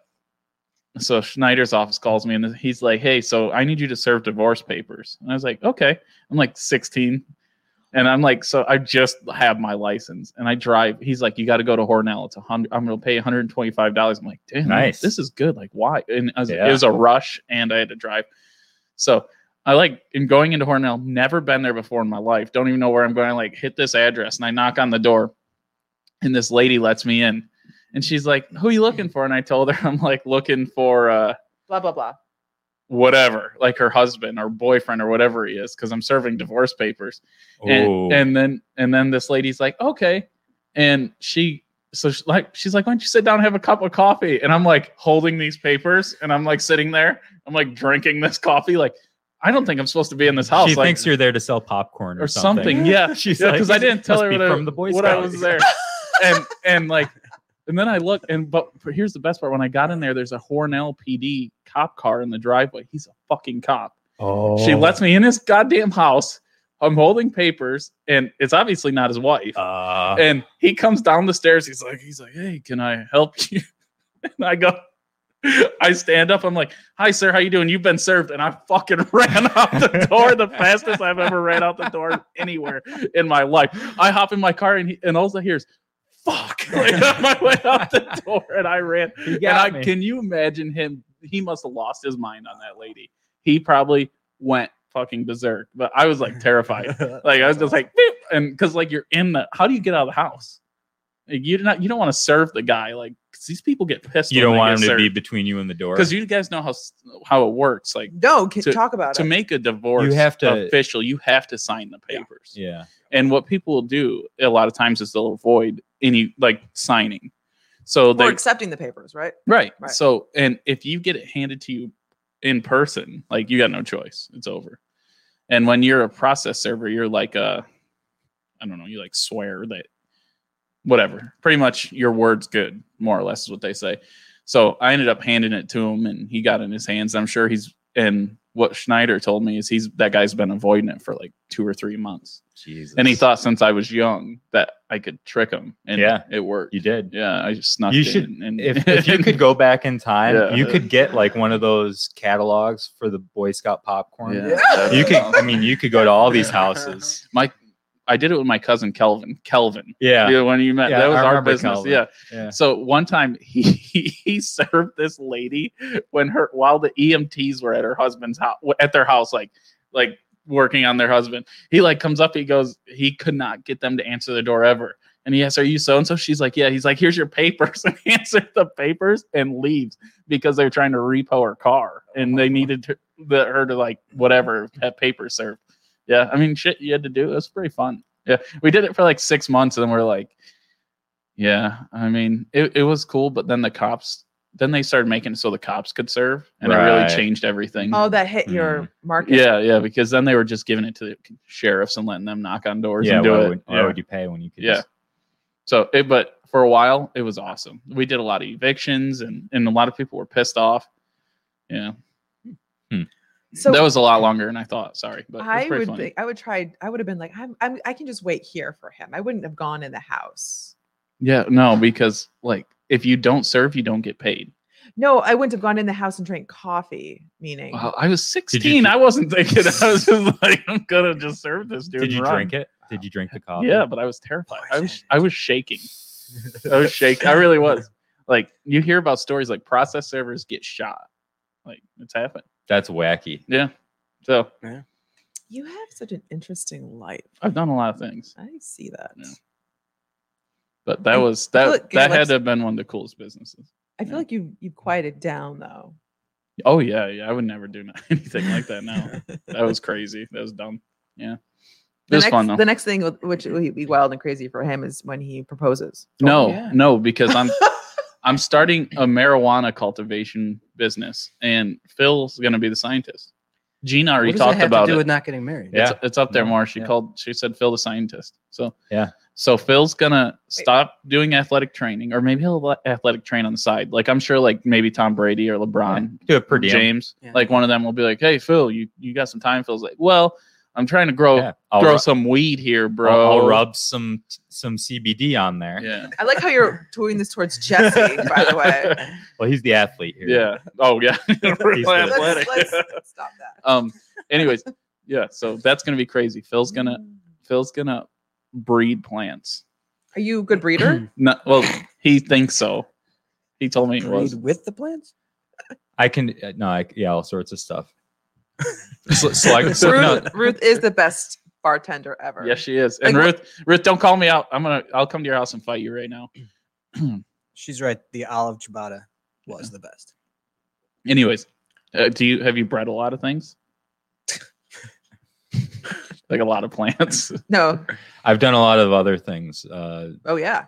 Speaker 1: so Schneider's office calls me and he's like, Hey, so I need you to serve divorce papers. And I was like, okay, I'm like 16. And I'm like, so I just have my license and I drive. He's like, you got to go to Hornell. It's a hundred. I'm going to pay $125. I'm like, damn,
Speaker 2: Nice.
Speaker 1: this is good. Like, why? And I was-
Speaker 2: Yeah.
Speaker 1: it was a rush and I had to drive. So I like, in going into Hornell, never been there before in my life. Don't even know where I'm going. I like hit this address and I knock on the door and this lady lets me in. And she's like, who you looking for? And I told her, I'm like looking for, uh,
Speaker 5: Blah blah blah.
Speaker 1: whatever, like her husband or boyfriend or whatever he is, because I'm serving divorce papers.
Speaker 2: Ooh.
Speaker 1: And, and then and then this lady's like, okay, and she so she, like she's like, why don't you sit down and have a cup of coffee? And I'm like holding these papers, and I'm like sitting there, I'm like drinking this coffee, like I don't think I'm supposed to be in this house,
Speaker 2: she
Speaker 1: like
Speaker 2: thinks you're there to sell popcorn or,
Speaker 1: or something. Yeah,
Speaker 2: She's
Speaker 1: yeah,
Speaker 2: like,
Speaker 1: because I didn't tell
Speaker 2: "Must
Speaker 1: her
Speaker 2: be
Speaker 1: what, I-
Speaker 2: from the Boy
Speaker 1: what I
Speaker 2: Scout."
Speaker 1: was there, and and like, and then I look and but here's the best part: when I got in there, there's a Hornell PD cop car in the driveway. He's a fucking cop.
Speaker 2: Oh,
Speaker 1: She lets me in his goddamn house. I'm holding papers, and it's obviously not his wife.
Speaker 2: Uh,
Speaker 1: and he comes down the stairs. He's like, he's like, hey, can I help you? And I go, I stand up. I'm like, hi, sir, how you doing? You've been served, and I fucking ran out the door the fastest I've ever ran out the door anywhere in my life. I hop in my car, and he, and all I hear is, fuck, like, on my way out the door, and I ran.
Speaker 2: He
Speaker 1: And
Speaker 2: got
Speaker 1: I,
Speaker 2: me.
Speaker 1: can you imagine him? He must have lost his mind on that lady. He probably went fucking berserk. But I was like terrified. like I was just like, Beep! and because like you're in the, how do you get out of the house? Like, you're not. You don't want to serve the guy. Like 'cause these people get pissed.
Speaker 2: you don't want him to be between you and the door.
Speaker 1: because you guys know how s- how it works. Like
Speaker 5: No, can,
Speaker 1: to-
Speaker 5: talk about
Speaker 1: to
Speaker 5: it.
Speaker 1: make a divorce
Speaker 2: You have to-
Speaker 1: official, you have to sign the papers.
Speaker 2: yeah.
Speaker 1: And what people will do a lot of times is they'll avoid any like signing. So
Speaker 5: Or
Speaker 1: they
Speaker 5: accepting the papers, right?
Speaker 1: Right.
Speaker 5: Right.
Speaker 1: So, and if you get it handed to you in person, like you got no choice. It's over. And when you're a process server, you're like a, I don't know, you like swear that whatever. Pretty much your word's good, more or less is what they say. So I ended up handing it to him and he got it in his hands. I'm sure he's and what Schneider told me is he's that guy's been avoiding it for like two or three months.
Speaker 2: Jesus.
Speaker 1: And he thought since I was young that I could trick him. And
Speaker 2: Yeah.
Speaker 1: it worked.
Speaker 2: you did.
Speaker 1: Yeah, I just snuck
Speaker 2: You
Speaker 1: in
Speaker 2: should-
Speaker 1: and
Speaker 2: If, if you could go back in time,
Speaker 1: Yeah.
Speaker 2: you could get like one of those catalogs for the Boy Scout popcorn.
Speaker 1: Yeah.
Speaker 2: You could. I mean, you could go to all these houses.
Speaker 1: my I did it with my cousin Kelvin. Kelvin.
Speaker 2: Yeah.
Speaker 1: The one you met.
Speaker 2: Yeah,
Speaker 1: that was
Speaker 2: I
Speaker 1: our
Speaker 2: remember
Speaker 1: business.
Speaker 2: Kelvin.
Speaker 1: Yeah.
Speaker 2: Yeah.
Speaker 1: So one time he, he served this E lady when her while the EMTs were at her husband's house at their house, like like working on their husband. He like comes up, he goes, he could not get them to answer the door ever. And he asks, Are you so and so? She's like, Yeah. He's like, Here's your papers. And answers the papers and leaves because they were trying to repo her car and they needed to, the, her to like whatever have papers served. Yeah. I mean, shit, you had to do. It was pretty fun. Yeah. We did it for like six months and then we're like, Yeah. I mean, it, it was cool. But then the cops, then they started making it so the cops could serve and it
Speaker 2: Right.
Speaker 1: really changed everything.
Speaker 5: Oh, that hit your market.
Speaker 1: Mm-hmm. Yeah, yeah, because then they were just giving it to the sheriffs and letting them knock on doors
Speaker 2: yeah,
Speaker 1: and do
Speaker 2: why,
Speaker 1: it.
Speaker 2: Would, why
Speaker 1: yeah.
Speaker 2: would you pay when you could?
Speaker 1: Yeah.
Speaker 2: just-
Speaker 1: so, it, but for a while, it was awesome. We did a lot of evictions, and and a lot of people were pissed off. Yeah,
Speaker 5: So
Speaker 1: that was a lot longer than I thought. Sorry, but it was
Speaker 5: I
Speaker 1: pretty
Speaker 5: would
Speaker 1: funny.
Speaker 5: think I would try. I would have been like, I'm, I'm, I can just wait here for him. I wouldn't have gone in the house.
Speaker 1: yeah, no, because like if you don't serve, you don't get paid.
Speaker 5: No, I wouldn't have gone in the house and drank coffee. Meaning,
Speaker 1: Wow, I was sixteen. I wasn't thinking. I was just like, I'm gonna just serve this dude.
Speaker 2: Did you
Speaker 1: and run.
Speaker 2: drink it? Did you drink the coffee?
Speaker 1: Yeah, but I was
Speaker 3: Oh,
Speaker 1: terrified. I was
Speaker 3: Poison.
Speaker 1: I was shaking. I was shaking. I really was. Like you hear about stories like process servers get shot. Like it's happened.
Speaker 2: That's wacky.
Speaker 1: Yeah. So
Speaker 5: you have such an interesting life.
Speaker 1: I've done a lot of things.
Speaker 5: I see that.
Speaker 1: Yeah. But that was that
Speaker 5: Look,
Speaker 1: that
Speaker 5: Alex-
Speaker 1: had to have been one of the coolest businesses.
Speaker 5: I feel
Speaker 1: Yeah.
Speaker 5: like you you quieted down though.
Speaker 1: Oh yeah, yeah. I would never do n- anything like that now. that was crazy. That was dumb. Yeah. It
Speaker 5: The
Speaker 1: was
Speaker 5: next,
Speaker 1: fun though.
Speaker 5: the next thing, with- which will be wild and crazy for him, is when he proposes.
Speaker 1: No,
Speaker 3: yeah.
Speaker 1: no, because I'm I'm starting a marijuana cultivation business, and Phil's gonna be the scientist. Gina
Speaker 3: What
Speaker 1: already
Speaker 3: does that
Speaker 1: talked
Speaker 3: have
Speaker 1: about
Speaker 3: to do
Speaker 1: it.
Speaker 3: with not getting married?
Speaker 2: Yeah.
Speaker 1: It's, it's up there
Speaker 2: Yeah.
Speaker 1: more. She
Speaker 3: Yeah.
Speaker 1: called. She said Phil the scientist. So
Speaker 2: Yeah.
Speaker 1: So Phil's gonna stop doing athletic training, or maybe he'll let- athletic train on the side. Like I'm sure, like maybe Tom Brady or LeBron,
Speaker 2: Do it per diem.
Speaker 1: James,
Speaker 3: Yeah.
Speaker 1: like one of them will be like, "Hey Phil, you you got some time?" Phil's like, "Well, I'm trying to grow
Speaker 2: Yeah. I'll,
Speaker 1: grow
Speaker 2: ru-
Speaker 1: some weed here,
Speaker 2: I'll-
Speaker 1: bro."
Speaker 2: I'll, rub some some CBD on there.
Speaker 1: Yeah.
Speaker 5: I like how you're doing this towards Jesse, by the way.
Speaker 2: Well, he's the athlete here.
Speaker 1: Yeah. Oh yeah. Real
Speaker 2: the-
Speaker 1: athletic.
Speaker 5: Let's, let's stop that.
Speaker 1: um. Anyways, yeah. So that's gonna be crazy. Phil's gonna
Speaker 5: Mm-hmm.
Speaker 1: Phil's gonna breed plants.
Speaker 5: Are you a good breeder?
Speaker 1: No, well, he thinks so. He told me it
Speaker 3: Married
Speaker 1: was.
Speaker 3: with the plants?
Speaker 2: I can. uh, No, I, yeah, all sorts of stuff. Sl- Select, no,
Speaker 5: Ruth, Ruth is the best bartender ever.
Speaker 1: Yes, she is. And
Speaker 5: Like,
Speaker 1: Ruth, Ruth, don't call me out. I'm gonna. I'll come to your house and fight you right now.
Speaker 3: She's right. The olive ciabatta was the best.
Speaker 1: Anyways, uh, do you have you bred a lot of things? like a lot of plants.
Speaker 5: No.
Speaker 2: I've done a lot of other things uh,
Speaker 5: Oh yeah.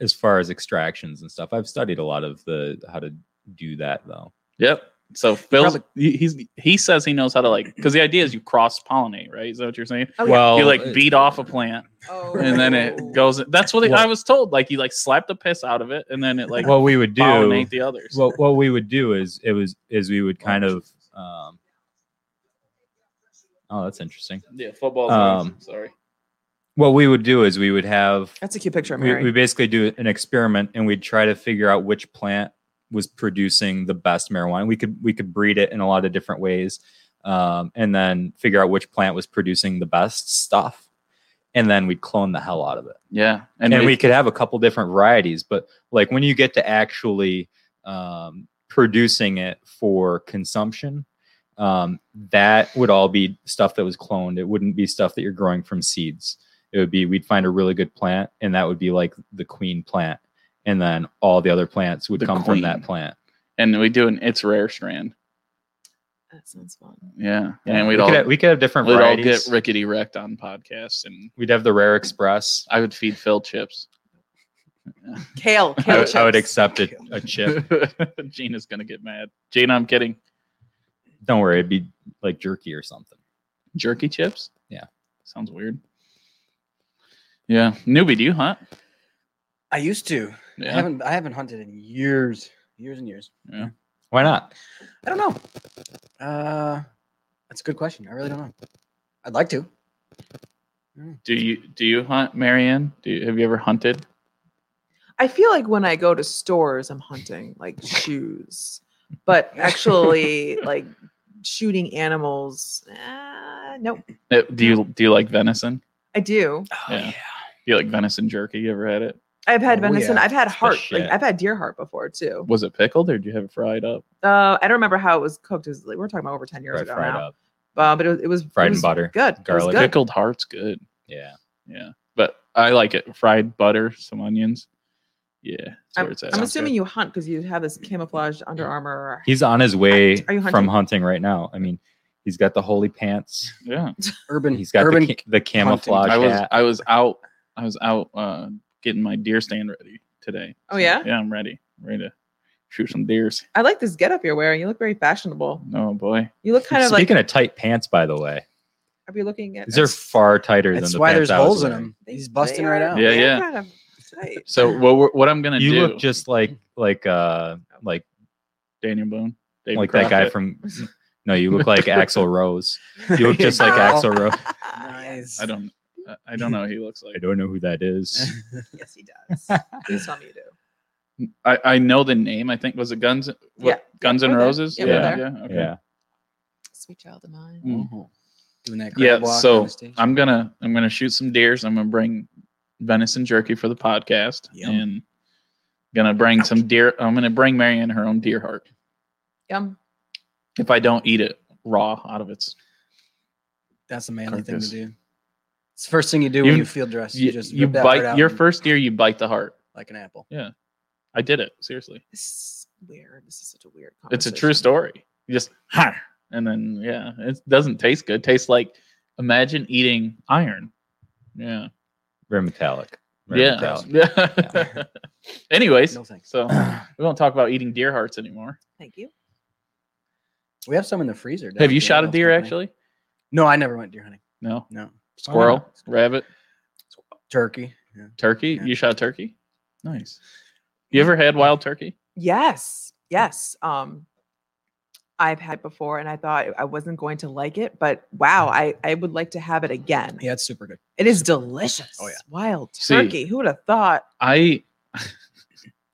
Speaker 2: as far as extractions and stuff. I've studied a lot of the how to do that though.
Speaker 1: yep. So Phil,
Speaker 3: probably-
Speaker 1: he he's he says he knows how to like because the idea is you cross pollinate, right? Is that what you're saying?
Speaker 5: Oh, yeah.
Speaker 2: well,
Speaker 1: you like
Speaker 2: uh,
Speaker 1: beat off a plant
Speaker 5: Oh.
Speaker 1: and then it goes. That's what it,
Speaker 2: Well-
Speaker 1: I was told. Like you like slap the piss out of it and then it like
Speaker 2: what we would do.
Speaker 1: pollinate the others.
Speaker 2: What what we would do is it was is we would kind of. Um, oh, that's interesting.
Speaker 1: yeah, football.
Speaker 2: Um,
Speaker 1: sorry.
Speaker 2: What we would do is we would have
Speaker 5: That's a cute picture of
Speaker 2: we,
Speaker 5: Mary.
Speaker 2: we basically do an experiment and we'd try to figure out which plant was producing the best marijuana we could we could breed it in a lot of different ways um, and then figure out which plant was producing the best stuff and then we'd clone the hell out of it
Speaker 1: Yeah,
Speaker 2: and, we could have a couple different varieties but like when you get to actually um, producing it for consumption um, that would all be stuff that was cloned it wouldn't be stuff that you're growing from seeds it would be we'd find a really good plant and that would be like the queen plant and then all the other plants would
Speaker 1: The
Speaker 2: come from that
Speaker 1: queen.
Speaker 2: plant
Speaker 1: and we do an it's rare strand.
Speaker 5: that sounds fun.
Speaker 1: Yeah,
Speaker 2: Yeah,
Speaker 1: and
Speaker 2: we,
Speaker 1: we'd
Speaker 2: could
Speaker 1: all
Speaker 2: have, we could have different
Speaker 1: we'd all
Speaker 2: varieties
Speaker 1: get rickety wrecked on podcasts, and
Speaker 2: we'd have the rare express
Speaker 1: I would feed Phil chips.
Speaker 5: Kale.
Speaker 2: I,
Speaker 5: Kale
Speaker 2: would- I would
Speaker 5: chips.
Speaker 2: accept a, a chip
Speaker 1: Gina's gonna get mad. Gina, I'm kidding.
Speaker 2: don't worry it'd be like jerky or something
Speaker 1: Jerky chips.
Speaker 2: Yeah.
Speaker 1: sounds weird. Yeah, newbie, do you hunt?
Speaker 3: I used to. I
Speaker 1: Yeah,
Speaker 3: haven't I haven't hunted in years, years and years.
Speaker 1: yeah.
Speaker 2: why not
Speaker 3: I don't know. Uh, that's a good question. I really don't know. I'd like to.
Speaker 1: Do you do you hunt, Marianne? Do you, have you ever hunted?
Speaker 5: I feel like when I go to stores, I'm hunting like shoes, but actually like shooting animals. Uh, nope.
Speaker 1: Uh, Do you do you like venison?
Speaker 5: I do.
Speaker 3: Oh,
Speaker 1: Yeah. Do you like venison jerky? You ever had it?
Speaker 5: I've had
Speaker 3: Oh,
Speaker 5: venison.
Speaker 3: yeah.
Speaker 5: I've had heart. Like,
Speaker 2: shit.
Speaker 5: I've had deer heart before too.
Speaker 1: Was it pickled or did you have it fried up?
Speaker 5: Uh, I don't remember how it was cooked. It was, like, we're talking about over ten years
Speaker 2: Right,
Speaker 5: ago
Speaker 2: fried
Speaker 5: now.
Speaker 2: up
Speaker 5: Uh, but it was it was it
Speaker 2: Fried
Speaker 5: was
Speaker 2: and butter.
Speaker 5: Good. It was
Speaker 2: garlic.
Speaker 5: good.
Speaker 1: Pickled heart's good.
Speaker 2: Yeah.
Speaker 1: Yeah, but I like it fried butter, some onions. Yeah, that's where it's at.
Speaker 5: I'm
Speaker 1: Sounds
Speaker 5: assuming
Speaker 1: good.
Speaker 5: you hunt because you have this camouflaged Under Armour. Or,
Speaker 2: He's on his way
Speaker 5: Are you hunting?
Speaker 2: from hunting right now. I mean, he's got the holy pants.
Speaker 1: Yeah,
Speaker 3: Urban.
Speaker 2: He's got
Speaker 3: urban.
Speaker 2: the, ca- the camouflage
Speaker 1: I was
Speaker 2: hat.
Speaker 1: I was out I was out uh, getting my deer stand ready today.
Speaker 5: oh yeah,
Speaker 1: Yeah, I'm ready. I'm ready to shoot some deers.
Speaker 5: I like this getup you're wearing. You look very fashionable.
Speaker 1: Oh boy,
Speaker 5: You look kind of like.
Speaker 2: Speaking of tight pants, by the way,
Speaker 5: Are we looking at?
Speaker 2: these are far tighter than
Speaker 3: that's
Speaker 2: the
Speaker 3: why
Speaker 2: pants
Speaker 3: there's
Speaker 2: I was
Speaker 3: holes in
Speaker 2: wearing.
Speaker 3: him.
Speaker 5: They-
Speaker 3: He's busting
Speaker 5: they
Speaker 3: right
Speaker 5: are-
Speaker 3: out.
Speaker 1: Yeah,
Speaker 5: they are
Speaker 1: yeah.
Speaker 5: kind of tight.
Speaker 1: So what we're, what I'm gonna
Speaker 2: You
Speaker 1: do?
Speaker 2: look just like like uh like
Speaker 1: Daniel Boone, David
Speaker 2: like that guy
Speaker 1: Crockett.
Speaker 2: from. No, you look like Axl Rose. You look just like
Speaker 5: Oh.
Speaker 2: Axl Rose.
Speaker 3: Nice.
Speaker 1: I don't I- I don't know. He looks
Speaker 2: I
Speaker 1: like
Speaker 2: don't know who that is.
Speaker 5: Yes, he does. Please tell me you do.
Speaker 1: I I know the name. I think was it Guns what,
Speaker 5: Yeah.
Speaker 1: Guns and
Speaker 5: We're there.
Speaker 1: Roses.
Speaker 5: Yeah,
Speaker 2: we're
Speaker 1: yeah. Okay.
Speaker 2: Yeah.
Speaker 5: Sweet child of mine.
Speaker 1: Mm.
Speaker 3: Doing that.
Speaker 1: Yeah,
Speaker 3: crab walk
Speaker 1: so
Speaker 3: on the stage.
Speaker 1: I'm gonna I'm gonna shoot some deers. I'm gonna bring venison jerky for the podcast,
Speaker 3: Yum.
Speaker 1: and gonna bring some deer. I'm gonna bring Marianne her own deer heart.
Speaker 5: Yum.
Speaker 1: If I don't eat it raw out of its,
Speaker 3: That's a manly thing to
Speaker 1: Carcass.
Speaker 3: do. It's the first thing you do when
Speaker 1: You-
Speaker 3: you field dress. You,
Speaker 1: you,
Speaker 3: just
Speaker 1: you
Speaker 3: rip that part
Speaker 1: bite
Speaker 3: out
Speaker 1: your
Speaker 3: and-
Speaker 1: first deer. You bite the heart.
Speaker 3: like an apple.
Speaker 1: I did it seriously.
Speaker 5: This is weird. This is such a weird.
Speaker 3: Oh,
Speaker 1: It's a true
Speaker 5: conversation.
Speaker 1: story. You just "Har," and then yeah, it doesn't taste good. tastes like imagine eating iron. Yeah,
Speaker 2: Very metallic. Very
Speaker 1: yeah,
Speaker 2: metallic.
Speaker 1: yeah. Anyways,
Speaker 3: No thanks.
Speaker 1: so we don't talk about eating deer hearts anymore.
Speaker 5: Thank you.
Speaker 3: We have some in the freezer. down
Speaker 1: Have you
Speaker 3: at the
Speaker 1: shot a
Speaker 3: animal
Speaker 1: deer
Speaker 3: company.
Speaker 1: actually?
Speaker 3: No, I never went deer hunting.
Speaker 1: No.
Speaker 3: No.
Speaker 1: Squirrel, rabbit,
Speaker 3: Turkey. Yeah.
Speaker 1: turkey.
Speaker 3: Yeah.
Speaker 1: You shot turkey? Nice. You ever had wild turkey?
Speaker 5: Yes. Yes. Um, I've had before, and I thought I wasn't going to like it, but wow, I I would like to have it again.
Speaker 3: Yeah, it's super good.
Speaker 5: It is delicious.
Speaker 3: Oh, yeah.
Speaker 5: Wild
Speaker 1: See-
Speaker 5: turkey. Who would have thought?
Speaker 1: I,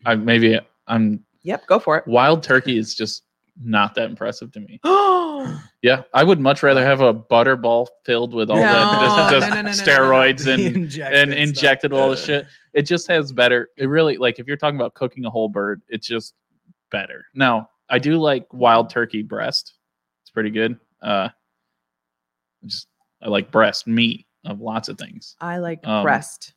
Speaker 1: I maybe I'm
Speaker 5: Yep. Go for it.
Speaker 1: wild turkey is just not that impressive to me.
Speaker 5: Oh,
Speaker 1: Yeah, I would much rather have a butterball filled with all
Speaker 5: No,
Speaker 1: that
Speaker 5: no, no, no, no, no, no.
Speaker 1: steroids and
Speaker 3: injected
Speaker 1: and
Speaker 3: stuff.
Speaker 1: injected all the shit. It just has better. It really like if you're talking about cooking a whole bird, it's just better. Now I do like wild turkey breast. It's pretty good. Uh, just I like breast meat of lots of things.
Speaker 5: I like
Speaker 1: Um,
Speaker 5: breast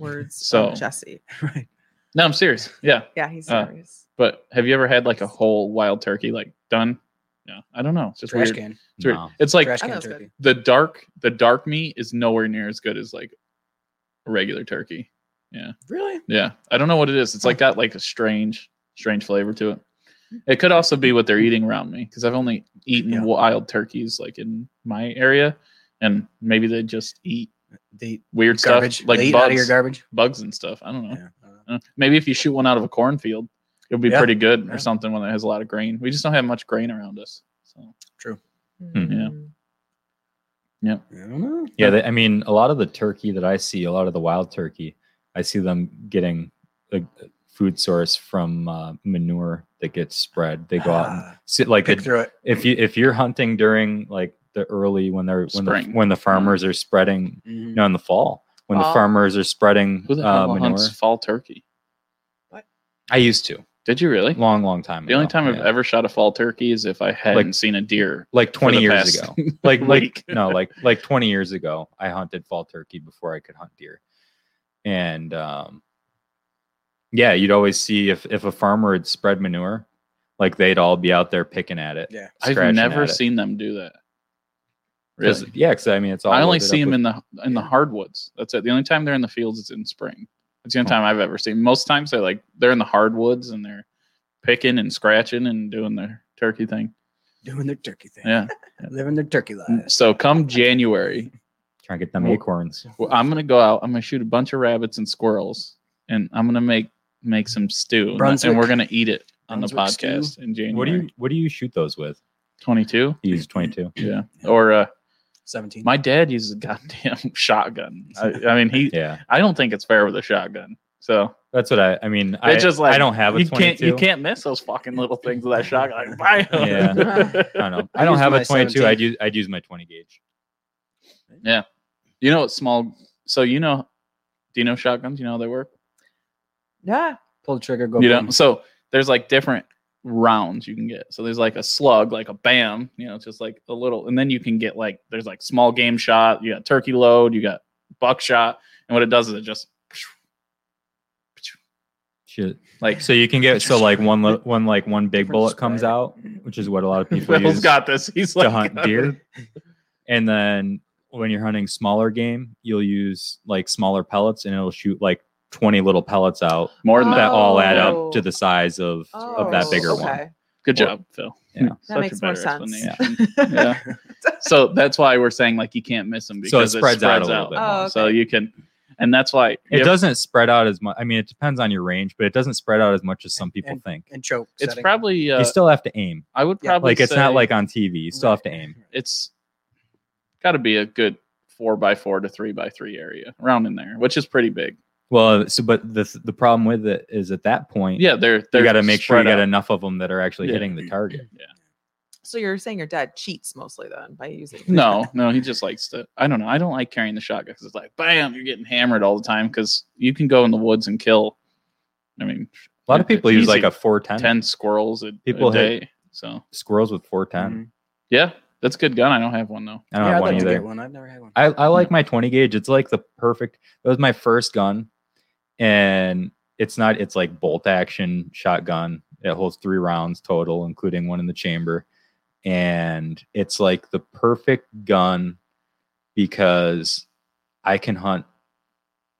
Speaker 5: words. So
Speaker 1: so-
Speaker 5: Jesse.
Speaker 3: Right.
Speaker 1: No, I'm serious. Yeah,
Speaker 5: Yeah, he's
Speaker 1: Uh,
Speaker 5: serious.
Speaker 1: but have you ever had like a whole wild turkey like done? No, I don't know. It's just
Speaker 3: Trash
Speaker 1: weird.
Speaker 3: can.
Speaker 1: It's, weird.
Speaker 2: No.
Speaker 1: it's like
Speaker 3: trash
Speaker 5: I
Speaker 3: can
Speaker 5: know it's good.
Speaker 3: turkey.
Speaker 1: the dark. The dark meat is nowhere near as good as like a regular turkey.
Speaker 3: Really?
Speaker 1: Yeah, I don't know what it is. It's like got like a strange, strange flavor to it. It could also be what they're eating around me because I've only eaten
Speaker 3: Yeah.
Speaker 1: wild turkeys like in my area, and maybe they just eat
Speaker 3: They eat
Speaker 1: weird
Speaker 3: garbage.
Speaker 1: stuff like
Speaker 3: they eat
Speaker 1: bugs,
Speaker 3: out of your garbage.
Speaker 1: bugs and stuff. I don't know.
Speaker 3: Yeah. I don't know.
Speaker 1: Uh, Maybe if you shoot one out of a cornfield, it'll be
Speaker 3: Yeah,
Speaker 1: pretty good
Speaker 3: yeah.
Speaker 1: or something when it has a lot of grain. We just don't have much grain around us. So hmm, yeah.
Speaker 5: Mm.
Speaker 3: I don't know.
Speaker 2: Yeah, they, I mean, a lot of the turkey that I see, a lot of the wild turkey, I see them getting a food source from uh, manure that gets spread. They go out and
Speaker 3: Ah,
Speaker 2: sit like
Speaker 3: pick
Speaker 2: the-
Speaker 3: through it.
Speaker 2: if you if you're hunting during like the early when they're when the,
Speaker 1: Spring. Mm-hmm.
Speaker 2: when the farmers are spreading
Speaker 3: Mhm.
Speaker 2: no in the fall when the
Speaker 5: Fall.
Speaker 2: farmers are spreading
Speaker 1: Who the
Speaker 2: uh,
Speaker 1: hell
Speaker 2: manure.
Speaker 1: hunts fall turkey?
Speaker 2: I used to
Speaker 1: Did you really?
Speaker 2: long long time.
Speaker 1: The only
Speaker 2: ago,
Speaker 1: time I've
Speaker 2: Oh, yeah.
Speaker 1: ever shot a fall turkey is if I hadn't seen a deer
Speaker 2: like
Speaker 1: for the
Speaker 2: 20 years
Speaker 1: past
Speaker 2: ago like like
Speaker 1: week.
Speaker 2: no like like 20 years ago i hunted fall turkey before i could hunt deer and um yeah you'd always see if if a farmer had spread manure like they'd all be out there picking at it
Speaker 3: Yeah.
Speaker 1: I've
Speaker 2: scratching
Speaker 1: never
Speaker 2: at it.
Speaker 1: seen them do that.
Speaker 2: 'Cause-
Speaker 1: Really?
Speaker 2: yeah because i mean it's all
Speaker 1: I only
Speaker 2: loaded
Speaker 1: see them
Speaker 2: up with-
Speaker 1: in the in the
Speaker 3: Yeah.
Speaker 1: hardwoods. That's it. The only time they're in the fields is in spring. It's the only
Speaker 2: Huh.
Speaker 1: time I've ever seen. Most times they're like they're in the hardwoods and they're picking and scratching and doing their turkey thing.
Speaker 3: Doing their turkey thing.
Speaker 1: Yeah.
Speaker 3: Living their turkey
Speaker 2: Mm.
Speaker 3: lives.
Speaker 1: So come January,
Speaker 2: trying to get them
Speaker 1: Well-
Speaker 2: acorns
Speaker 1: well, I'm gonna go out. I'm gonna shoot a bunch of rabbits and squirrels, and I'm gonna make make some stew, and-
Speaker 3: Brunswick-
Speaker 1: and we're gonna eat it on the
Speaker 3: Brunswick stew.
Speaker 1: podcast in January.
Speaker 2: what do you what do you shoot those with
Speaker 1: 22?
Speaker 2: you use 22
Speaker 1: Yeah. Or uh,
Speaker 3: Seventeen.
Speaker 1: my dad uses a goddamn shotgun. I, I mean, he
Speaker 2: yeah
Speaker 1: I don't think it's fair with a shotgun. So
Speaker 2: that's what i i mean i
Speaker 1: just like,
Speaker 2: i don't have a
Speaker 1: you can't
Speaker 2: 22
Speaker 1: you can't miss those fucking little things with that shotgun. Like, bam.
Speaker 2: Yeah. i don't know i don't
Speaker 3: use
Speaker 2: have
Speaker 3: my
Speaker 2: a 22 i'd
Speaker 3: 17.
Speaker 2: use i'd use my 20 gauge
Speaker 1: You know what small? So you know, do you know shotguns? You know how they work?
Speaker 5: Yeah.
Speaker 3: Pull the trigger. Go.
Speaker 1: you know,
Speaker 3: boom.
Speaker 1: so there's like different rounds you can get. So there's like a slug, like a bam, you know, it's just like a little, and then you can get like there's like small game shot. You got turkey load, you got buckshot, and what it does is it just
Speaker 2: Shit.
Speaker 1: like
Speaker 2: So you can get so like one li- one like one big
Speaker 3: Different
Speaker 2: bullet comes
Speaker 3: spread.
Speaker 2: out, which is what a lot of people
Speaker 1: Will's
Speaker 2: use
Speaker 1: got this. He's like
Speaker 2: to hunt deer. And then when you're hunting smaller game, you'll use like smaller pellets, and it'll shoot like 20 little pellets out
Speaker 1: more than
Speaker 2: that
Speaker 1: that.
Speaker 2: all add
Speaker 5: Oh.
Speaker 2: up to the size of of that
Speaker 5: Oh,
Speaker 2: bigger one.
Speaker 5: okay.
Speaker 1: Good
Speaker 2: Or-
Speaker 1: job, Phil.
Speaker 2: Yeah.
Speaker 5: That
Speaker 1: Such a
Speaker 5: makes more
Speaker 1: better
Speaker 5: sense.
Speaker 1: explanation. yeah. So that's why we're saying like you can't miss them
Speaker 2: So it
Speaker 1: because
Speaker 2: spreads out a little bit
Speaker 5: more. Oh,
Speaker 1: So
Speaker 5: okay.
Speaker 1: you can, and that's why
Speaker 2: It
Speaker 1: yep,
Speaker 2: doesn't spread out as much. I mean, it depends on your range, but it doesn't spread out as much as some people
Speaker 3: and-
Speaker 2: think.
Speaker 3: and choke.
Speaker 1: It's
Speaker 3: setting.
Speaker 1: probably. Uh,
Speaker 2: you still have to aim.
Speaker 1: I would
Speaker 3: Yeah.
Speaker 1: probably
Speaker 2: Like it's not
Speaker 1: say
Speaker 2: like on TV. You still have to aim.
Speaker 1: it's got to be a good four by four to three by three area around in there, which is pretty big.
Speaker 2: Well, so but the the problem with it is at that point,
Speaker 1: Yeah, they're they're
Speaker 2: you got to make sure you
Speaker 1: spread
Speaker 2: got
Speaker 1: out.
Speaker 2: enough of them that are actually
Speaker 1: Yeah.
Speaker 2: hitting the target.
Speaker 5: So you're saying your dad cheats mostly then by using
Speaker 1: No, no, he just likes to. I don't know. I don't like carrying the shotgun because it's like, bam, you're getting hammered all the time because you can go in the woods and kill. I mean,
Speaker 2: A lot of
Speaker 1: It's
Speaker 2: people use like
Speaker 1: easy.
Speaker 2: a 410
Speaker 1: ten squirrels a, people
Speaker 2: People
Speaker 1: a
Speaker 2: hit-
Speaker 1: day. So
Speaker 2: squirrels with 410.
Speaker 3: Mhm.
Speaker 1: Mm-hmm. yeah, that's a good gun. I don't have one though.
Speaker 2: I don't
Speaker 3: Yeah, I'd
Speaker 2: have one
Speaker 3: like to
Speaker 2: either.
Speaker 3: get one. I've never had one.
Speaker 2: I, I like my 20 gauge. It's like the perfect. That was my first gun, and it's not. It's like bolt action shotgun. It holds three rounds total, including one in the chamber, and it's like the perfect gun because I can hunt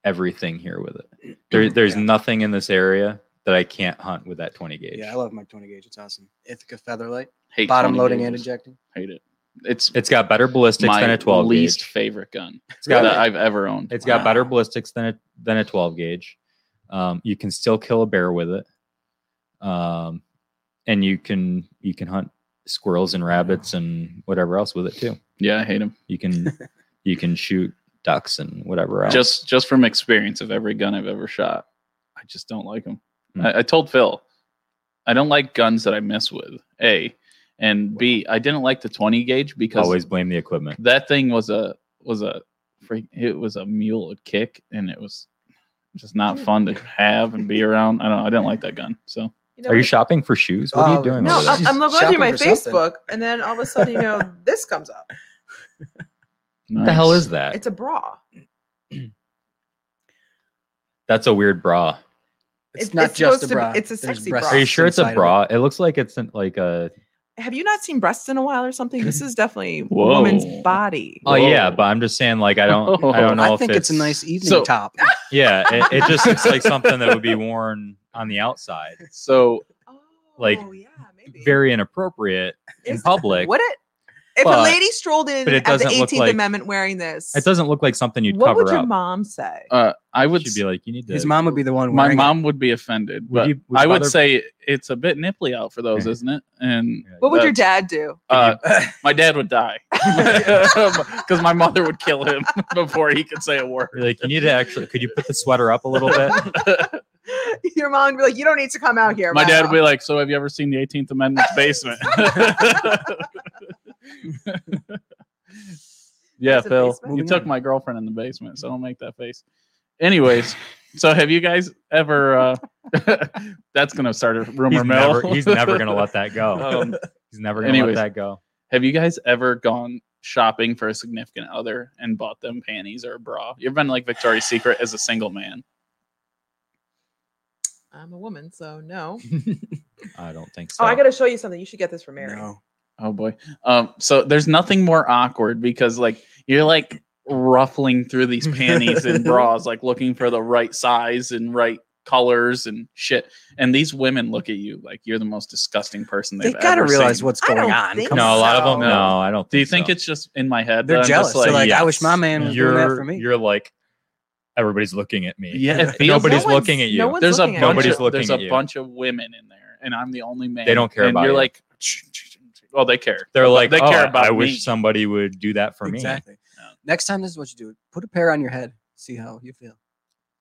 Speaker 2: everything here with it. There, there's
Speaker 3: Yeah.
Speaker 2: nothing in this area that I can't hunt with that 20 gauge.
Speaker 3: Yeah, I love my 20 gauge. It's awesome. Ithaca Featherlight,
Speaker 1: Hate
Speaker 3: bottom
Speaker 1: 20
Speaker 3: loading and
Speaker 1: gauges.
Speaker 3: ejecting.
Speaker 1: Hate it. It's
Speaker 2: it's got better ballistics
Speaker 1: my
Speaker 2: than a 12
Speaker 1: least
Speaker 2: gauge.
Speaker 1: favorite gun
Speaker 2: It's got
Speaker 1: that I've ever owned.
Speaker 2: It's got better
Speaker 3: Wow.
Speaker 2: ballistics than a than a 12 gauge. Um, you can still kill a bear with it, um, and you can you can hunt squirrels and rabbits and whatever else with it too.
Speaker 1: yeah, I hate them.
Speaker 2: You can you can shoot ducks and whatever else.
Speaker 1: Just just from experience of every gun I've ever shot, I just don't like them.
Speaker 2: Hmm.
Speaker 1: I, I told Phil, I don't like guns that I mess with. A and B, I didn't like the twenty gauge because
Speaker 2: always blame the equipment.
Speaker 1: that thing was a was a freak. It was a mule would kick, and it was just not fun to have and be around. I don't. know. I didn't like that gun. So
Speaker 5: You know,
Speaker 2: Are you shopping for shoes? What are
Speaker 3: Oh,
Speaker 2: you doing?
Speaker 5: No,
Speaker 2: over there?
Speaker 5: I'm, I'm
Speaker 3: She's
Speaker 5: looking through my
Speaker 3: shopping for something.
Speaker 5: Facebook, and then all of a sudden, you know, this comes up.
Speaker 2: what the hell
Speaker 1: nice.
Speaker 2: is that?
Speaker 5: It's a bra.
Speaker 2: That's a weird bra.
Speaker 3: It's,
Speaker 5: It's-
Speaker 3: not
Speaker 5: it's
Speaker 3: just a
Speaker 5: supposed to be-
Speaker 3: bra.
Speaker 5: it's a
Speaker 3: There's
Speaker 5: sexy
Speaker 3: breasts
Speaker 5: bra.
Speaker 2: Are you sure it's a
Speaker 3: inside of
Speaker 2: bra? It looks like it's in- like a.
Speaker 5: Have you not seen breasts in a while or something? This is definitely a
Speaker 1: Whoa.
Speaker 5: woman's body.
Speaker 2: Oh yeah,
Speaker 1: Whoa.
Speaker 2: but I'm just saying like I don't I don't
Speaker 1: I
Speaker 2: know
Speaker 3: I
Speaker 2: if
Speaker 3: think it's, a nice evening
Speaker 1: So-
Speaker 3: top.
Speaker 2: Yeah, it, it just looks like something that would be worn on the outside.
Speaker 1: So
Speaker 5: Oh,
Speaker 2: Uh, like,
Speaker 5: yeah, maybe.
Speaker 2: Very inappropriate in
Speaker 5: Is-
Speaker 2: public.
Speaker 5: Would it? If a
Speaker 2: But-
Speaker 5: lady strolled in
Speaker 2: but it
Speaker 5: at the
Speaker 2: doesn't look
Speaker 5: 18th
Speaker 2: like-
Speaker 5: Amendment wearing this,
Speaker 2: It doesn't look like something you'd
Speaker 5: what
Speaker 2: cover
Speaker 5: would your
Speaker 2: up. Oh
Speaker 5: mom say?
Speaker 1: uh, I would
Speaker 2: She'd be like, you need to.
Speaker 3: His mom would be the one.
Speaker 1: my
Speaker 3: wearing it.
Speaker 1: mom would be offended,
Speaker 2: Would
Speaker 1: but
Speaker 2: you- would
Speaker 1: I
Speaker 2: your
Speaker 1: would
Speaker 2: mother-
Speaker 1: say it's a bit nipply out for those,
Speaker 2: Yeah.
Speaker 1: isn't it? And
Speaker 2: Yeah.
Speaker 5: what would your
Speaker 1: that's-
Speaker 5: dad do?
Speaker 1: uh, my dad would die because my mother would kill him before he could say a word.
Speaker 2: Be like, you need to actually. Could you put the sweater up a little bit?
Speaker 5: Your mom would be like, "You don't need to come out here."
Speaker 1: My dad would
Speaker 5: Mama."
Speaker 1: be like, "So have you ever seen the 18th Amendment's basement?" yeah,
Speaker 5: It's a
Speaker 1: Phil,
Speaker 5: basement.
Speaker 1: you took my girlfriend in the basement, so don't make that face. Anyways, so have you guys ever? Uh, that's gonna start a rumor
Speaker 2: He's
Speaker 1: mill.
Speaker 2: never, he's never gonna let that go.
Speaker 1: Um,
Speaker 2: He's never gonna
Speaker 1: anyways.
Speaker 2: let that go.
Speaker 1: have you guys ever gone shopping for a significant other and bought them panties or a bra? You've been to, like Victoria's Secret as a single man.
Speaker 5: I'm a woman, so no.
Speaker 2: I don't think so.
Speaker 5: Oh, I got to show you something. You should get this for Mary.
Speaker 3: No.
Speaker 1: Oh boy. Um, so there's nothing more awkward because like you're like ruffling through these panties and bras, like looking for the right size and right colors and shit. And these women look at you like you're the most disgusting person
Speaker 3: They
Speaker 1: they've
Speaker 3: got to
Speaker 1: ever
Speaker 3: realize
Speaker 1: seen.
Speaker 3: what's
Speaker 5: I
Speaker 3: going
Speaker 5: don't
Speaker 3: on.
Speaker 5: think
Speaker 3: Come
Speaker 2: no,
Speaker 3: on.
Speaker 2: a lot of them.
Speaker 5: So-
Speaker 2: No, I don't.
Speaker 1: Do you think
Speaker 2: so.
Speaker 1: it's just in my head? that
Speaker 3: They're
Speaker 1: I'm just
Speaker 3: jealous. They're like,
Speaker 2: yes.
Speaker 3: I wish my man was doing that
Speaker 2: You're,
Speaker 3: for me.
Speaker 2: you're like everybody's looking at me.
Speaker 1: yeah, it feels
Speaker 2: Nobody's
Speaker 1: like-
Speaker 5: one's-
Speaker 2: looking at you.
Speaker 5: No one's
Speaker 1: there's a
Speaker 5: looking
Speaker 1: bunch
Speaker 5: at you.
Speaker 2: Nobody's
Speaker 1: of,
Speaker 2: looking
Speaker 1: there's
Speaker 2: at
Speaker 1: a
Speaker 2: you.
Speaker 1: bunch of women in there, and I'm the only man.
Speaker 2: They don't care
Speaker 1: and
Speaker 2: about
Speaker 1: you're
Speaker 2: you.
Speaker 1: like, oh, they care.
Speaker 2: They're like,
Speaker 1: they care
Speaker 2: "Oh,
Speaker 1: about
Speaker 2: I
Speaker 1: me."
Speaker 2: wish somebody would do that for me.
Speaker 3: Exactly.
Speaker 1: Yeah.
Speaker 3: Next time, this is what you do: put a pair on your head, see how you feel.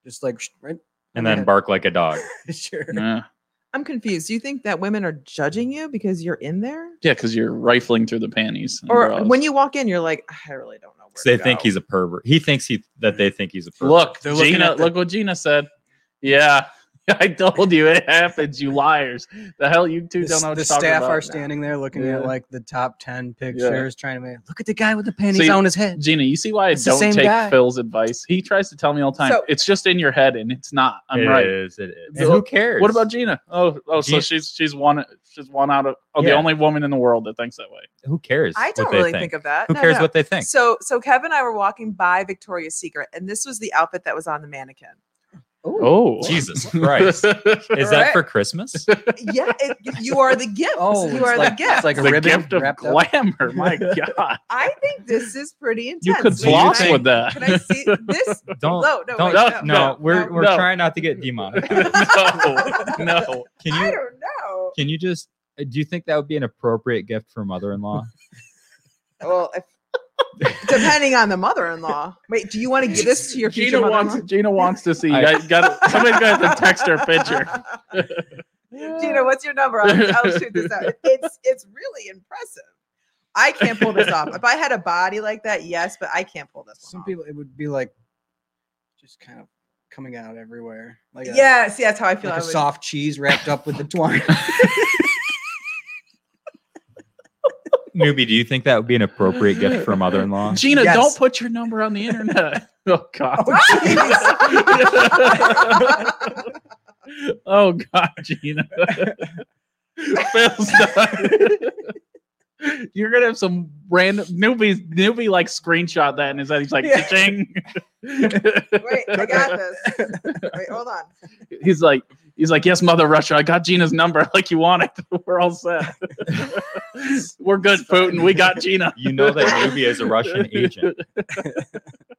Speaker 3: Just like sh- right.
Speaker 2: and
Speaker 3: on
Speaker 2: then
Speaker 3: your
Speaker 2: bark like a dog.
Speaker 3: head. sure.
Speaker 1: Yeah,
Speaker 5: I'm confused. Do you think that women are judging you because you're in there,
Speaker 1: yeah, because you're rifling through the panties. and
Speaker 5: or
Speaker 1: bras.
Speaker 5: when you walk in, you're like, I really don't know. Where
Speaker 2: So they
Speaker 5: to
Speaker 2: think
Speaker 5: go."
Speaker 2: he's a pervert. He thinks he that they think he's a pervert.
Speaker 1: Look,
Speaker 3: They're looking
Speaker 1: Gina.
Speaker 3: at the-
Speaker 1: Look what Gina said. Yeah, I told you it happens, you liars. The hell you two
Speaker 3: The,
Speaker 1: don't know what
Speaker 3: the
Speaker 1: to talk
Speaker 3: staff
Speaker 1: about.
Speaker 3: are standing there looking
Speaker 1: Yeah.
Speaker 3: at like the top ten
Speaker 1: Yeah.
Speaker 3: pictures, trying to make look at the guy with the panties
Speaker 1: See-
Speaker 3: on his head.
Speaker 1: Gina, you see why I
Speaker 3: It's the
Speaker 1: don't
Speaker 3: same
Speaker 1: take
Speaker 3: guy.
Speaker 1: Phil's advice? He tries to tell me all the time.
Speaker 5: So-
Speaker 1: it's just in your head, and it's not. I'm
Speaker 2: It
Speaker 1: right.
Speaker 2: is, it is. And
Speaker 1: So,
Speaker 2: who cares?
Speaker 1: What about Gina? Oh, oh, so
Speaker 2: Gina-
Speaker 1: she's she's one she's one out of oh the
Speaker 2: Yeah.
Speaker 1: only woman in the world that thinks that way.
Speaker 2: who cares?
Speaker 5: I
Speaker 2: what
Speaker 5: don't
Speaker 2: they
Speaker 5: really think. of that.
Speaker 2: Who
Speaker 5: No,
Speaker 2: cares
Speaker 5: no.
Speaker 2: what they think?
Speaker 5: So, so Kevin and I were walking by Victoria's Secret, and this was the outfit that was on the mannequin.
Speaker 1: Oh,
Speaker 2: Jesus Christ. Is that for Christmas?
Speaker 5: Yeah, it, you are the gift.
Speaker 3: Oh,
Speaker 5: you are
Speaker 3: like,
Speaker 5: the gift.
Speaker 3: It's like a
Speaker 1: the
Speaker 3: ribbon
Speaker 1: gift of
Speaker 3: wrapped up.
Speaker 1: glamour. My God,
Speaker 5: I think this is pretty intense.
Speaker 1: you could
Speaker 5: Do
Speaker 2: block
Speaker 1: floss
Speaker 5: think-
Speaker 1: with that.
Speaker 5: Can I see this?
Speaker 2: Don't
Speaker 5: No, no,
Speaker 2: don't
Speaker 5: wait,
Speaker 2: no,
Speaker 1: no, no,
Speaker 2: we're
Speaker 5: no.
Speaker 2: we're
Speaker 1: no.
Speaker 2: trying not to get demonetized.
Speaker 1: no, no.
Speaker 2: Can
Speaker 5: I
Speaker 2: you
Speaker 5: don't know.
Speaker 2: can you just uh, do you think that would be an appropriate gift for mother-in-law?
Speaker 5: Well, if, depending on the mother-in-law. Wait, do you want to give this to your future
Speaker 1: Gina
Speaker 5: mother-in-law?
Speaker 1: wants Gina wants to see.
Speaker 2: I-
Speaker 1: I got somebody's gonna have to text her picture.
Speaker 5: Gina, what's your number? I'll, I'll shoot this out. It's it's really impressive. I can't pull this off. If I had a body like that, yes, but I can't pull this one
Speaker 3: Some
Speaker 5: off.
Speaker 3: people, it would be like just kind of coming out everywhere, like a,
Speaker 5: yeah, see, that's how I feel.
Speaker 3: like
Speaker 5: I
Speaker 3: a
Speaker 5: would-
Speaker 3: soft cheese wrapped up with the twine.
Speaker 2: Newbie, do you think that would be an appropriate gift for mother-in-law?
Speaker 1: Gina,
Speaker 3: Yes.
Speaker 1: don't put your number on the internet. oh God. oh God, Gina. Phil's done. You're gonna have some random newbies newbie like screenshot that and his head. He's like,
Speaker 3: Yeah.
Speaker 1: ching.
Speaker 5: Wait, I got this. Wait, hold on.
Speaker 1: he's like, he's like, yes, Mother Russia, I got Gina's number, like you wanted. We're all set. We're good, Putin. We got Gina.
Speaker 2: You know that Newbie is a Russian agent.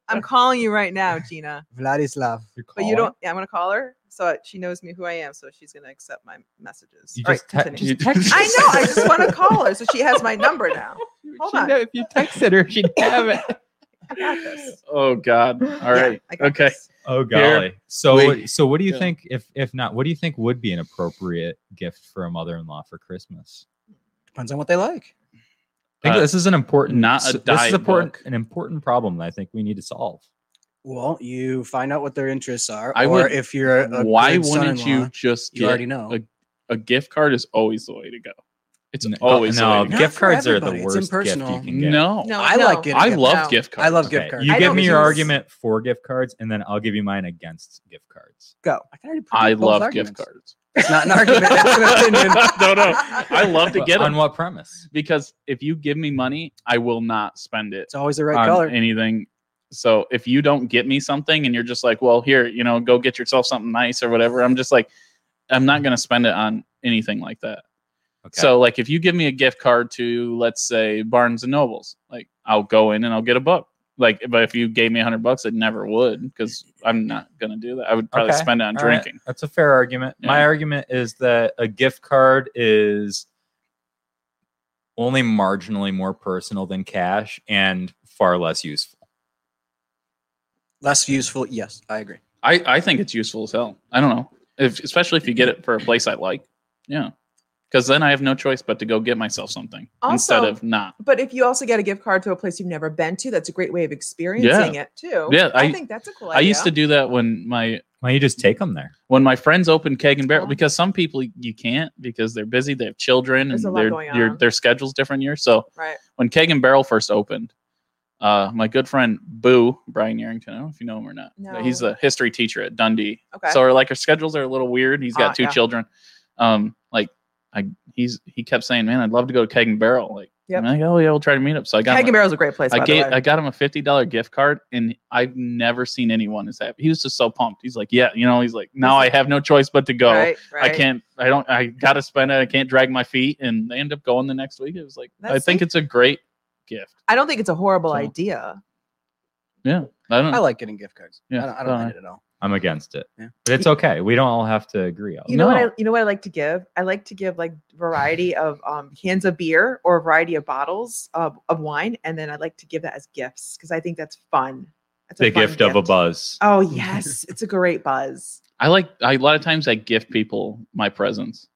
Speaker 5: I'm calling you right now, Gina.
Speaker 3: Vladislav.
Speaker 2: You're
Speaker 5: But you
Speaker 2: calling?
Speaker 5: don't. Yeah, I'm gonna call her. So she knows me who I am. So she's gonna accept my messages.
Speaker 2: You
Speaker 5: All right,
Speaker 2: just, te-
Speaker 5: continue.
Speaker 2: you text-
Speaker 5: I know. I just want to call her, so she has my number now. Hold
Speaker 2: She'd
Speaker 5: on.
Speaker 2: know- if you texted her, she'd have it.
Speaker 5: I got this.
Speaker 1: Oh God. All
Speaker 5: Yeah,
Speaker 1: right.
Speaker 5: I got
Speaker 1: okay.
Speaker 5: this.
Speaker 2: Oh
Speaker 1: Here,
Speaker 2: golly. So
Speaker 1: we-
Speaker 2: so what do you
Speaker 1: yeah.
Speaker 2: think if if not what do you think would be an appropriate gift for a mother-in-law for Christmas?
Speaker 3: Depends on what they like.
Speaker 2: I think
Speaker 1: Uh,
Speaker 2: this is an important
Speaker 1: not a
Speaker 2: s- this
Speaker 1: diet
Speaker 2: is important
Speaker 1: book.
Speaker 2: an important problem that I think we need to solve.
Speaker 3: Well, you find out what their interests are,
Speaker 1: I
Speaker 3: or
Speaker 1: would-
Speaker 3: if you're a
Speaker 1: Why
Speaker 3: good
Speaker 1: wouldn't you
Speaker 3: son-in-law,
Speaker 1: just
Speaker 3: You
Speaker 1: get
Speaker 3: already know.
Speaker 1: a, a gift card is always the way to go. It's
Speaker 2: N-
Speaker 1: always the
Speaker 2: no,
Speaker 1: way to go.
Speaker 3: Not
Speaker 2: gift
Speaker 3: for
Speaker 2: cards are the
Speaker 3: everybody.
Speaker 2: worst
Speaker 3: It's
Speaker 2: gift you
Speaker 3: impersonal.
Speaker 2: can get.
Speaker 1: No.
Speaker 5: No,
Speaker 3: I
Speaker 5: no.
Speaker 3: like getting.
Speaker 1: I
Speaker 3: gift
Speaker 1: love
Speaker 5: No.
Speaker 1: gift cards.
Speaker 3: I love gift
Speaker 2: Okay,
Speaker 3: cards.
Speaker 2: You
Speaker 5: I
Speaker 2: give
Speaker 5: don't
Speaker 2: me your
Speaker 5: use-
Speaker 2: argument for gift cards, and then I'll give you mine against gift cards.
Speaker 3: Go. I, can already predict
Speaker 1: I
Speaker 3: both
Speaker 1: love gift
Speaker 3: arguments.
Speaker 1: cards.
Speaker 3: It's not an argument. That's an opinion.
Speaker 1: no, no. I love to
Speaker 2: But
Speaker 1: get
Speaker 2: on
Speaker 1: them
Speaker 2: what premise?
Speaker 1: because if you give me money, I will not spend it
Speaker 3: It's always the right
Speaker 1: on
Speaker 3: color.
Speaker 1: anything. So if you don't get me something and you're just like, well, here, you know, go get yourself something nice or whatever, I'm just like, I'm not going to spend it on anything like that.
Speaker 2: Okay.
Speaker 1: So like if you give me a gift card to let's say Barnes and Nobles, like I'll go in and I'll get a book. Like but if you gave me a hundred bucks, I never would because I'm not gonna do that. I would probably
Speaker 2: Okay.
Speaker 1: spend it on
Speaker 2: All right.
Speaker 1: drinking.
Speaker 2: That's a fair argument. My
Speaker 1: Yeah.
Speaker 2: argument is that a gift card is only marginally more personal than cash and far less useful.
Speaker 3: Less useful. Yes, I agree.
Speaker 1: I, I think it's useful as hell. I don't know. If, especially if you get it for a place I like. Yeah. Cause then I have no choice but to go get myself something instead
Speaker 5: Also-
Speaker 1: of not.
Speaker 5: But if you also get a gift card to a place you've never been to, that's a great way of experiencing it too.
Speaker 1: Yeah,
Speaker 5: I,
Speaker 1: I-
Speaker 5: think that's a cool idea.
Speaker 1: I used to do that when my
Speaker 2: Why don't you
Speaker 1: Mm.
Speaker 2: just take them there?
Speaker 1: when my friends open keg and barrel
Speaker 5: Oh.
Speaker 1: because some people you can't because they're busy they have children and
Speaker 5: There's a lot
Speaker 1: their,
Speaker 5: going
Speaker 1: your-
Speaker 5: on.
Speaker 1: their schedule's different year so
Speaker 5: Right.
Speaker 1: when keg and barrel first opened uh, my good friend boo brian yarrington i don't know if you know him or not but he's
Speaker 5: No.
Speaker 1: a history teacher at dundee
Speaker 5: Okay.
Speaker 1: so our, like our schedules are a little weird he's got
Speaker 5: Ah,
Speaker 1: two
Speaker 5: yeah.
Speaker 1: children um, like I, he's he kept saying man i'd love to go to keg and barrel like I'm
Speaker 5: Yep.
Speaker 1: like, oh yeah we'll try to meet up so i got
Speaker 5: Keg
Speaker 1: him
Speaker 5: and Barrel is a great place.
Speaker 1: I
Speaker 5: by
Speaker 1: gave
Speaker 5: the way.
Speaker 1: I got him a fifty dollar gift card, and I've never seen anyone as happy. He was just so pumped. He's like, yeah, you know, he's like, now I have no choice but to go.
Speaker 5: Right,
Speaker 1: I
Speaker 5: right.
Speaker 1: can't. I don't. I gotta spend it. I can't drag my feet, and they end up going the next week. It was like I
Speaker 5: That's
Speaker 1: think
Speaker 5: sweet.
Speaker 1: it's a great gift.
Speaker 5: I don't think it's a horrible
Speaker 1: So-
Speaker 5: idea.
Speaker 1: I don't.
Speaker 3: I
Speaker 1: Know.
Speaker 3: like getting gift cards.
Speaker 1: Hmm. Yeah,
Speaker 3: I don't, I don't
Speaker 1: uh,
Speaker 3: mind it at all.
Speaker 2: I'm against it.
Speaker 3: Yeah.
Speaker 2: But it's okay. We don't all have to agree on
Speaker 5: You know what I
Speaker 1: No.
Speaker 5: you know what I like to give? I like to give like variety of um, cans of beer or a variety of bottles of, of wine, and then I like to give that as gifts because I think that's fun. That's a
Speaker 2: the
Speaker 5: fun
Speaker 2: gift, of a buzz.
Speaker 5: Oh yes, it's a great buzz.
Speaker 1: I like. I, a lot of times I gift people my presents.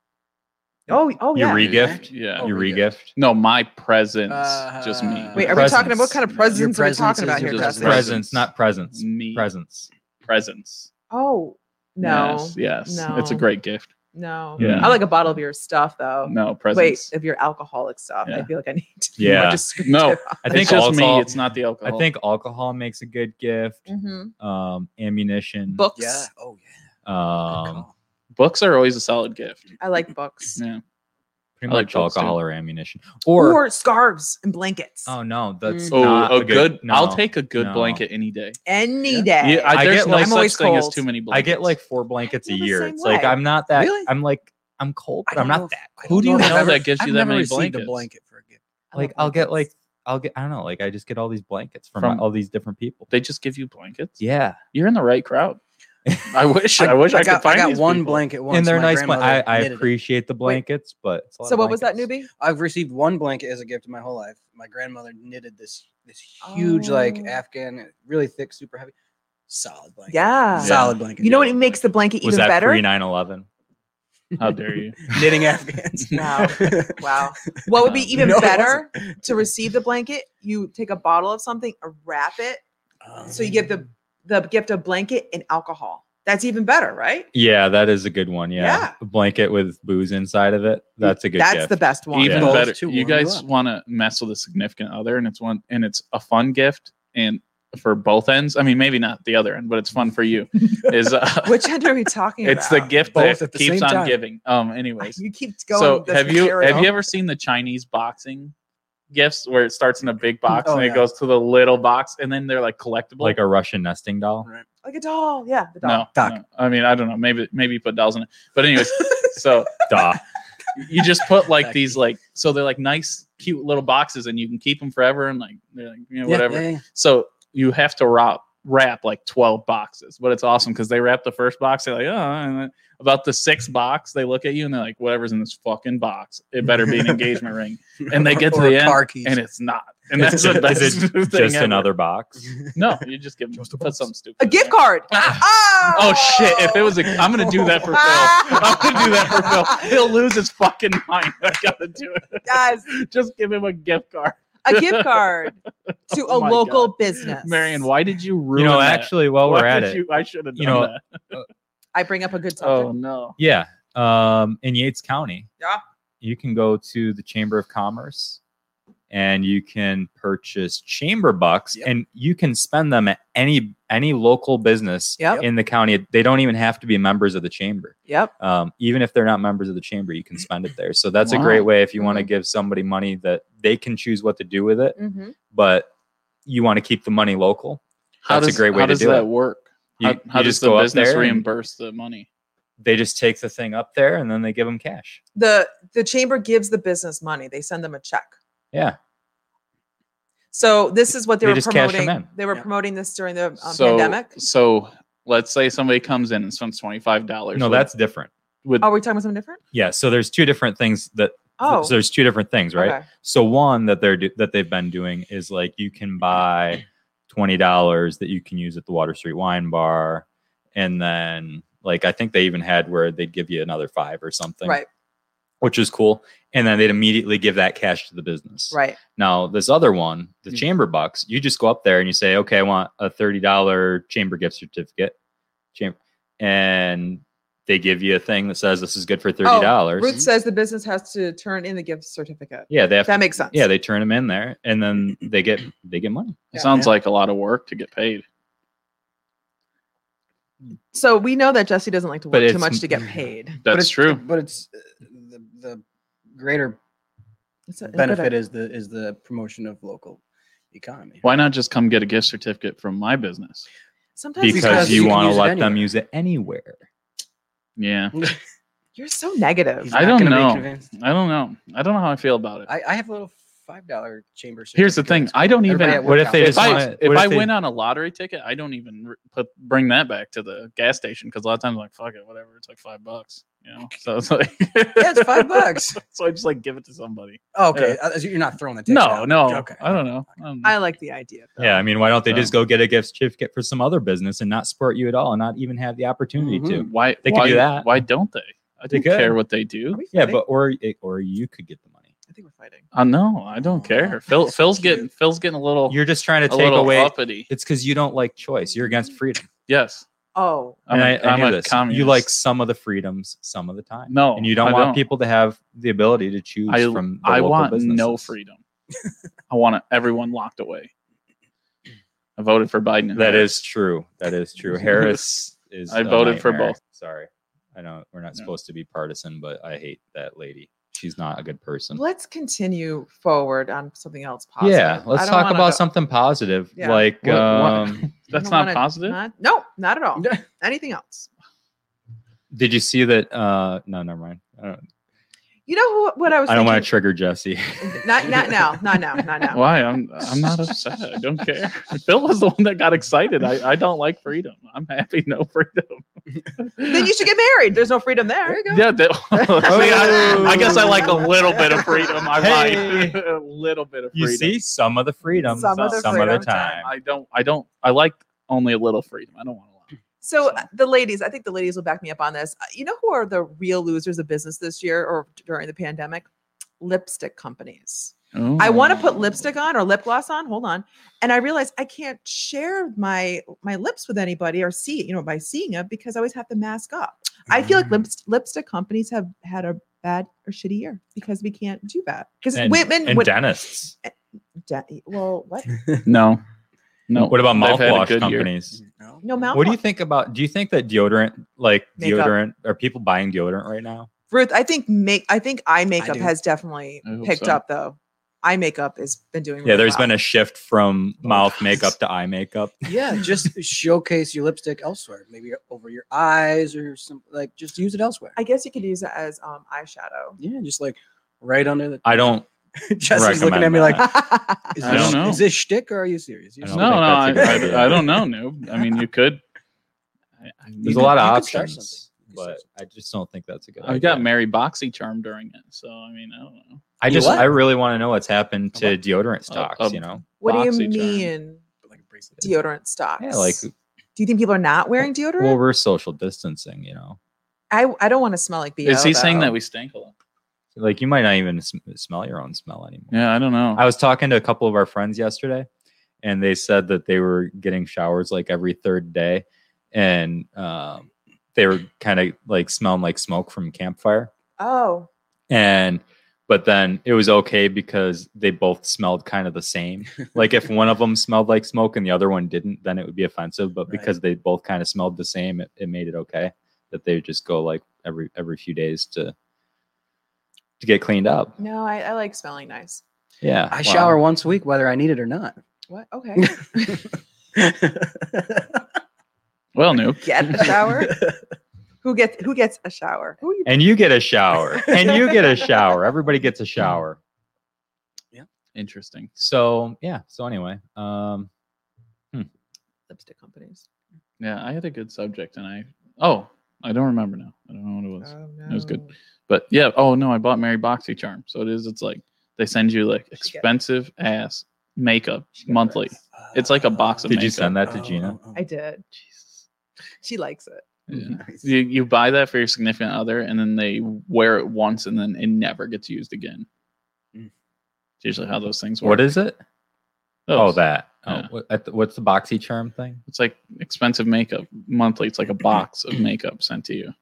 Speaker 5: Oh oh
Speaker 2: you
Speaker 5: yeah.
Speaker 2: regift.
Speaker 1: Yeah.
Speaker 3: Oh.
Speaker 2: You
Speaker 3: re-gift.
Speaker 2: regift.
Speaker 1: No, my presents. just me.
Speaker 3: Uh,
Speaker 5: Wait, are we talking about what kind of
Speaker 3: Your
Speaker 5: presents are we
Speaker 3: presence
Speaker 5: talking
Speaker 3: is
Speaker 5: about
Speaker 3: your
Speaker 5: here,
Speaker 1: presence.
Speaker 5: Preston?
Speaker 1: Present.
Speaker 2: Presents, not presents.
Speaker 1: me
Speaker 2: Presents.
Speaker 1: presents.
Speaker 5: Oh, No.
Speaker 1: Yes. yes.
Speaker 5: No.
Speaker 1: It's a great gift.
Speaker 5: No.
Speaker 1: Yeah.
Speaker 5: I like a bottle of your stuff though.
Speaker 1: No
Speaker 5: Wait,
Speaker 1: presents.
Speaker 5: of your alcoholic stuff. I
Speaker 1: Yeah.
Speaker 5: feel like I need to
Speaker 2: Yeah.
Speaker 5: just
Speaker 1: No.
Speaker 2: I
Speaker 1: It's
Speaker 2: think
Speaker 1: just
Speaker 2: alcohol.
Speaker 1: me. It's not the
Speaker 2: I
Speaker 1: alcohol.
Speaker 2: think alcohol makes a good gift.
Speaker 5: hmm
Speaker 2: Um, ammunition.
Speaker 5: Books.
Speaker 3: Yeah. Oh yeah. Good
Speaker 2: Um,
Speaker 3: call.
Speaker 1: books are always a solid gift.
Speaker 5: I like books.
Speaker 1: Yeah.
Speaker 2: pretty
Speaker 1: I like
Speaker 2: much
Speaker 1: books, too.
Speaker 2: alcohol or ammunition.
Speaker 5: Or,
Speaker 2: Or,
Speaker 5: scarves and blankets.
Speaker 2: oh no, that's
Speaker 5: Mm.
Speaker 1: Oh,
Speaker 2: not
Speaker 1: a good. I'll
Speaker 2: no.
Speaker 1: take a good
Speaker 2: no.
Speaker 1: blanket any day.
Speaker 5: Any
Speaker 3: Yeah.
Speaker 5: day.
Speaker 1: Yeah, I,
Speaker 2: I
Speaker 1: there's
Speaker 2: get
Speaker 1: no
Speaker 2: like-
Speaker 5: I'm
Speaker 1: such
Speaker 5: always
Speaker 1: thing as
Speaker 5: cold.
Speaker 1: too many blankets.
Speaker 2: I get like four blankets a
Speaker 5: feel the
Speaker 2: year.
Speaker 5: same
Speaker 2: It's like
Speaker 5: way.
Speaker 2: I'm not that.
Speaker 5: Really?
Speaker 2: I'm like I'm cold,
Speaker 3: I
Speaker 2: but I'm
Speaker 3: don't
Speaker 2: not
Speaker 3: know
Speaker 2: that.
Speaker 3: if- I
Speaker 1: Who
Speaker 3: don't
Speaker 1: do
Speaker 3: know
Speaker 1: you
Speaker 3: if I've
Speaker 1: know
Speaker 3: ever-
Speaker 1: that gives
Speaker 3: I've
Speaker 1: you that
Speaker 3: never
Speaker 1: many
Speaker 3: received
Speaker 1: blankets?
Speaker 3: A blanket for a gift.
Speaker 5: I love
Speaker 2: Like I'll get like
Speaker 5: blankets.
Speaker 2: I'll get I don't know. Like I just get all these blankets from,
Speaker 1: From-
Speaker 2: all these different people.
Speaker 1: They just give you blankets.
Speaker 2: Yeah,
Speaker 1: You're in the right crowd. I wish. I, wish I,
Speaker 3: got,
Speaker 1: could find
Speaker 3: I got
Speaker 1: these
Speaker 3: one
Speaker 1: people.
Speaker 3: blanket once.
Speaker 2: and they're
Speaker 3: My
Speaker 2: nice. But I,
Speaker 3: grandmother
Speaker 2: I
Speaker 3: knitted it.
Speaker 2: appreciate the blankets, but it's a lot
Speaker 5: So
Speaker 2: of
Speaker 5: what was that
Speaker 2: blankets.
Speaker 5: newbie?
Speaker 3: I've received one blanket as a gift in my whole life. My grandmother knitted this this huge like
Speaker 5: Oh.
Speaker 3: Afghan, really thick, super heavy, solid blanket.
Speaker 5: Yeah.
Speaker 3: solid blanket.
Speaker 5: You know what
Speaker 3: yeah.
Speaker 5: it makes the blanket
Speaker 2: Was that
Speaker 5: even better?
Speaker 2: pre 9/11?
Speaker 1: How dare you?
Speaker 3: knitting Afghans.
Speaker 5: Wow. Wow. What would be
Speaker 1: No,
Speaker 5: even
Speaker 3: it
Speaker 5: better to receive the blanket? You take a bottle of something, wrap it, so
Speaker 1: Um,
Speaker 5: you give the the gift of blanket and alcohol. That's even better, right?
Speaker 2: Yeah, that is a good one. Yeah.
Speaker 5: Yeah. Mm,
Speaker 2: A blanket with booze inside of it. That's a good
Speaker 5: That's
Speaker 2: gift.
Speaker 5: the best one.
Speaker 1: Even
Speaker 2: Yeah.
Speaker 1: better.
Speaker 3: Those two
Speaker 1: You
Speaker 3: warm you
Speaker 1: guys
Speaker 3: up.
Speaker 1: want to mess with a significant other, and it's one, and it's a fun gift, and for both ends. I mean, maybe not the other end, but it's fun for you. Is uh,
Speaker 5: Which end are we talking
Speaker 1: it's the
Speaker 5: about?
Speaker 1: gift
Speaker 3: Both
Speaker 1: that
Speaker 3: at the
Speaker 1: keeps
Speaker 3: same
Speaker 1: on
Speaker 3: time.
Speaker 1: giving. Um. Anyways,
Speaker 5: You keep going.
Speaker 1: so
Speaker 5: this
Speaker 1: have you have
Speaker 5: material.
Speaker 1: you ever seen the Chinese boxing gifts where it starts in a big box
Speaker 3: Oh,
Speaker 1: and
Speaker 3: yeah.
Speaker 1: it goes to the little box, and then they're like collectible,
Speaker 2: like a Russian nesting doll.
Speaker 3: Right.
Speaker 5: like a doll? Yeah, the doll.
Speaker 1: no,
Speaker 3: Doc.
Speaker 1: no. I mean, I don't know. Maybe maybe you put dolls in it, but anyways, so
Speaker 2: Duh.
Speaker 1: you just put like
Speaker 3: Back.
Speaker 1: these like so they're like nice cute little boxes and you can keep them forever and like they're like you know
Speaker 3: Yeah,
Speaker 1: whatever
Speaker 3: yeah, yeah.
Speaker 1: so you have to wrap wrap like 12 boxes but it's awesome because they wrap the first box they're like oh and then about the sixth box they look at you and they're like whatever's in this fucking box it better be an engagement ring and they get to
Speaker 3: Or
Speaker 1: the end
Speaker 3: car keys.
Speaker 1: and it's not and that's
Speaker 2: Is
Speaker 1: the
Speaker 2: it-
Speaker 1: best
Speaker 2: is it
Speaker 1: thing
Speaker 2: Just
Speaker 1: ever.
Speaker 2: another box.
Speaker 1: no you just give them
Speaker 3: Just a
Speaker 1: put
Speaker 3: box.
Speaker 1: something stupid
Speaker 5: A
Speaker 1: in
Speaker 5: gift
Speaker 1: there.
Speaker 5: card.
Speaker 1: Ah.
Speaker 5: Oh,
Speaker 1: oh shit if it was a i'm gonna do that for phil i'm gonna do that for phil he'll lose his fucking mind i gotta do it
Speaker 5: Guys,
Speaker 1: just give him a gift card.
Speaker 5: a gift card to
Speaker 1: Oh
Speaker 5: a
Speaker 1: my
Speaker 5: local
Speaker 1: God.
Speaker 5: business.
Speaker 1: Marion, why did you ruin
Speaker 2: You know,
Speaker 1: that?
Speaker 2: actually, while
Speaker 1: Why
Speaker 2: we're at
Speaker 1: did
Speaker 2: it,
Speaker 1: you- I should have done
Speaker 2: you know,
Speaker 1: that.
Speaker 5: I bring up a good
Speaker 1: Oh
Speaker 5: topic.
Speaker 1: no.
Speaker 2: yeah, um, in Yates County,
Speaker 5: Yeah.
Speaker 2: you can go to the Chamber of Commerce and you can purchase chamber bucks,
Speaker 3: Yep.
Speaker 2: and you can spend them at any any local business
Speaker 5: Yep.
Speaker 2: in the county. They don't even have to be members of the chamber.
Speaker 5: Yep.
Speaker 2: Um, even if they're not members of the chamber, you
Speaker 5: Mm.
Speaker 2: can spend it there. So that's a
Speaker 1: Wow.
Speaker 2: great way if you want to give somebody money that they can choose what to do with it,
Speaker 5: Mm-hmm.
Speaker 2: but you want to keep the money local.
Speaker 1: How
Speaker 2: That's a
Speaker 1: does,
Speaker 2: great way
Speaker 1: how
Speaker 2: to
Speaker 1: does
Speaker 2: do
Speaker 1: that
Speaker 2: it.
Speaker 1: work?
Speaker 2: You,
Speaker 1: how
Speaker 2: you
Speaker 1: how does
Speaker 2: just
Speaker 1: the
Speaker 2: go up
Speaker 1: business
Speaker 2: there and-
Speaker 1: reimburse the money?
Speaker 2: they just take the thing up there and then they give them cash.
Speaker 5: The the chamber gives the business money. They send them a check.
Speaker 2: Yeah.
Speaker 5: So this is what they,
Speaker 2: They
Speaker 5: were
Speaker 2: just cash 'em
Speaker 5: promoting.
Speaker 2: in.
Speaker 5: They were
Speaker 3: Yeah.
Speaker 5: promoting this during the um,
Speaker 1: so
Speaker 5: pandemic.
Speaker 1: so let's say somebody comes in and spends twenty five dollars.
Speaker 2: No, that's different.
Speaker 1: with
Speaker 5: Oh, Are we talking about something different?
Speaker 2: Yeah. So there's two different things that.
Speaker 5: Oh,
Speaker 2: So there's two different things, right?
Speaker 5: okay.
Speaker 2: So one that they're do- that they've been doing is like you can buy twenty dollars that you can use at the Water Street Wine Bar, and then like I think they even had where they'd give you another five or something,
Speaker 5: Right,
Speaker 2: Which is cool, and then they'd immediately give that cash to the business,
Speaker 5: right.
Speaker 2: Now, this other one, the
Speaker 1: Hmm.
Speaker 2: chamber bucks, you just go up there and you say, okay, I want a $30 chamber gift certificate. Chamber. And they give you a thing that says this is good for
Speaker 5: Oh,
Speaker 2: $30.
Speaker 5: Ruth says the business has to turn in the gift certificate.
Speaker 2: yeah, they have
Speaker 5: That
Speaker 2: to,
Speaker 5: makes sense.
Speaker 2: yeah, they turn them in there and then they get they get money.
Speaker 1: it sounds like a lot of work to get paid.
Speaker 5: so we know that Jesse doesn't like to
Speaker 2: But
Speaker 5: work too
Speaker 2: it's-
Speaker 5: much to get paid.
Speaker 3: But
Speaker 1: That's
Speaker 3: it's-
Speaker 1: true.
Speaker 3: But it's uh, the the greater
Speaker 5: It's a- a good
Speaker 3: benefit
Speaker 5: idea.
Speaker 3: is the is the promotion of local economy.
Speaker 1: Why not just come get a gift certificate from my business?
Speaker 5: Sometimes
Speaker 2: Because,
Speaker 5: it's just-
Speaker 2: you,
Speaker 3: you can
Speaker 2: want to
Speaker 3: use it
Speaker 2: let them
Speaker 3: anywhere.
Speaker 2: use it anywhere.
Speaker 1: Yeah.
Speaker 5: you're so negative.
Speaker 3: He's
Speaker 1: I
Speaker 3: not
Speaker 1: don't
Speaker 3: gonna be
Speaker 1: know.
Speaker 3: convinced.
Speaker 1: I don't know. I don't know how I feel about it.
Speaker 3: I, I have a little five dollar chamber.
Speaker 1: Here's the
Speaker 3: certificate.
Speaker 1: thing. I don't
Speaker 3: Everybody
Speaker 1: even
Speaker 3: at
Speaker 2: What if
Speaker 3: work
Speaker 2: they
Speaker 3: out.
Speaker 1: if
Speaker 2: just
Speaker 1: I,
Speaker 2: wanna-
Speaker 1: if
Speaker 2: what if
Speaker 1: I
Speaker 2: they-
Speaker 1: win on a lottery ticket, I don't even r- put bring that back to the gas station because a lot of times I'm like, fuck it, whatever. It's like five bucks, you know. So it's like, yeah,
Speaker 3: Yeah, it's five bucks.
Speaker 1: so I just like give it to somebody.
Speaker 3: Oh, okay, Uh, you're not throwing the ticket
Speaker 1: No,
Speaker 3: out.
Speaker 1: no,
Speaker 3: Okay.
Speaker 1: I don't know. I don't know.
Speaker 5: I like the idea. though.
Speaker 2: Yeah, I mean, why don't they
Speaker 1: So-
Speaker 2: just go get a gift certificate for some other business and not support you at all and not even have the opportunity to?
Speaker 3: Mhm.
Speaker 1: why
Speaker 2: They could
Speaker 1: why,
Speaker 2: do that.
Speaker 1: Why don't they? I
Speaker 2: They
Speaker 1: don't
Speaker 2: could.
Speaker 1: care what they
Speaker 5: Are
Speaker 1: do.
Speaker 5: we
Speaker 2: Yeah,
Speaker 5: fighting?
Speaker 2: but or eh, or you could get the money.
Speaker 5: I think we're fighting.
Speaker 1: I know. I don't care. Phil,
Speaker 3: That's
Speaker 1: Phil's
Speaker 3: cute.
Speaker 1: getting Phil's getting a little
Speaker 2: You're just trying to
Speaker 1: a
Speaker 2: take
Speaker 1: little
Speaker 2: away
Speaker 1: uppity.
Speaker 2: It's because you don't like choice. You're against freedom.
Speaker 1: Yes,
Speaker 5: Oh,
Speaker 1: I'm
Speaker 2: And
Speaker 1: a- I'm
Speaker 2: knew
Speaker 1: a
Speaker 2: this. You
Speaker 1: communist.
Speaker 2: like some of the freedoms some of the time.
Speaker 1: No,
Speaker 2: And you don't
Speaker 1: I
Speaker 2: want
Speaker 1: don't.
Speaker 2: people to have the ability to choose
Speaker 1: I,
Speaker 2: from the
Speaker 1: I
Speaker 2: local
Speaker 1: want no
Speaker 2: businesses.
Speaker 1: freedom. I want everyone locked away. I voted for Biden. and
Speaker 2: That
Speaker 1: Harris.
Speaker 2: is true. That is true. Harris is.
Speaker 1: I
Speaker 2: a
Speaker 1: voted for
Speaker 2: nightmare.
Speaker 1: both.
Speaker 2: Sorry, I know we're
Speaker 1: No.
Speaker 2: not supposed to be partisan, but I hate that lady. She's not a good person.
Speaker 5: let's continue forward on something else positive.
Speaker 2: yeah,
Speaker 5: I
Speaker 2: let's
Speaker 5: don't
Speaker 2: talk
Speaker 5: wanna
Speaker 2: about
Speaker 5: go-
Speaker 2: something positive,
Speaker 5: Yeah.
Speaker 2: like
Speaker 1: What- what-
Speaker 2: um,
Speaker 5: I
Speaker 1: That's
Speaker 5: don't
Speaker 1: not
Speaker 5: wanna-
Speaker 1: positive.
Speaker 5: not- no, not at all. Anything else?
Speaker 2: did you see that? Uh, no, never mind. I don't,
Speaker 5: You know who, what I was
Speaker 2: I don't want to
Speaker 5: thinking?
Speaker 2: trigger Jesse.
Speaker 5: Not, not now. Not now. Not now.
Speaker 1: Why? I'm I'm not upset. I don't care. Phil was the one that got excited. I, I don't like freedom. I'm happy no freedom.
Speaker 5: Then you should get married. There's no freedom there. There you go.
Speaker 1: yeah, that, See, I, I guess I like a little bit of freedom. I like
Speaker 2: Hey.
Speaker 1: a little bit of
Speaker 2: you
Speaker 1: freedom.
Speaker 2: see, some of the freedom,
Speaker 5: Some of the freedom.
Speaker 2: time.
Speaker 1: I don't I don't I like only a little freedom. I don't want a lot.
Speaker 5: So uh, the ladies, I think the ladies will back me up on this. Uh, You know who are the real losers of business this year or during the pandemic? Lipstick companies. I
Speaker 2: Mm.
Speaker 5: want to put lipstick on or lip gloss on. Hold on, and I realize I can't share my my lips with anybody or see you know by seeing it because I always have to mask up. I feel
Speaker 2: Mm.
Speaker 5: like lips, lipstick companies have had a bad or shitty year because we can't do that because
Speaker 2: And,
Speaker 5: women
Speaker 2: and
Speaker 5: would-
Speaker 2: dentists.
Speaker 5: de- well what
Speaker 1: No. No.
Speaker 2: What about
Speaker 1: They've had a
Speaker 2: mouthwash
Speaker 1: good year.
Speaker 2: companies?
Speaker 3: Mm, No.
Speaker 5: no mouth.
Speaker 2: What do you think about? Do you think that deodorant, like
Speaker 5: Makeup.
Speaker 2: deodorant, are people buying deodorant right now?
Speaker 5: Ruth? I think make I think eye makeup
Speaker 3: do.
Speaker 5: has definitely
Speaker 1: I hope
Speaker 5: picked
Speaker 1: so.
Speaker 5: up though. Eye makeup has been doing
Speaker 2: Yeah, there's
Speaker 5: there's
Speaker 2: been a shift from
Speaker 3: Oh,
Speaker 2: mouth makeup to eye makeup.
Speaker 3: Yeah, just showcase your lipstick elsewhere. Maybe over your eyes or some like just use it elsewhere.
Speaker 5: I guess you could use it as um eyeshadow.
Speaker 3: yeah, just like right under the.
Speaker 2: I don't.
Speaker 3: Jesse's looking
Speaker 2: recommend
Speaker 3: at me like,
Speaker 2: that.
Speaker 3: is
Speaker 1: I
Speaker 3: this,
Speaker 1: don't know.
Speaker 3: is this shtick or are you serious?
Speaker 2: I
Speaker 1: No,
Speaker 2: don't
Speaker 1: no, I,
Speaker 2: think that's a good idea.
Speaker 1: I, I don't know, noob. I mean, you could. I, I,
Speaker 2: There's a
Speaker 3: You
Speaker 2: lot
Speaker 3: could-
Speaker 2: of
Speaker 3: you could start
Speaker 2: options,
Speaker 3: something. You could
Speaker 2: but I just don't think that's a good.
Speaker 1: I
Speaker 2: idea.
Speaker 1: got Mary Boxycharm during it, so I mean, I don't know.
Speaker 2: I
Speaker 3: You
Speaker 2: just.
Speaker 3: what? um,
Speaker 2: I really want to know what's happened to
Speaker 1: About-
Speaker 2: deodorant stocks.
Speaker 1: uh,
Speaker 2: you know.
Speaker 5: what do you
Speaker 1: Boxycharm.
Speaker 5: mean
Speaker 3: like a bracelet.
Speaker 5: deodorant stocks?
Speaker 2: Yeah, like
Speaker 5: Do you think people are not wearing deodorant?
Speaker 2: well, we're social distancing. You know,
Speaker 5: I, I don't want to smell like BO.
Speaker 1: Is he saying
Speaker 5: though.
Speaker 1: that we stink a lot?
Speaker 2: like you might not even sm- smell your own smell anymore.
Speaker 1: Yeah, I don't know.
Speaker 2: I was talking to a couple of our friends yesterday, and they said that they were getting showers like every third day, and um, they were kind of like smelling like smoke from campfire.
Speaker 5: Oh,
Speaker 2: and but then it was okay because they both smelled kind of the same like if one of them smelled like smoke and the other one didn't then it would be offensive but
Speaker 3: Right.
Speaker 2: because they both kind of smelled the same it, it made it okay that they would just go like every every few days to to get cleaned up
Speaker 5: no, I, I like smelling nice.
Speaker 2: yeah
Speaker 3: I
Speaker 2: wow.
Speaker 3: shower once a week, whether I need it or not.
Speaker 5: What? Okay.
Speaker 3: Uh,
Speaker 1: well, noob.
Speaker 5: Get a shower. who gets who gets a shower? Who you
Speaker 2: and you get a shower and you get a shower everybody gets a shower
Speaker 1: Interesting.
Speaker 2: so yeah so anyway um
Speaker 5: lipstick companies?
Speaker 1: Yeah, I had a good subject, and I oh, I don't remember now. I don't know what it was.
Speaker 5: no.
Speaker 1: was good. But yeah, oh no, I bought Mary Boxycharm. So it is. It's like they send you like
Speaker 5: She get-
Speaker 1: expensive ass makeup
Speaker 5: She got
Speaker 1: monthly.
Speaker 5: this.
Speaker 1: It's like a box of
Speaker 3: uh,
Speaker 2: did you
Speaker 1: makeup.
Speaker 2: send
Speaker 3: Oh.
Speaker 2: that to gina
Speaker 5: I did.
Speaker 1: Jesus.
Speaker 5: She likes it.
Speaker 1: Yeah. You, you buy that for your significant other, and then they wear it once, and then it never gets used again.
Speaker 5: Hmm.
Speaker 3: Mm.
Speaker 1: It's usually how those things work.
Speaker 2: what is it
Speaker 1: Those.
Speaker 2: oh that oh,
Speaker 1: Yeah.
Speaker 2: what- at the- what's the boxy charm thing
Speaker 1: It's like expensive makeup monthly. It's like a box of makeup sent to you.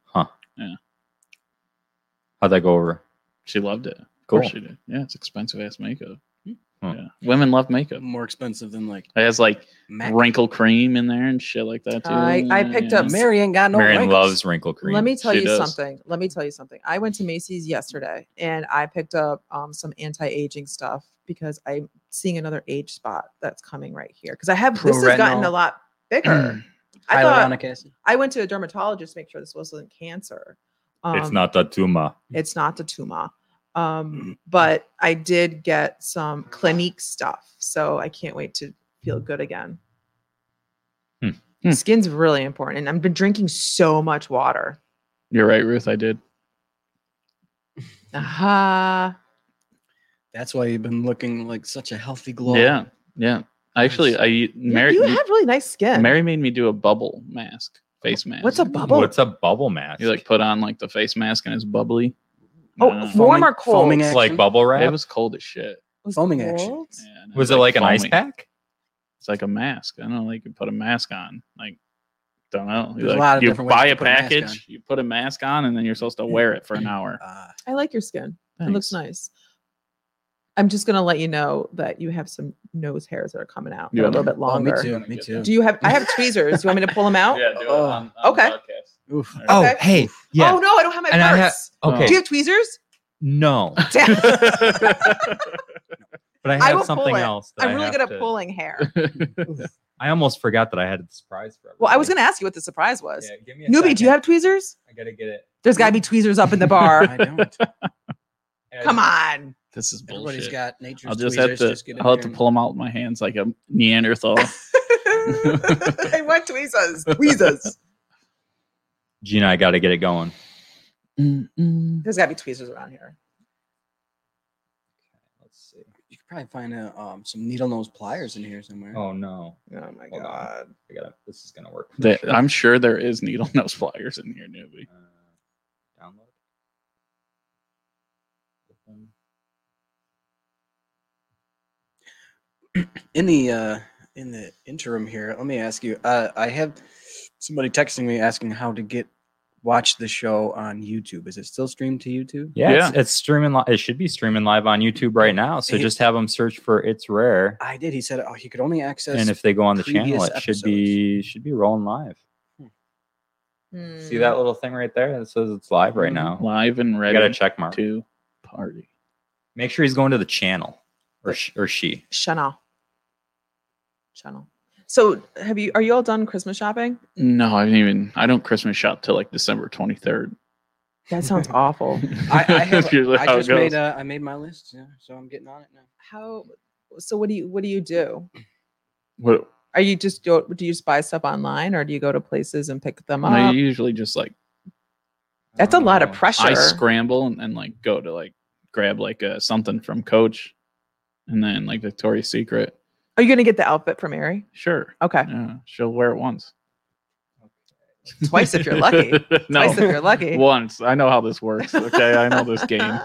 Speaker 2: how'd that go over
Speaker 1: She loved it. Of
Speaker 2: Cool.
Speaker 1: course she did. Yeah, it's expensive ass makeup.
Speaker 2: Hmm.
Speaker 1: Yeah. Women love makeup.
Speaker 3: More expensive than like
Speaker 1: It has like
Speaker 3: Mac.
Speaker 1: wrinkle cream in there and shit like that too.
Speaker 5: I- I picked up-
Speaker 3: Mary ain't got no
Speaker 2: Marion
Speaker 3: wrinkles.
Speaker 2: loves wrinkle cream.
Speaker 5: Let me tell
Speaker 1: She
Speaker 5: you
Speaker 1: does.
Speaker 5: something. Let me tell you something. I went to Macy's yesterday and I picked up um, some anti-aging stuff because I'm seeing another age spot that's coming right here. Because I have this has gotten a
Speaker 3: Proretinol.
Speaker 5: lot bigger. I thought
Speaker 3: hyaluronic acid.
Speaker 5: I went to a dermatologist to make sure this wasn't cancer. Um,
Speaker 2: it's not the tumor.
Speaker 5: It's not the tumor. Um, but I did get some Clinique stuff, so I can't wait to feel good again.
Speaker 2: Hmm.
Speaker 1: Hmm.
Speaker 5: Skin's really important, and I've been drinking so much water.
Speaker 1: You're right, Ruth. I did.
Speaker 5: Aha!
Speaker 3: That's why you've been looking like such a healthy glow.
Speaker 1: Yeah, yeah. Actually, I
Speaker 5: You-
Speaker 1: Mary
Speaker 5: you, have really nice skin.
Speaker 1: Mary made me do a bubble mask, face mask.
Speaker 5: What's a bubble?
Speaker 2: What's a bubble mask?
Speaker 1: You like put on like the face mask and it's bubbly.
Speaker 5: Oh,
Speaker 1: I don't know.
Speaker 5: foam warm or cold?
Speaker 3: Foaming
Speaker 2: It's
Speaker 3: action.
Speaker 2: like bubble wrap?
Speaker 1: it was cold as shit.
Speaker 5: Was
Speaker 3: foaming
Speaker 5: it
Speaker 3: action.
Speaker 5: cold?
Speaker 1: Yeah, and
Speaker 2: was it like an ice
Speaker 1: foamy.
Speaker 2: pack?
Speaker 1: It's like a mask. I don't know. Like you put a mask on. Like Don't know.
Speaker 3: There's a
Speaker 1: Like,
Speaker 3: lot of
Speaker 1: you
Speaker 3: different ways
Speaker 1: buy
Speaker 3: to
Speaker 1: a
Speaker 3: put a mask
Speaker 1: package,
Speaker 3: on.
Speaker 1: you put a mask on, and then you're supposed to wear it for an hour.
Speaker 3: Uh,
Speaker 5: I like your skin. It looks
Speaker 1: Thanks.
Speaker 5: nice. I'm just gonna let you know that you have some nose hairs that are coming out.
Speaker 1: Yeah.
Speaker 5: They're a little bit
Speaker 3: oh, me
Speaker 5: longer.
Speaker 3: too. Me too.
Speaker 5: Do you have? I have tweezers. Do you want me to pull them out?
Speaker 1: Yeah, do it
Speaker 3: Oh.
Speaker 1: on- on
Speaker 5: Okay.
Speaker 1: podcast.
Speaker 3: Oof.
Speaker 1: All
Speaker 2: Oh,
Speaker 1: right.
Speaker 5: Okay.
Speaker 2: hey, yeah.
Speaker 5: Oh no, I don't have my
Speaker 2: And I have-
Speaker 5: purse.
Speaker 1: okay.
Speaker 5: Do you have tweezers?
Speaker 2: no,
Speaker 5: Damn.
Speaker 2: but I
Speaker 5: I
Speaker 2: have
Speaker 5: will
Speaker 2: something
Speaker 5: pull it.
Speaker 2: else. that I
Speaker 5: I'm really
Speaker 2: have
Speaker 5: good at
Speaker 2: to-
Speaker 5: pulling hair.
Speaker 2: I almost forgot that I had the surprise for.
Speaker 5: Well, I was
Speaker 2: everybody.
Speaker 5: gonna ask you what the surprise was.
Speaker 2: Yeah, give me a
Speaker 5: Newbie, do you
Speaker 2: second.
Speaker 5: have tweezers?
Speaker 2: I gotta get it.
Speaker 5: There's gotta be tweezers up in the
Speaker 3: I
Speaker 5: bar.
Speaker 3: don't.
Speaker 5: Come on.
Speaker 1: this is
Speaker 3: Everybody's
Speaker 1: bullshit.
Speaker 3: got nature's
Speaker 1: I'll just have
Speaker 3: tweezers,
Speaker 1: to.
Speaker 3: get in
Speaker 1: I'll have to
Speaker 3: there and-
Speaker 1: pull them out with my hands like a Neanderthal.
Speaker 2: Oh.
Speaker 5: I want tweezers. Tweezers.
Speaker 2: Gina, I gotta get it going.
Speaker 5: There's gotta be tweezers around here.
Speaker 2: Let's see.
Speaker 3: You could probably find uh, um, some needle nose pliers in here somewhere.
Speaker 2: Oh no,
Speaker 5: Oh my
Speaker 2: Hold on.
Speaker 5: god.
Speaker 2: I gotta. This is gonna work.
Speaker 1: That- I'm sure there is needle nose pliers in here, newbie.
Speaker 2: Uh, download. Open.
Speaker 3: In the uh, in the interim here, let me ask you. Uh, I have somebody texting me asking how to get watch the show on YouTube. Is it still streamed to YouTube?
Speaker 2: Yeah, It's, it's streaming. Li- it should be streaming live on YouTube right now. So
Speaker 3: It-
Speaker 2: just have them search for "It's Rare,"
Speaker 3: I did. He said, oh, he could only access.
Speaker 2: and if they go on the
Speaker 3: previous
Speaker 2: channel, it should be should be rolling live. See
Speaker 5: Hmm.
Speaker 2: that little thing right there that says it's live right now.
Speaker 1: Live and
Speaker 2: I
Speaker 1: ready
Speaker 2: got a Mm-hmm. check mark.
Speaker 1: to party.
Speaker 2: Make sure he's going to the channel, or sh- or she.
Speaker 5: Chanel. Chanel. So have you are you all done Christmas shopping?
Speaker 1: No, I didn't even. I don't Christmas shop till like December 23rd.
Speaker 5: That sounds awful.
Speaker 3: I, I, have,
Speaker 1: That's usually
Speaker 3: I
Speaker 1: how it
Speaker 3: just made
Speaker 1: goes.
Speaker 3: uh, I made my list, yeah, so I'm getting on it now.
Speaker 5: How so what do you what do you do?
Speaker 1: What,
Speaker 5: Are you just do do you just buy stuff online or do you go to places and pick them up?
Speaker 1: I usually just like
Speaker 5: That's a lot of
Speaker 2: Oh.
Speaker 5: pressure.
Speaker 1: I scramble and, and like go to like grab like uh, something from Coach, and then like Victoria's Secret.
Speaker 5: Are you gonna get the outfit from Mary?
Speaker 1: Sure,
Speaker 5: Okay.
Speaker 1: yeah, she'll wear it once.
Speaker 5: Twice if you're lucky.
Speaker 1: no,
Speaker 5: Twice if you're lucky.
Speaker 1: once. I know how this works. Okay, I know this game.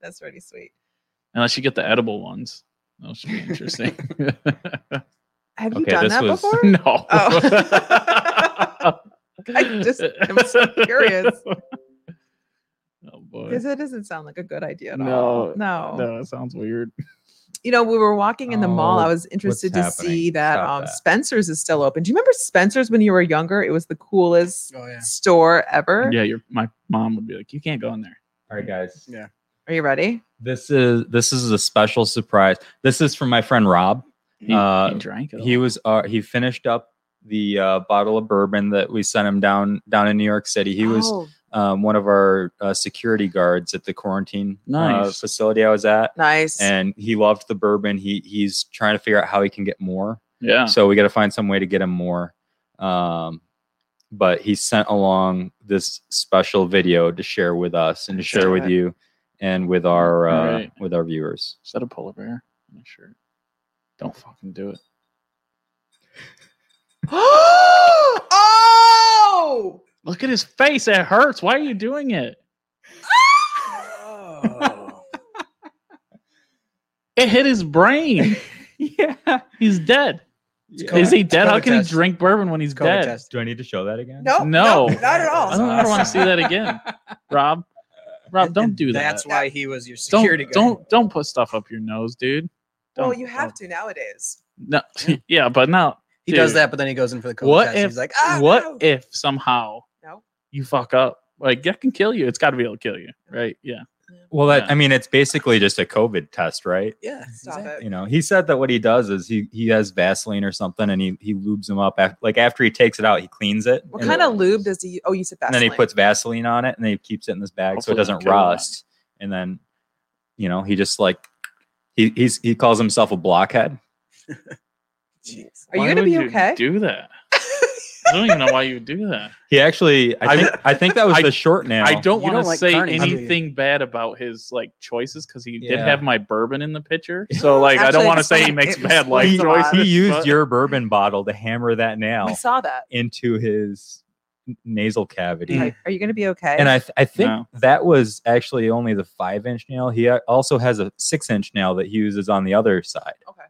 Speaker 5: That's pretty sweet.
Speaker 1: Unless you get the edible ones, those should be interesting.
Speaker 5: Have you
Speaker 2: Okay,
Speaker 5: done
Speaker 2: this
Speaker 5: that
Speaker 2: was-
Speaker 5: before?
Speaker 1: no.
Speaker 5: Oh. I just- I'm so curious.
Speaker 1: Oh boy.
Speaker 5: Because it doesn't sound like a good idea at all.
Speaker 1: No,
Speaker 5: No.
Speaker 1: No, that sounds weird.
Speaker 5: You know, we were walking in the mall.
Speaker 2: Oh,
Speaker 5: I was interested to
Speaker 2: happening?
Speaker 5: see that
Speaker 2: Stop
Speaker 5: um
Speaker 2: that.
Speaker 5: Spencer's is still open. Do you remember Spencer's when you were younger? It was the coolest
Speaker 3: Oh yeah.
Speaker 5: store ever.
Speaker 1: Yeah, your my mom would be like, "You can't go in there."
Speaker 2: All right, guys.
Speaker 3: Yeah.
Speaker 5: Are you ready?
Speaker 2: This is this is a special surprise. This is from my friend Rob.
Speaker 1: He,
Speaker 2: Uh,
Speaker 1: he drank it.
Speaker 2: He
Speaker 1: all.
Speaker 2: was uh, he finished up the uh, bottle of bourbon that we sent him down down in New York City. He was
Speaker 5: Oh,
Speaker 2: um, one of our uh, security guards at the quarantine uh,
Speaker 1: Nice.
Speaker 2: facility I was at,
Speaker 5: nice.
Speaker 2: and he loved the bourbon. He he's trying to figure out how he can get more.
Speaker 1: yeah.
Speaker 2: So we got to find some way to get him more. Um, but he sent along this special video to share with us and to share with
Speaker 5: Excellent.
Speaker 2: you and with our uh,
Speaker 1: Alright.
Speaker 2: with our viewers.
Speaker 1: Is that a polar bear? I'm not sure. Don't fucking do it.
Speaker 5: oh!
Speaker 1: Look at his face. It hurts. Why are you doing it?
Speaker 3: Oh.
Speaker 1: It hit his brain.
Speaker 2: Yeah.
Speaker 1: He's dead.
Speaker 3: Yeah.
Speaker 1: Is he
Speaker 3: It's
Speaker 1: dead? How
Speaker 3: COVID
Speaker 1: can he
Speaker 3: test.
Speaker 1: drink bourbon when he's
Speaker 3: COVID
Speaker 1: dead?
Speaker 3: test.
Speaker 2: Do I need to show that again?
Speaker 5: No,
Speaker 1: No.
Speaker 5: no, not at all.
Speaker 1: I don't ever want to see that again, Rob. Rob,
Speaker 3: And-
Speaker 1: don't
Speaker 3: and
Speaker 1: do that.
Speaker 3: That's why he was your
Speaker 1: don't
Speaker 3: security guard.
Speaker 1: don't don't put stuff up your nose, dude.
Speaker 5: Well,
Speaker 1: Don't-
Speaker 5: you have
Speaker 1: don't-
Speaker 5: to nowadays.
Speaker 1: No, yeah, but now
Speaker 3: He does
Speaker 1: Dude.
Speaker 3: that, but then he goes in for the COVID
Speaker 1: What
Speaker 3: test.
Speaker 1: if-
Speaker 3: He's like, ah,
Speaker 1: what
Speaker 3: no."
Speaker 1: if somehow
Speaker 5: No.
Speaker 1: you fuck up? Like that can kill you. It's got to be able to kill you, right? Yeah.
Speaker 2: Well, that,
Speaker 1: Yeah.
Speaker 2: I mean, it's basically just a COVID test, right?
Speaker 3: Yeah.
Speaker 5: Stop
Speaker 3: exactly.
Speaker 5: it.
Speaker 2: You know, he said that what he does is he he has Vaseline or something, and he he lubes them up. After, like after he takes it out, he cleans it.
Speaker 5: What
Speaker 2: and-
Speaker 5: kind of lube does he? Oh, you said
Speaker 2: And then he
Speaker 5: Vaseline.
Speaker 2: puts Vaseline on it, and then he keeps it in this bag
Speaker 1: Hopefully
Speaker 2: so it
Speaker 1: not
Speaker 2: doesn't
Speaker 1: kill the
Speaker 2: rust. And then, you know, he just like he he's he calls himself a blockhead.
Speaker 5: Jeez. Are you
Speaker 1: Why
Speaker 5: gonna be
Speaker 1: would
Speaker 5: okay?
Speaker 1: Do that. I don't even know why you would do that.
Speaker 2: He actually, I
Speaker 1: I-
Speaker 2: think, I, think that was
Speaker 1: I-
Speaker 2: the short now.
Speaker 1: I don't
Speaker 3: You
Speaker 1: want to
Speaker 3: don't like
Speaker 1: say
Speaker 3: carnies, do you?
Speaker 1: anything bad about his like choices because he did
Speaker 2: Yeah.
Speaker 1: have my bourbon in the picture. So like I don't
Speaker 5: Actually,
Speaker 1: want to
Speaker 5: it's
Speaker 1: say he
Speaker 5: like-
Speaker 1: makes
Speaker 5: it
Speaker 1: bad
Speaker 5: was
Speaker 1: life
Speaker 2: He,
Speaker 5: like a
Speaker 1: choices.
Speaker 5: lot.
Speaker 2: he used
Speaker 1: but-
Speaker 2: your bourbon bottle to hammer that
Speaker 5: I
Speaker 2: nail
Speaker 5: saw that.
Speaker 2: into his nasal cavity.
Speaker 1: Mm-hmm.
Speaker 5: Are, are you gonna be okay?
Speaker 2: and I, th- I think
Speaker 1: No.
Speaker 2: that was actually only the five inch nail. He a- also has a six inch nail that he uses on the other side.
Speaker 5: Okay.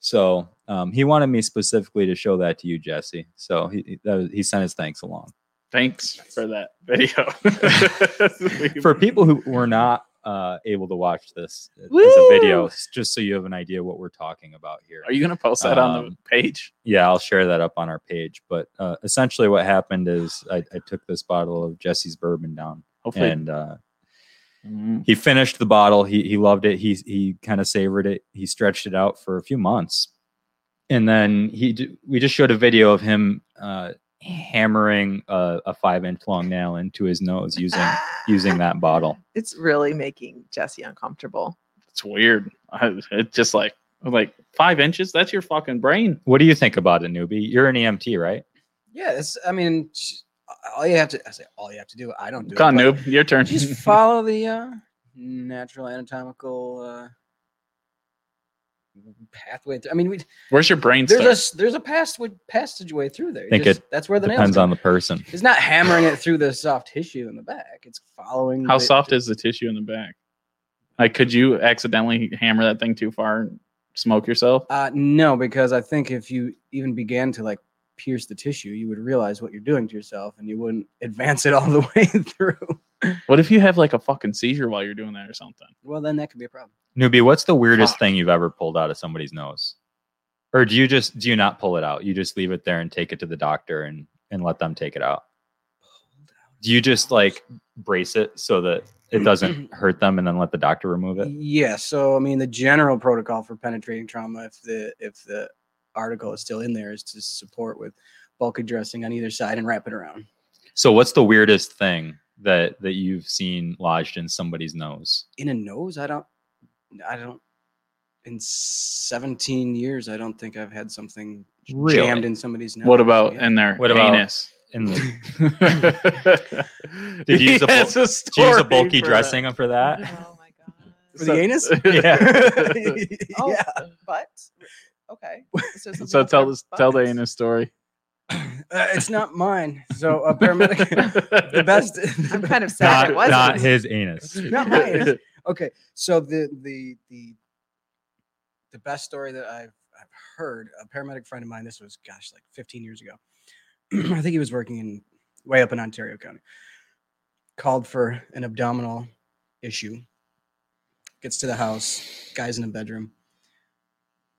Speaker 2: So Um, he wanted me specifically to show that to you, Jesse. So he he- that was, he sent his thanks along.
Speaker 1: Thanks for that video.
Speaker 2: For people who were not uh, able to watch this as a
Speaker 5: Woo!
Speaker 2: video, s- just so you have an idea what we're talking about here.
Speaker 1: are you gonna post that on the
Speaker 2: Um,
Speaker 1: page?
Speaker 2: yeah, I'll share that up on our page. But uh, essentially, what happened is I, I took this bottle of Jesse's bourbon down,
Speaker 1: Hopefully,
Speaker 2: and uh,
Speaker 1: Mm,
Speaker 2: he finished the bottle. He he loved it. He he kind of savored it. He stretched it out for a few months, and then he d- we just showed a video of him uh, hammering a, a five inch long nail into his nose using using that bottle.
Speaker 5: It's really making Jesse uncomfortable.
Speaker 1: it's weird. I, it's just like I'm like five inches. That's your fucking brain.
Speaker 2: What do you think about it, newbie? You're an EMT, right?
Speaker 3: Yeah, it's, I mean, sh- all you have to, I say, all you have to do. I don't do. it,
Speaker 1: Come on,
Speaker 3: but
Speaker 1: noob, your turn.
Speaker 3: Just follow the uh, natural anatomical uh, pathway. Through. I mean, we,
Speaker 1: Where's your brain?
Speaker 3: there's
Speaker 1: Start?
Speaker 3: a s- there's a passage passageway through there. You
Speaker 2: Think
Speaker 3: just- that's where the nails
Speaker 2: Depends
Speaker 3: come
Speaker 2: on the person.
Speaker 3: It's not hammering it through the soft tissue in the back. It's following.
Speaker 1: How
Speaker 3: the-
Speaker 1: soft is the tissue in the back? Like, could you accidentally hammer that thing too far and smoke yourself?
Speaker 3: Uh, no, because I think if you even began to like pierce the tissue, you would realize what you're doing to yourself, and you wouldn't advance it all the way through.
Speaker 1: What if you have like a fucking seizure while you're doing that or something?
Speaker 3: Well, then that could be a problem.
Speaker 2: Newbie, what's the weirdest
Speaker 1: Fuck.
Speaker 2: thing you've ever pulled out of somebody's nose? Or do you just do you not pull it out? You just leave it there and take it to the doctor and and let them take it out. Do you just like brace it so that it doesn't hurt them and then let the doctor remove it?
Speaker 3: Yeah. So I mean, the general protocol for penetrating trauma, if the if the article is still in there, is to support with bulky dressing on either side and wrap it around.
Speaker 2: So what's the weirdest thing that that you've seen lodged in somebody's nose?
Speaker 3: In a nose, I don't, I don't. In 17 years, I don't think I've had something jammed
Speaker 2: Really?
Speaker 3: in somebody's nose.
Speaker 1: What about
Speaker 3: Yeah.
Speaker 1: in their
Speaker 2: What about-
Speaker 1: anus?
Speaker 2: In the-
Speaker 1: Did
Speaker 2: Did you use a bul-
Speaker 1: a
Speaker 2: do you use a
Speaker 1: story
Speaker 2: bulky
Speaker 1: for
Speaker 2: dressing for
Speaker 1: Uh,
Speaker 5: Oh
Speaker 2: that?
Speaker 5: my
Speaker 3: for
Speaker 5: god.
Speaker 1: So-
Speaker 3: the anus?
Speaker 2: Yeah.
Speaker 5: Oh,
Speaker 3: yeah.
Speaker 5: but okay. So,
Speaker 1: that.
Speaker 5: something
Speaker 1: So
Speaker 5: else
Speaker 1: tell
Speaker 5: for
Speaker 1: this, tell the
Speaker 5: butts.
Speaker 1: anus story.
Speaker 3: Uh, it's not mine. So a paramedic, the best.
Speaker 5: I'm kind of
Speaker 2: Not,
Speaker 5: sad. it was
Speaker 2: not his anus.
Speaker 3: Not my anus. Okay, so the the the the best story that I've I've heard a paramedic friend of mine. This was gosh, like 15 years ago. I think he was working in way up in Ontario County. Called for an abdominal issue. Gets to the house. Guys in a bedroom.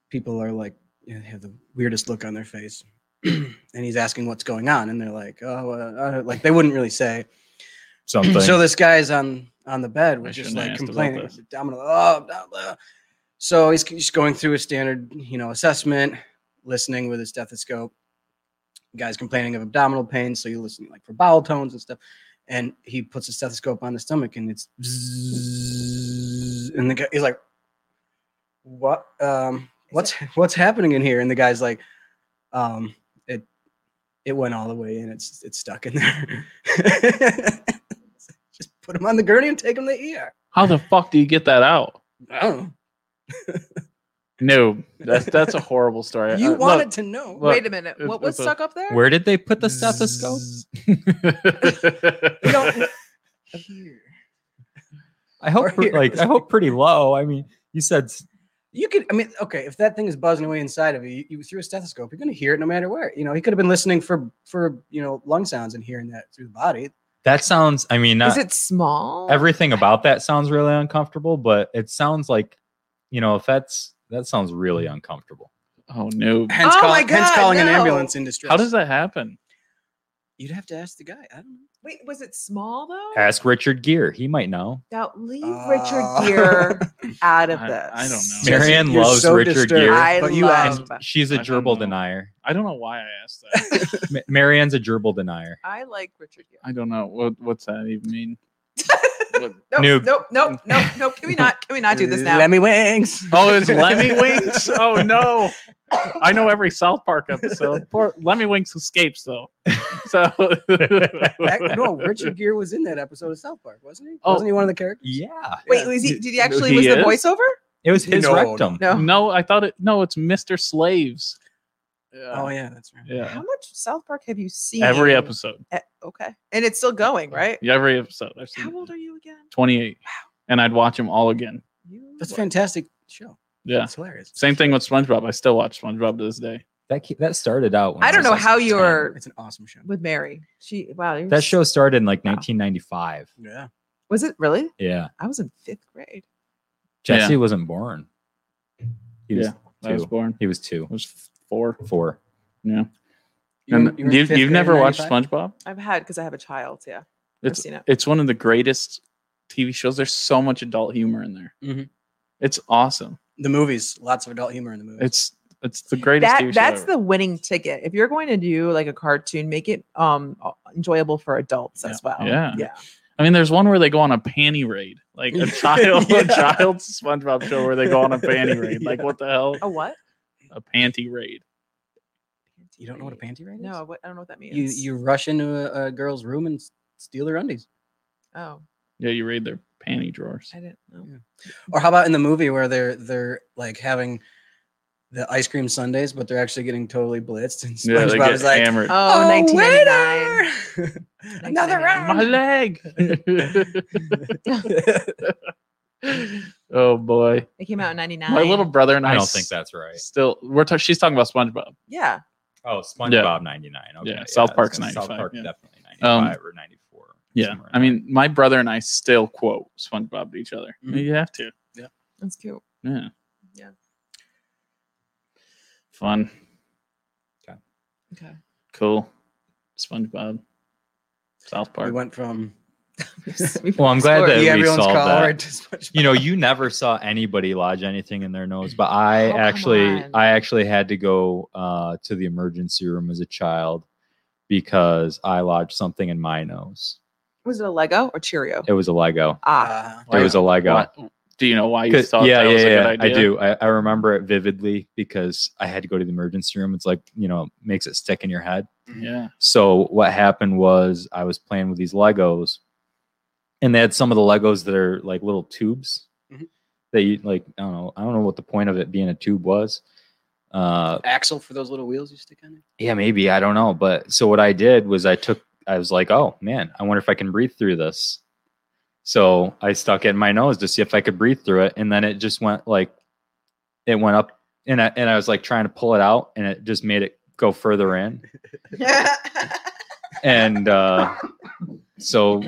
Speaker 3: People are like you know, have the weirdest look on their face. and he's asking what's going on, and they're like, "Oh, uh, uh," like they wouldn't really say."
Speaker 2: Something.
Speaker 3: So this guy's on on the bed
Speaker 1: I
Speaker 3: was just
Speaker 1: shouldn't have
Speaker 3: like
Speaker 1: asked about
Speaker 3: complaining,
Speaker 1: this.
Speaker 3: abdominal, oh, abdominal. So he's just going through a standard, you know, assessment, listening with his stethoscope. Guy's complaining of abdominal pain, so you listen like for bowel tones and stuff. And he puts a stethoscope on the stomach, and it's, bzzz, and the guy he's like, "What? Um, what's what's happening in here?" And the guy's like, "Um, it it went all the way in. It's it's stuck in there." just put him on the gurney and take him to the ER.
Speaker 1: How the fuck do you get that out?
Speaker 3: I don't
Speaker 1: No, that's that's a horrible story.
Speaker 3: know. You
Speaker 1: Uh,
Speaker 3: wanted to know.
Speaker 1: look,
Speaker 5: Wait a minute.
Speaker 1: it's-
Speaker 5: What was
Speaker 1: it's a-
Speaker 5: stuck up there?
Speaker 2: Where did they put the stethoscope?
Speaker 3: We don't-
Speaker 1: look.
Speaker 3: Here.
Speaker 2: I hope
Speaker 3: Or
Speaker 2: pre- like
Speaker 3: here.
Speaker 2: I hope pretty low. I mean, you said s-
Speaker 3: You could, I mean, okay, if that thing is buzzing away inside of you, you, you through a stethoscope, you're going to hear it no matter where. You know, he could have been listening for, for, you know, lung sounds and hearing that through the body.
Speaker 2: that sounds. I mean,
Speaker 5: Is
Speaker 2: not,
Speaker 5: it small?
Speaker 2: everything about that sounds really uncomfortable, but it sounds like you know if that's that sounds really uncomfortable.
Speaker 1: oh no!
Speaker 3: Hence,
Speaker 5: Oh
Speaker 3: call,
Speaker 5: my
Speaker 3: hence
Speaker 5: God,
Speaker 3: calling an
Speaker 5: no.
Speaker 3: ambulance in distress.
Speaker 1: How does that happen?
Speaker 3: You'd have to ask the guy. I don't know.
Speaker 5: Wait, was it small though?
Speaker 2: Ask Richard Gere; he might know.
Speaker 5: Now leave
Speaker 3: Uh,
Speaker 5: Richard Gere out of
Speaker 1: Ah. I-
Speaker 5: this.
Speaker 1: I don't know.
Speaker 3: Jesse,
Speaker 2: Marianne
Speaker 3: you're
Speaker 2: loves Richard Gere.
Speaker 5: I
Speaker 3: but you
Speaker 1: uh,
Speaker 3: asked.
Speaker 5: love-
Speaker 2: She's a
Speaker 1: I don't
Speaker 2: gerbil
Speaker 1: know.
Speaker 2: denier.
Speaker 1: I don't know why I asked that.
Speaker 2: Ma- Marianne's a gerbil denier.
Speaker 5: I like Richard Gere.
Speaker 1: I don't know what what's that even mean. What-
Speaker 5: Nope,
Speaker 2: Noob.
Speaker 5: nope, nope, nope, nope. Can we not? Can we not do this now?
Speaker 3: uh, Lemmy Wings.
Speaker 1: Oh, it's Lemmy Winks. Oh no! I know every South Park episode. Poor Lemmy Winks escapes though. So
Speaker 3: That- no, Richard Gere was in that episode of South Park, wasn't he?
Speaker 1: Oh.
Speaker 3: Wasn't he one of the characters?
Speaker 2: Yeah,
Speaker 5: Wait, was he? Did he actually?
Speaker 1: He
Speaker 5: was the
Speaker 1: is?
Speaker 5: voiceover?
Speaker 2: it was his
Speaker 3: No,
Speaker 2: rectum.
Speaker 5: No.
Speaker 1: No, I thought it. No, it's Mister Slaves.
Speaker 3: Oh,
Speaker 1: Yeah.
Speaker 3: yeah, that's right.
Speaker 1: yeah.
Speaker 5: How much South Park have you seen?
Speaker 1: Every episode.
Speaker 5: Eh, Okay, and it's still going, right?
Speaker 1: Yeah, every episode. I've seen
Speaker 5: How old are you again?
Speaker 1: Twenty-eight, and I'd watch them all again.
Speaker 5: You
Speaker 3: That's a
Speaker 5: were-
Speaker 3: fantastic show.
Speaker 1: Yeah.
Speaker 3: It's hilarious.
Speaker 1: Same thing with SpongeBob. I still watch SpongeBob to this day.
Speaker 2: That ke- that started out. When
Speaker 5: I don't
Speaker 2: was,
Speaker 5: know
Speaker 2: like,
Speaker 5: how
Speaker 2: 10.
Speaker 5: you are
Speaker 3: It's an awesome show.
Speaker 5: with Mary. She wow. you're
Speaker 2: That
Speaker 5: s-
Speaker 2: show started in like
Speaker 5: Wow.
Speaker 2: 1995.
Speaker 3: Yeah.
Speaker 5: was it really?
Speaker 2: Yeah,
Speaker 5: I was in fifth grade.
Speaker 2: Jesse wasn't born. He was
Speaker 1: Yeah, I was
Speaker 2: two.
Speaker 1: born.
Speaker 2: He was two,
Speaker 1: I was four.
Speaker 2: four.
Speaker 1: Yeah.
Speaker 3: You
Speaker 1: and
Speaker 3: were- you were in
Speaker 1: you've,
Speaker 3: fifth
Speaker 1: you've
Speaker 3: grade in
Speaker 1: never watched
Speaker 3: 95?
Speaker 1: SpongeBob?
Speaker 5: I've had because I have a child. Yeah,
Speaker 1: It's
Speaker 5: seen it.
Speaker 1: it's one of the greatest TV shows. There's so much adult humor in there.
Speaker 3: Mhm.
Speaker 1: It's awesome.
Speaker 3: The movies, lots of adult humor in the movies.
Speaker 1: It's it's the greatest. TV
Speaker 5: that
Speaker 1: show
Speaker 5: that's
Speaker 1: ever.
Speaker 5: the winning ticket. If you're going to do like a cartoon, make it um enjoyable for adults as well.
Speaker 1: Yeah.
Speaker 5: yeah.
Speaker 1: I mean, there's one where they go on a panty raid, like a child,
Speaker 3: Yeah.
Speaker 1: a child SpongeBob show where they go on a panty raid. Like, what the hell?
Speaker 5: A what?
Speaker 1: A panty raid.
Speaker 3: you don't know what a panty raid is?
Speaker 5: No, what, I don't know what that means.
Speaker 3: You you rush into a, a girl's room and s- steal their undies.
Speaker 5: oh,
Speaker 1: Yeah, you raid their panty drawers.
Speaker 5: I didn't know.
Speaker 3: Or how about in the movie where they're they're like having the ice cream sundaes, but they're actually getting totally blitzed and
Speaker 1: Yeah, they
Speaker 3: SpongeBob
Speaker 1: get
Speaker 3: is like,
Speaker 1: hammered.
Speaker 5: Oh, 1999.
Speaker 3: waiter!
Speaker 5: Another round.
Speaker 1: My leg. oh boy,
Speaker 5: It came out in 99.
Speaker 1: my little brother and I.
Speaker 2: I don't think
Speaker 1: s-
Speaker 2: that's right.
Speaker 1: Still, we're ta- she's talking about SpongeBob.
Speaker 5: Yeah.
Speaker 2: Oh, SpongeBob '99. Okay,
Speaker 1: Yeah, South
Speaker 2: I was
Speaker 1: Park's
Speaker 2: gonna-
Speaker 1: 95,
Speaker 2: South Park
Speaker 1: yeah.
Speaker 2: definitely
Speaker 1: Um,
Speaker 2: '95 or '94.
Speaker 1: Yeah, I mean, my brother and I still quote SpongeBob to each other.
Speaker 2: Mm-hmm.
Speaker 3: Mhm.
Speaker 1: You have to.
Speaker 5: That's cute.
Speaker 1: Yeah.
Speaker 5: Yeah.
Speaker 1: Fun.
Speaker 5: Okay.
Speaker 1: Cool. SpongeBob. South
Speaker 3: we
Speaker 1: Park.
Speaker 3: went from
Speaker 2: well, I'm glad that
Speaker 3: yeah,
Speaker 2: we
Speaker 3: everyone's
Speaker 2: solved
Speaker 3: call
Speaker 2: that.
Speaker 3: right to SpongeBob.
Speaker 2: you know you never saw anybody lodge anything in their nose but i
Speaker 5: Oh, come
Speaker 2: actually
Speaker 5: on.
Speaker 2: i actually had to go uh, to the emergency room as a child because i lodged something in my nose
Speaker 5: Was it a Lego or Cheerio?
Speaker 2: it was a lego
Speaker 5: ah,
Speaker 3: Uh,
Speaker 2: it was a lego
Speaker 1: Why- do you know why you
Speaker 2: 'Cause-
Speaker 1: thought
Speaker 2: yeah
Speaker 1: that was
Speaker 2: yeah
Speaker 1: a
Speaker 2: yeah
Speaker 1: good
Speaker 2: i
Speaker 1: idea?
Speaker 2: do I, I remember it vividly because i had to go to the emergency room it's like you know makes it stick in your head
Speaker 1: Yeah.
Speaker 2: So what happened was I was playing with these Legos, and they had some of the Legos that are like little tubes
Speaker 3: Mhm.
Speaker 2: that you like. I don't know. I don't know what the point of it being a tube was. Uh,
Speaker 3: axle for those little wheels you stick on it.
Speaker 2: yeah, maybe I don't know. But so what I did was I took. I was like, oh man, I wonder if I can breathe through this. So I stuck it in my nose to see if I could breathe through it, and then it just went like, it went up, and I, and I was like trying to pull it out, and it just made it go further in and uh, so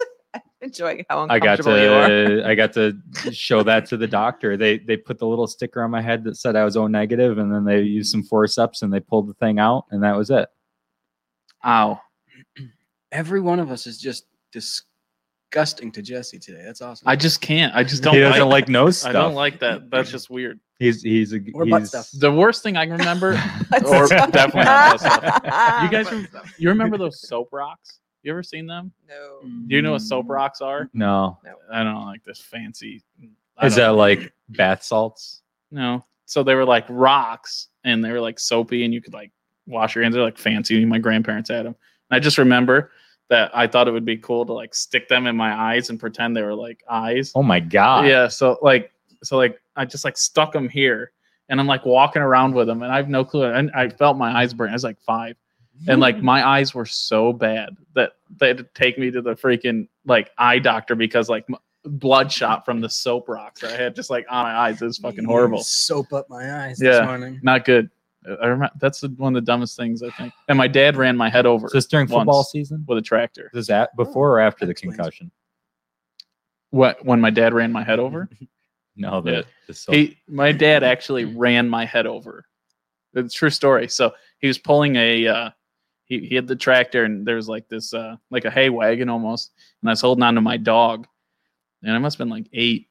Speaker 5: enjoying how
Speaker 2: I got
Speaker 5: uncomfortable you are.
Speaker 2: to I got to show that to the doctor. They they put the little sticker on my head that said I was O negative, and then they used some forceps and they pulled the thing out, and that was it.
Speaker 1: Ow.
Speaker 3: Every one of us is just disgusting to Jesse today. That's awesome.
Speaker 1: I just can't. I just don't
Speaker 2: he doesn't
Speaker 1: like,
Speaker 2: like nose stuff.
Speaker 1: I don't like that. That's just weird.
Speaker 2: He's he's a
Speaker 3: Or butt
Speaker 2: he's,
Speaker 3: stuff.
Speaker 1: The worst thing I can remember,
Speaker 5: That's
Speaker 1: or
Speaker 5: so-
Speaker 1: definitely not those stuff.
Speaker 5: Ah,
Speaker 1: You guys
Speaker 5: but-
Speaker 1: you remember those soap rocks? You ever seen them?
Speaker 5: no.
Speaker 3: Mm.
Speaker 1: Do you know what soap rocks are?
Speaker 2: No,
Speaker 1: I don't like this fancy. I
Speaker 2: is
Speaker 1: don't-
Speaker 2: that like bath salts?
Speaker 1: No. So they were like rocks and they were like soapy and you could like wash your hands. They're like fancy. My grandparents had them. And I just remember that I thought it would be cool to like stick them in my eyes and pretend they were like eyes.
Speaker 2: Oh my god!
Speaker 1: Yeah. So like, so like I just like stuck them here and I'm like walking around with them and I have no clue. And I felt my eyes burn. I was like five. And like my eyes were so bad that they had to take me to the freaking like eye doctor because like m- bloodshot from the soap rocks I had just like on my eyes. It was fucking horrible
Speaker 3: Mm. Soap up my eyes
Speaker 1: Yeah.
Speaker 3: this morning.
Speaker 1: not good. I remember that's the- one of the dumbest things I think. And my dad ran my head over
Speaker 2: Is this during football
Speaker 1: Once.
Speaker 2: season?
Speaker 1: with Oh, a tractor.
Speaker 2: Is that before or after
Speaker 3: That
Speaker 2: the
Speaker 3: explains it.
Speaker 2: concussion?
Speaker 1: What when my dad ran my head over?
Speaker 2: No, the,
Speaker 1: Yeah.
Speaker 2: the soap.
Speaker 1: He my dad actually ran my head over. It's a true story. So he was pulling a uh he, he had the tractor and there was like this uh like a hay wagon almost and I was holding on to my dog and I must have been like eight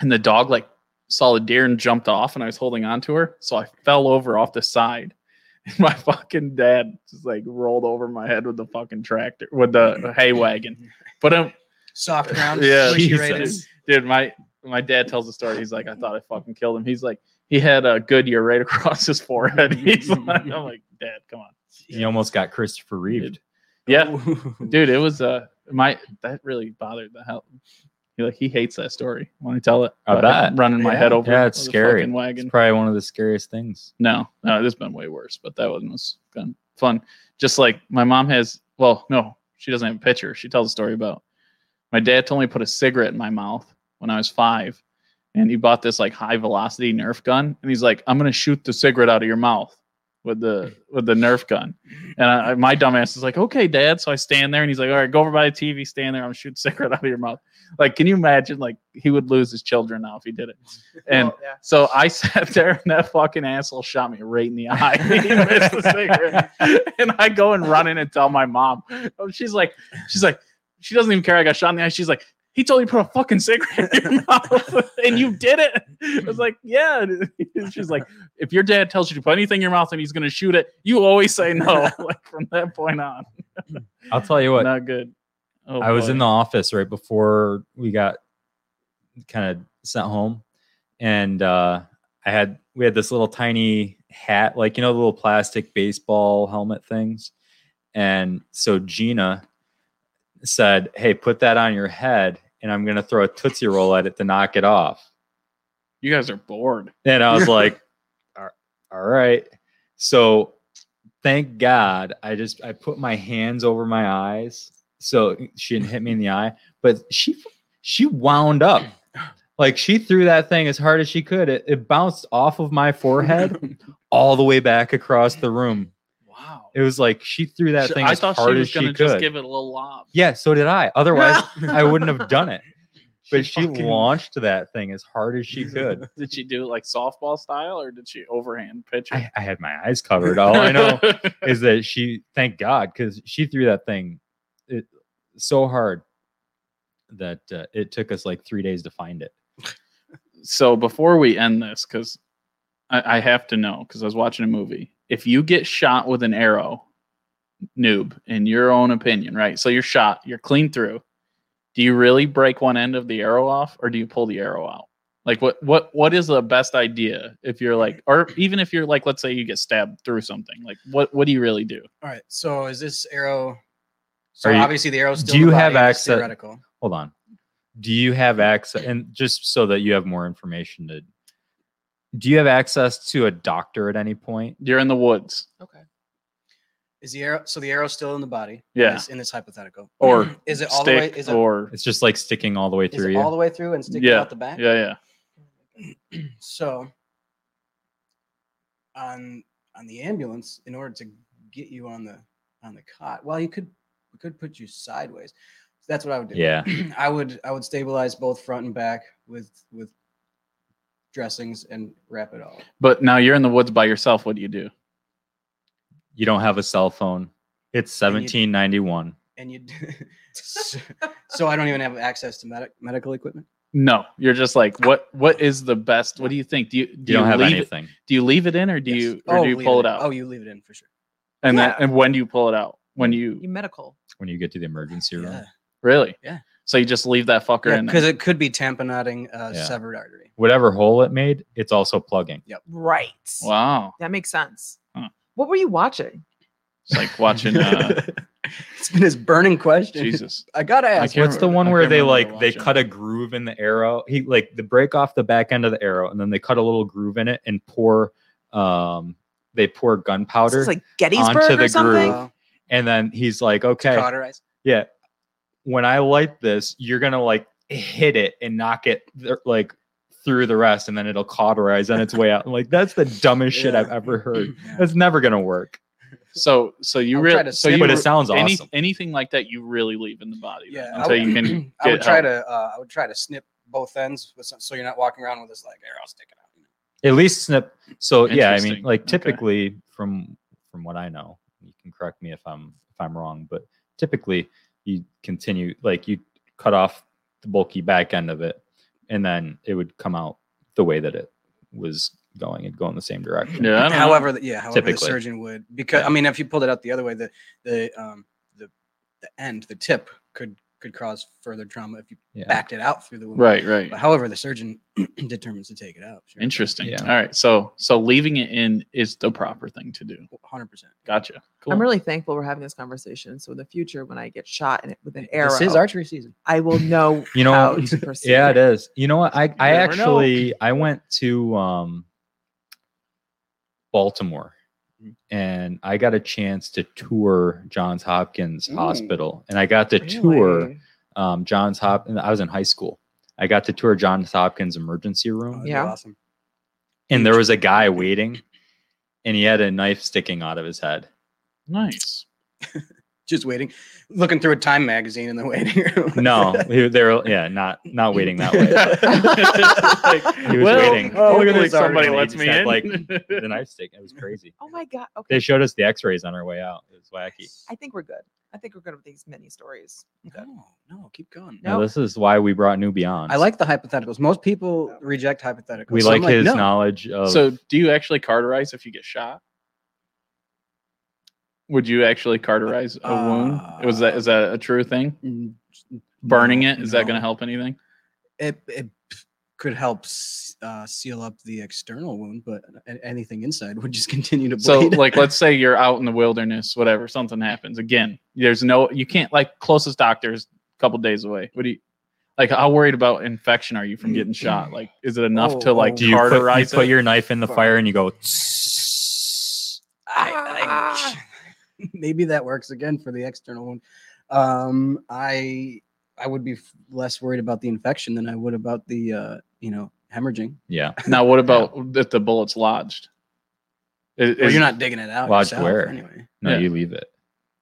Speaker 1: and the dog like saw the deer and jumped off and I was holding on to her. So I fell over off the side. And my fucking dad just like rolled over my head with the fucking tractor with the hay wagon. But um
Speaker 3: Soft ground.
Speaker 1: Yeah.
Speaker 3: squishy
Speaker 1: Jesus.
Speaker 3: rated.
Speaker 1: dude, my my dad tells the story. He's like, I thought I fucking killed him. He's like, he had a Goodyear right across his forehead. He's like, I'm like, Dad, come on.
Speaker 2: he almost got Christopher Reeve.
Speaker 1: Yeah,
Speaker 3: Ooh.
Speaker 1: dude, it was uh my that really bothered the hell. He like he hates that story when I tell it.
Speaker 2: I
Speaker 1: about him
Speaker 2: bet.
Speaker 1: running my
Speaker 3: Yeah.
Speaker 1: head over.
Speaker 2: Yeah, it's
Speaker 1: with a
Speaker 2: scary.
Speaker 1: fucking
Speaker 2: It's
Speaker 1: Wagon.
Speaker 2: probably one of the scariest things.
Speaker 1: No, no, there's been way worse, but that one was fun. fun. Just like my mom has, well, no, she doesn't have a picture. She tells a story about my dad told me to put a cigarette in my mouth when I was five and he bought this like high velocity Nerf gun, and he's like, "I'm gonna shoot the cigarette out of your mouth with the with the Nerf gun." And I, my dumbass is like, "Okay, Dad." So I stand there, and he's like, "All right, go over by the TV, stand there. I'm gonna shoot the cigarette out of your mouth." Like, can you imagine? Like, he would lose his children now if he did it. And
Speaker 5: Well, yeah.
Speaker 1: so I sat there, and that fucking asshole shot me right in the eye. He missed the cigarette. and I go and run in and tell my mom. Oh, She's like, she's like, she doesn't even care. I got shot in the eye. She's like, he told you to put a fucking cigarette in your mouth, and you did it. I was like, yeah. And She's like, if your dad tells you to put anything in your mouth and he's gonna shoot it, you always say no. Like from that point on,
Speaker 2: I'll tell you what.
Speaker 1: not good. Oh,
Speaker 2: I was in
Speaker 1: boy.
Speaker 2: the office right before we got kind of sent home, and uh, I had we had this little tiny hat, like you know, the little plastic baseball helmet things. And so Gina said, "Hey, put that on your head, and I'm gonna throw a tootsie roll at it to knock it off."
Speaker 1: You guys are bored.
Speaker 2: And I was like, "Ar- all right. So thank God I just I put my hands over my eyes so she didn't hit me in the eye. But she she wound up. Like she threw that thing as hard as she could. It, it bounced off of my forehead all the way back across the room.
Speaker 1: Wow.
Speaker 2: It was like she threw that
Speaker 1: Sh-
Speaker 2: thing
Speaker 1: I
Speaker 2: as
Speaker 1: thought
Speaker 2: hard
Speaker 1: she
Speaker 2: as
Speaker 1: was
Speaker 2: she
Speaker 1: gonna
Speaker 2: could.
Speaker 1: just give it a little lob.
Speaker 2: yeah, so did I. Otherwise, I wouldn't have done it. But she,
Speaker 1: fucking-
Speaker 2: launched that thing as hard as she could.
Speaker 1: Did she do it like softball style or did she overhand pitch it?
Speaker 2: I, I had my eyes covered. All I know is that she, thank God, because she threw that thing it, so hard that uh, it took us like three days to find it.
Speaker 1: so before we end this, because I, I have to know, because I was watching a movie. If you get shot with an arrow, noob, in your own opinion, right? So you're shot, you're clean through. Do you really break one end of the arrow off, or do you pull the arrow out? Like what what what is the best idea if you're like, or even if you're like, let's say you get stabbed through something, like what what do you really do?
Speaker 3: All right. So is this arrow? So
Speaker 2: Are you-
Speaker 3: obviously the arrow's
Speaker 2: do
Speaker 3: still. in the
Speaker 2: you have
Speaker 3: body, it's
Speaker 2: access-
Speaker 3: Theoretical.
Speaker 2: Hold on. Do you have access? And just so that you have more information, to, do you have access to a doctor at any point?
Speaker 1: You're in the woods,
Speaker 5: Okay.
Speaker 3: Is the arrow? So the arrow's still in the body.
Speaker 1: Yeah.
Speaker 3: In this, in this hypothetical.
Speaker 1: Or
Speaker 3: is it all the way?
Speaker 1: stick,
Speaker 3: Is it,
Speaker 1: or
Speaker 2: It's just like sticking all the way
Speaker 3: is
Speaker 2: through
Speaker 3: it
Speaker 2: you.
Speaker 3: all the way through and sticking
Speaker 1: Yeah,
Speaker 3: out the back?
Speaker 1: yeah, yeah.
Speaker 3: So on on the ambulance, in order to get you on the on the cot, well, you could we could put you sideways. That's what I would do.
Speaker 2: yeah.
Speaker 3: I would I would stabilize both front and back with with dressings and wrap it all.
Speaker 1: But now you're in the woods by yourself. What do you do?
Speaker 2: You don't have a cell phone. It's
Speaker 3: And you-
Speaker 2: 1791.
Speaker 3: And you so, so I don't even have access to medic, medical equipment.
Speaker 1: No, you're just like what? What is the best? What do you think? Do you do
Speaker 2: You don't have
Speaker 1: leave It,
Speaker 2: anything.
Speaker 1: do you leave it in or do
Speaker 3: Yes.
Speaker 1: you or do you
Speaker 3: leave
Speaker 1: pull it
Speaker 3: in.
Speaker 1: out?
Speaker 3: Oh, you leave it in for sure.
Speaker 1: and then
Speaker 5: Yeah.
Speaker 1: and when do you pull it out? When you
Speaker 5: You medical.
Speaker 2: when you get to the emergency room.
Speaker 3: Yeah.
Speaker 1: really?
Speaker 3: Yeah.
Speaker 1: So you just leave that fucker in.
Speaker 3: Because
Speaker 1: There.
Speaker 3: it could be tamponading a
Speaker 2: Yeah.
Speaker 3: severed artery.
Speaker 2: Whatever hole it made, it's also plugging.
Speaker 5: Right.
Speaker 1: Wow.
Speaker 5: That makes sense.
Speaker 1: Huh.
Speaker 5: What were you watching?
Speaker 1: It's like watching. Uh,
Speaker 3: it's been his burning question.
Speaker 1: Jesus.
Speaker 3: I gotta
Speaker 1: I
Speaker 3: ask.
Speaker 1: can't
Speaker 2: What's the
Speaker 1: remember-
Speaker 2: one
Speaker 1: I
Speaker 2: where
Speaker 1: can't
Speaker 2: they
Speaker 1: remember
Speaker 2: like they
Speaker 1: watching.
Speaker 2: cut a groove in the arrow? He like they break off the back end of the arrow and then they cut a little groove in it and pour um they pour
Speaker 5: This
Speaker 2: gunpowder
Speaker 5: is like Gettysburg
Speaker 2: the
Speaker 5: or something.
Speaker 3: uh,
Speaker 2: groove. and then he's like, Okay,
Speaker 3: Cauterize.
Speaker 2: yeah, when I light this, you're gonna like hit it and knock it th- like through the rest and then it'll cauterize on its way out. I'm like, that's the dumbest shit
Speaker 3: Yeah.
Speaker 2: I've ever heard.
Speaker 3: Yeah.
Speaker 2: That's never gonna work.
Speaker 1: So so you
Speaker 3: I'll try
Speaker 1: really
Speaker 3: to
Speaker 1: so
Speaker 3: skip
Speaker 1: you
Speaker 2: But
Speaker 1: re-
Speaker 2: it sounds
Speaker 1: any,
Speaker 2: awesome.
Speaker 1: anything like that you really leave in the body. then,
Speaker 3: Yeah,
Speaker 1: Until you can.
Speaker 3: I would
Speaker 1: get
Speaker 3: try
Speaker 1: help.
Speaker 3: to. Uh, I would try to snip both ends with some, so you're not walking around with this like arrow sticking out. you know?
Speaker 2: at least snip so yeah i mean
Speaker 1: Interesting.
Speaker 2: like
Speaker 1: Okay.
Speaker 2: typically from from what i know you can correct me if i'm if i'm wrong but typically you continue like you cut off the bulky back end of it and then it would come out the way that it was going it'd go in the same direction
Speaker 1: Yeah. I don't know.
Speaker 3: However, the, yeah. However, the
Speaker 2: Typically.
Speaker 3: surgeon would because I mean, if you pulled it out the other way, the the um the the end, the tip could could cause further trauma if you
Speaker 2: yeah
Speaker 3: backed it out through the wound.
Speaker 1: Right. Right.
Speaker 3: But however, the surgeon determines to take it out. Sure.
Speaker 1: Interesting.
Speaker 2: Yeah.
Speaker 1: All right. So so leaving it in is the proper thing to do.
Speaker 3: Hundred percent.
Speaker 1: Gotcha. Cool.
Speaker 5: I'm really thankful we're having this conversation. So in the future, when I get shot in it with an arrow,
Speaker 3: This is archery season.
Speaker 5: I will know
Speaker 2: you know
Speaker 5: how to proceed.
Speaker 2: Yeah, it is. You know what? I, I
Speaker 1: never know.
Speaker 2: actually I went to um Baltimore
Speaker 3: Mhm.
Speaker 2: and I got a chance to tour Johns Hopkins
Speaker 1: Mm.
Speaker 3: Ooh.
Speaker 2: Hospital. And I got to tour um Johns Hop and I was in high school. I got to tour Johns Hopkins emergency room,
Speaker 1: Oh,
Speaker 5: Yeah.
Speaker 3: Oh, Awesome.
Speaker 2: and there was a guy waiting, and he had a knife sticking out of his head.
Speaker 1: Nice.
Speaker 3: Just waiting, looking through a Time magazine in the waiting room.
Speaker 1: Mm-hmm.
Speaker 2: No, he- they were yeah, not not waiting that way. He was
Speaker 1: Well,
Speaker 2: waiting.
Speaker 3: oh, look at
Speaker 1: hopefully
Speaker 3: this
Speaker 1: Somebody
Speaker 2: already.
Speaker 1: lets
Speaker 2: He
Speaker 1: me
Speaker 2: said,
Speaker 1: in.
Speaker 2: like, The knife stick. It was crazy.
Speaker 5: oh my god. Okay.
Speaker 2: They showed us the X-rays on our way out. It was wacky.
Speaker 5: I think we're good. I think we're good with these mini stories.
Speaker 3: No, no, keep going.
Speaker 2: Now,
Speaker 5: Nope.
Speaker 2: this is why we brought New Beyond.
Speaker 3: I like the hypotheticals. Most people reject hypotheticals.
Speaker 2: We
Speaker 3: So I'm
Speaker 2: like his
Speaker 3: no.
Speaker 2: knowledge of.
Speaker 1: so, do you actually carterize if you get shot? Would you actually carterize a wound? Was that is that a true thing?
Speaker 3: Mm,
Speaker 1: Burning
Speaker 3: no,
Speaker 1: it is that going
Speaker 3: no.
Speaker 1: to help anything?
Speaker 3: It, it could help s- uh, seal up the external wound, but a- anything inside would just continue to
Speaker 1: So,
Speaker 3: bleed.
Speaker 1: like, let's say you're out in the wilderness, whatever, something happens. Again, there's no, you can't, like, closest doctor's a couple days away. What do you, like, how worried about infection are you from getting shot? Like, is it enough to,
Speaker 3: Oh,
Speaker 1: like,
Speaker 2: do you put, you
Speaker 1: carterize
Speaker 2: put
Speaker 1: it?
Speaker 2: your knife in the fire and you go?
Speaker 3: I- I- maybe that works again for the external wound. Um, I I would be f- less worried about the infection than I would about the uh, you know hemorrhaging.
Speaker 2: Yeah,
Speaker 1: now, what about if the bullet's lodged? Is,
Speaker 3: Well,
Speaker 1: is-
Speaker 3: you're not digging it out.
Speaker 2: Lodged
Speaker 3: yourself
Speaker 2: where?
Speaker 3: anyway.
Speaker 2: no,
Speaker 1: Yeah.
Speaker 2: you leave it.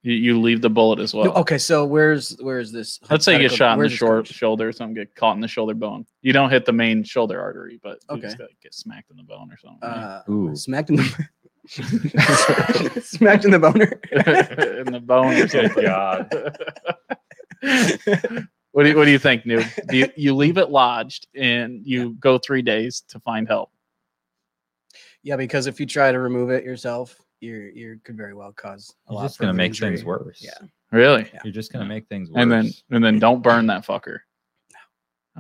Speaker 1: you, you leave the bullet as well.
Speaker 3: No, okay, so where's where's this?
Speaker 1: Let's say you get
Speaker 3: hypothetical-
Speaker 1: shot in the
Speaker 3: where's this
Speaker 1: short
Speaker 3: coming-
Speaker 1: shoulder or something, get caught in the shoulder bone. You don't hit the main shoulder artery, but you
Speaker 3: Okay.
Speaker 1: just like, get smacked in the bone or something. right?
Speaker 3: Uh,
Speaker 2: Ooh.
Speaker 3: smacked in the smacked in the boner.
Speaker 1: in the bone or something.
Speaker 2: God.
Speaker 1: what do you, what do you think, Noob? Do you, you leave it lodged and you go three days to find help.
Speaker 3: yeah, because if you try to remove it yourself, you're you could very well cause a
Speaker 2: You're
Speaker 3: lot
Speaker 2: just gonna
Speaker 3: further
Speaker 2: make
Speaker 3: injury.
Speaker 2: things worse.
Speaker 3: Yeah.
Speaker 1: Really?
Speaker 2: You're just gonna make things worse.
Speaker 1: And then and then don't burn that fucker.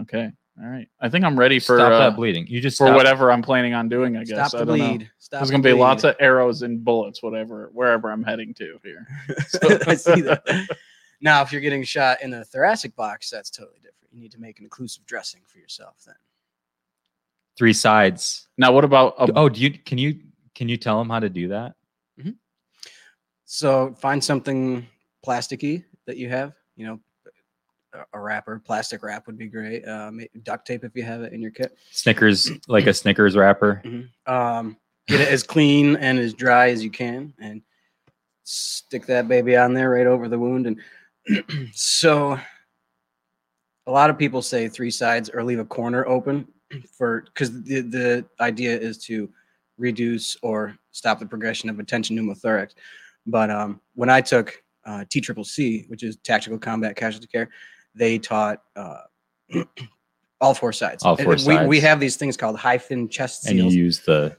Speaker 1: Okay. All right. I think I'm ready for
Speaker 2: stop
Speaker 1: uh,
Speaker 2: that bleeding. You just
Speaker 1: for
Speaker 2: stop-
Speaker 1: whatever I'm planning on doing. I guess
Speaker 3: Stop
Speaker 1: I
Speaker 3: the
Speaker 1: don't
Speaker 3: bleed.
Speaker 1: know.
Speaker 3: Stop
Speaker 1: There's
Speaker 3: the
Speaker 1: gonna be lots
Speaker 3: bleed.
Speaker 1: of arrows and bullets, whatever, wherever I'm heading to here.
Speaker 3: I see that. Now, if you're getting shot in the thoracic box, that's totally different. You need to make an occlusive dressing for yourself then.
Speaker 2: Three sides.
Speaker 1: Now, what about a
Speaker 2: Oh, do you? Can you? Can you tell them how to do that?
Speaker 3: So find something plasticky that you have. You know, a- a wrapper, plastic wrap would be great. Uh, ma- duct tape if you have it in your kit.
Speaker 2: Snickers, like a Snickers wrapper.
Speaker 3: Um, get it as clean and as dry as you can, and stick that baby on there right over the wound. And so, a lot of people say three sides or leave a corner open for because the the idea is to reduce or stop the progression of attention pneumothorax. But um, when I took uh, TCCC, which is Tactical Combat Casualty Care, they taught uh, all four sides.
Speaker 2: All four
Speaker 3: we, We
Speaker 2: sides.
Speaker 3: have these things called hyphen chest
Speaker 2: And you
Speaker 3: seals.
Speaker 2: use the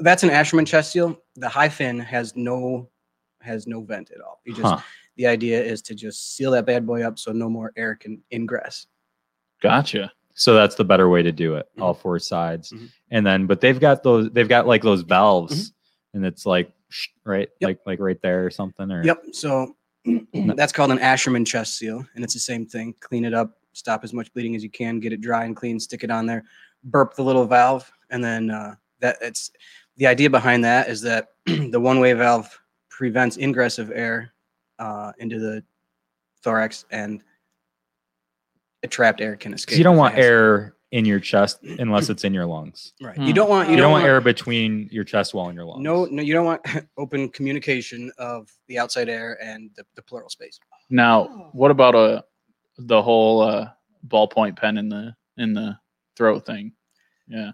Speaker 3: That's an Asherman chest seal. The hyphen has no has no vent at all. You just
Speaker 2: huh.
Speaker 3: the idea is to just seal that bad boy up so no more air can ingress.
Speaker 1: gotcha?
Speaker 2: So that's the better way to do
Speaker 3: Mm-hmm.
Speaker 2: it. All four sides,
Speaker 3: Mhm.
Speaker 2: and then but they've got those. They've got like those valves, and it's like sh- right,
Speaker 3: Mm-hmm. Yep.
Speaker 2: like like right there or something. Or
Speaker 3: Yep. So that's called an Asherman chest seal, and it's the same thing. Clean it up, stop as much bleeding as you can, get it dry and clean, stick it on there, burp the little valve, and then uh, that it's the idea behind that is that the one-way valve prevents ingress of air uh, into the thorax and a trapped air can escape.
Speaker 2: because you don't
Speaker 3: if it
Speaker 2: want
Speaker 3: has-
Speaker 2: air in your chest unless it's in your lungs.
Speaker 3: Right.
Speaker 1: Hmm.
Speaker 3: You don't want
Speaker 2: You don't want air between your chest wall and your lungs.
Speaker 3: No, no, you don't want open communication of the outside air and the, the plural space.
Speaker 1: Now, what about uh the whole uh, ballpoint pen in the in the throat thing? Yeah,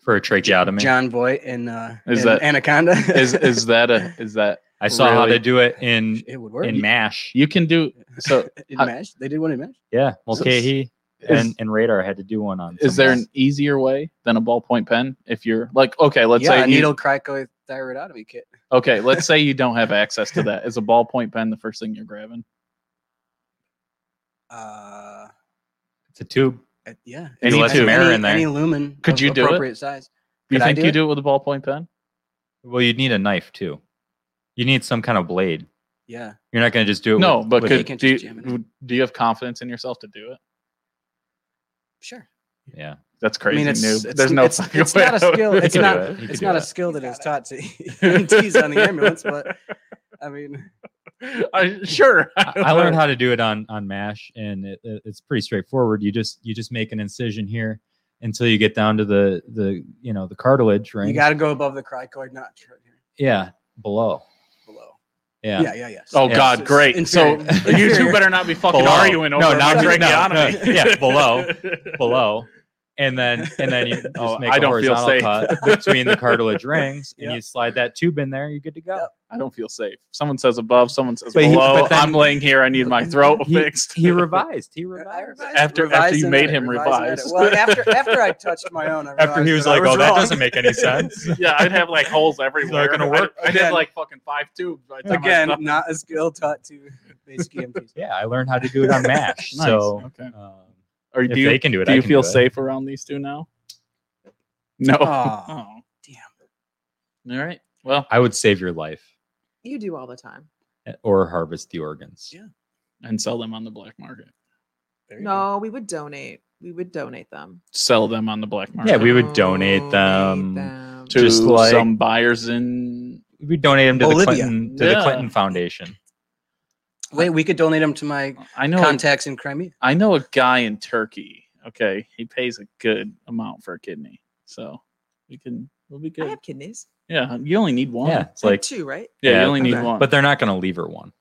Speaker 2: for a tracheotomy.
Speaker 3: John Voight and uh,
Speaker 1: Is
Speaker 3: in
Speaker 1: that-
Speaker 3: Anaconda
Speaker 1: is is that a is that
Speaker 2: I saw how
Speaker 1: Really?
Speaker 2: to do it in
Speaker 3: it would work
Speaker 2: in Mash.
Speaker 1: you can do so?
Speaker 3: in
Speaker 1: I-
Speaker 3: Mash. They did one in Mash.
Speaker 2: Yeah,
Speaker 1: So-
Speaker 2: Mulcahy
Speaker 1: Is,
Speaker 2: and, and Radar had to do one on.
Speaker 1: is there
Speaker 2: somebody.
Speaker 1: an easier way than a ballpoint pen? If you're like, okay, let's
Speaker 3: yeah,
Speaker 1: say
Speaker 3: a
Speaker 1: you-
Speaker 3: needle cricothyroidotomy kit.
Speaker 1: okay, let's say you don't have access to that. Is a ballpoint pen the first thing you're grabbing?
Speaker 3: Uh,
Speaker 2: It's a tube.
Speaker 3: uh, yeah,
Speaker 1: Any
Speaker 3: less
Speaker 1: tube.
Speaker 2: air
Speaker 3: any,
Speaker 2: in there.
Speaker 3: any lumen.
Speaker 1: Could
Speaker 3: of
Speaker 1: you do it?
Speaker 3: appropriate size?
Speaker 1: Do you
Speaker 3: Could I
Speaker 1: think
Speaker 3: do
Speaker 1: you
Speaker 3: it?
Speaker 1: do it with a ballpoint pen?
Speaker 2: Well, you'd need a knife too. You need some kind of blade.
Speaker 3: Yeah,
Speaker 2: You're not going to just do it.
Speaker 1: No,
Speaker 2: with-
Speaker 1: but
Speaker 2: with
Speaker 3: you
Speaker 1: could
Speaker 3: can't
Speaker 1: do
Speaker 3: just jam it
Speaker 1: you, do you have confidence in yourself to do it?
Speaker 3: sure.
Speaker 2: a- yeah.
Speaker 1: That's crazy.
Speaker 3: I mean, it's,
Speaker 1: noob.
Speaker 3: it's
Speaker 1: There's no.
Speaker 3: it's,
Speaker 1: fucking
Speaker 3: it's
Speaker 1: way
Speaker 3: not a
Speaker 1: I would
Speaker 3: skill.
Speaker 1: do
Speaker 3: It's
Speaker 2: could
Speaker 1: it.
Speaker 3: not
Speaker 2: do it. You could
Speaker 3: it's
Speaker 2: do
Speaker 3: not a
Speaker 2: it.
Speaker 3: skill that
Speaker 5: He's
Speaker 3: is taught to EMTs on the ambulance, but I mean,
Speaker 1: I, sure.
Speaker 2: I I learned how to do it on on Mash, and it, it- it's pretty straightforward. You just you just make an incision here until you get down to the the you know the cartilage, right?
Speaker 3: You got to go above the cricoid notch right here
Speaker 2: yeah, below.
Speaker 3: below.
Speaker 2: Yeah.
Speaker 3: Yeah, yeah, yeah.
Speaker 1: Oh
Speaker 2: Yeah.
Speaker 1: God,
Speaker 3: It's
Speaker 1: great!
Speaker 3: inferior.
Speaker 1: So you two
Speaker 3: Inferior.
Speaker 1: better not be fucking
Speaker 2: Below.
Speaker 1: arguing
Speaker 2: No,
Speaker 1: over
Speaker 2: not-
Speaker 3: no, no,
Speaker 1: tracheotomy.
Speaker 2: yeah, below. below, and then and then you just
Speaker 1: Oh,
Speaker 2: make
Speaker 1: I
Speaker 2: a
Speaker 1: don't feel
Speaker 2: horizontal
Speaker 1: safe.
Speaker 2: cut between the cartilage rings, and
Speaker 3: Yeah.
Speaker 2: you slide that tube in there. You're good to go.
Speaker 1: I don't feel safe. Someone says above. Someone says
Speaker 2: But he-
Speaker 1: below.
Speaker 2: but then-
Speaker 1: I'm laying here. I need my throat
Speaker 2: He-
Speaker 1: fixed.
Speaker 2: He revised. He
Speaker 3: I
Speaker 2: revised.
Speaker 1: After-
Speaker 3: revised-
Speaker 1: after
Speaker 3: revised
Speaker 1: you
Speaker 3: and
Speaker 1: made
Speaker 3: edit,
Speaker 1: him
Speaker 3: revised and
Speaker 1: revise.
Speaker 3: edit. Well, after after I touched my own, I
Speaker 2: After he was
Speaker 3: realized
Speaker 2: like,
Speaker 3: that I
Speaker 2: "Oh, that
Speaker 3: wrong."
Speaker 2: doesn't make any sense."
Speaker 1: yeah, I'd have like holes everywhere.
Speaker 2: gonna work.
Speaker 1: I, I did
Speaker 3: Again.
Speaker 1: like fucking five tubes. By the time I
Speaker 3: again,
Speaker 1: stopped.
Speaker 3: not a skill taught to basic E EMTs.
Speaker 2: Yeah, I learned how to do it on Mash.
Speaker 1: Nice.
Speaker 2: So,
Speaker 1: okay.
Speaker 2: um,
Speaker 1: Or
Speaker 2: if
Speaker 1: do you
Speaker 2: they can do it,
Speaker 1: do
Speaker 2: I
Speaker 1: you
Speaker 2: can
Speaker 1: feel
Speaker 2: do it.
Speaker 1: safe around these two now? No.
Speaker 3: Aw,
Speaker 1: Oh.
Speaker 3: damn.
Speaker 1: All right. Well,
Speaker 2: I would save your life
Speaker 5: You do all the time.
Speaker 2: eh, or harvest the organs.
Speaker 3: Yeah.
Speaker 1: and sell them on the black market.
Speaker 3: There you go.
Speaker 5: No, we would donate. We would donate them.
Speaker 1: Sell them on the black market.
Speaker 2: Yeah, we would donate them
Speaker 5: them.
Speaker 1: to
Speaker 2: just like-
Speaker 1: some buyers in.
Speaker 2: We donate them to the
Speaker 3: Bolivia.
Speaker 2: Clinton to
Speaker 1: Yeah.
Speaker 2: the Clinton Foundation.
Speaker 3: Wait, we could donate them to my
Speaker 1: I know.
Speaker 3: contacts in Crimea.
Speaker 1: I know a guy in Turkey. Okay, he pays a good amount for a kidney, so we can we'll be
Speaker 5: I
Speaker 1: good.
Speaker 5: have kidneys.
Speaker 1: Yeah, you only need one.
Speaker 2: Yeah,
Speaker 1: Yeah,
Speaker 2: it's
Speaker 5: I have
Speaker 2: like,
Speaker 5: two, right?
Speaker 1: yeah,
Speaker 2: Yeah,
Speaker 1: you only need
Speaker 5: okay.
Speaker 1: one.
Speaker 2: but they're not going to leave her one.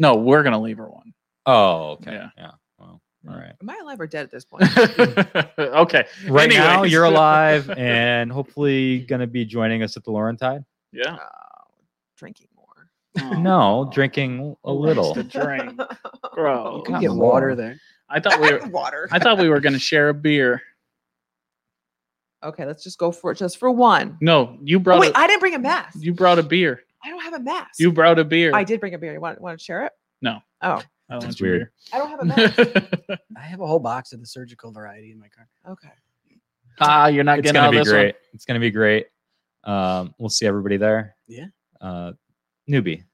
Speaker 1: no, we're gonna leave her one.
Speaker 2: Oh, okay.
Speaker 1: Yeah.
Speaker 2: Yeah. Well, all right.
Speaker 5: Am I alive or dead at this point?
Speaker 1: okay,
Speaker 2: Right now,
Speaker 1: Anyways.
Speaker 2: you're alive and hopefully going to be joining us at the Laurentide.
Speaker 1: yeah.
Speaker 5: Oh, drinking more.
Speaker 2: No, Oh, drinking a little.
Speaker 1: The drink, bro.
Speaker 5: You
Speaker 3: Could
Speaker 2: Not
Speaker 3: get
Speaker 2: more.
Speaker 3: water there.
Speaker 1: Oh, I thought we were.
Speaker 5: water.
Speaker 1: I thought we were gonna share a beer.
Speaker 5: Okay, let's just go for it, just for one.
Speaker 1: No, you
Speaker 5: Oh,
Speaker 1: brought.
Speaker 5: wait,
Speaker 1: a,
Speaker 5: I didn't bring a mask.
Speaker 1: you brought a beer.
Speaker 5: I don't have a mask.
Speaker 1: You brought a beer. Oh,
Speaker 5: I did bring a beer. You want, want to share it?
Speaker 1: No.
Speaker 5: Oh,
Speaker 1: I don't want
Speaker 2: That's
Speaker 1: your
Speaker 2: weird.
Speaker 5: I don't have a mask.
Speaker 1: beer.
Speaker 3: I have a whole box of the surgical variety in my car.
Speaker 5: okay.
Speaker 1: ah, you're not
Speaker 2: it's
Speaker 1: getting out
Speaker 2: gonna
Speaker 1: of
Speaker 2: be
Speaker 1: this
Speaker 2: great.
Speaker 1: one.
Speaker 2: It's gonna be great. Um, we'll see everybody there.
Speaker 3: Yeah.
Speaker 2: Uh, newbie,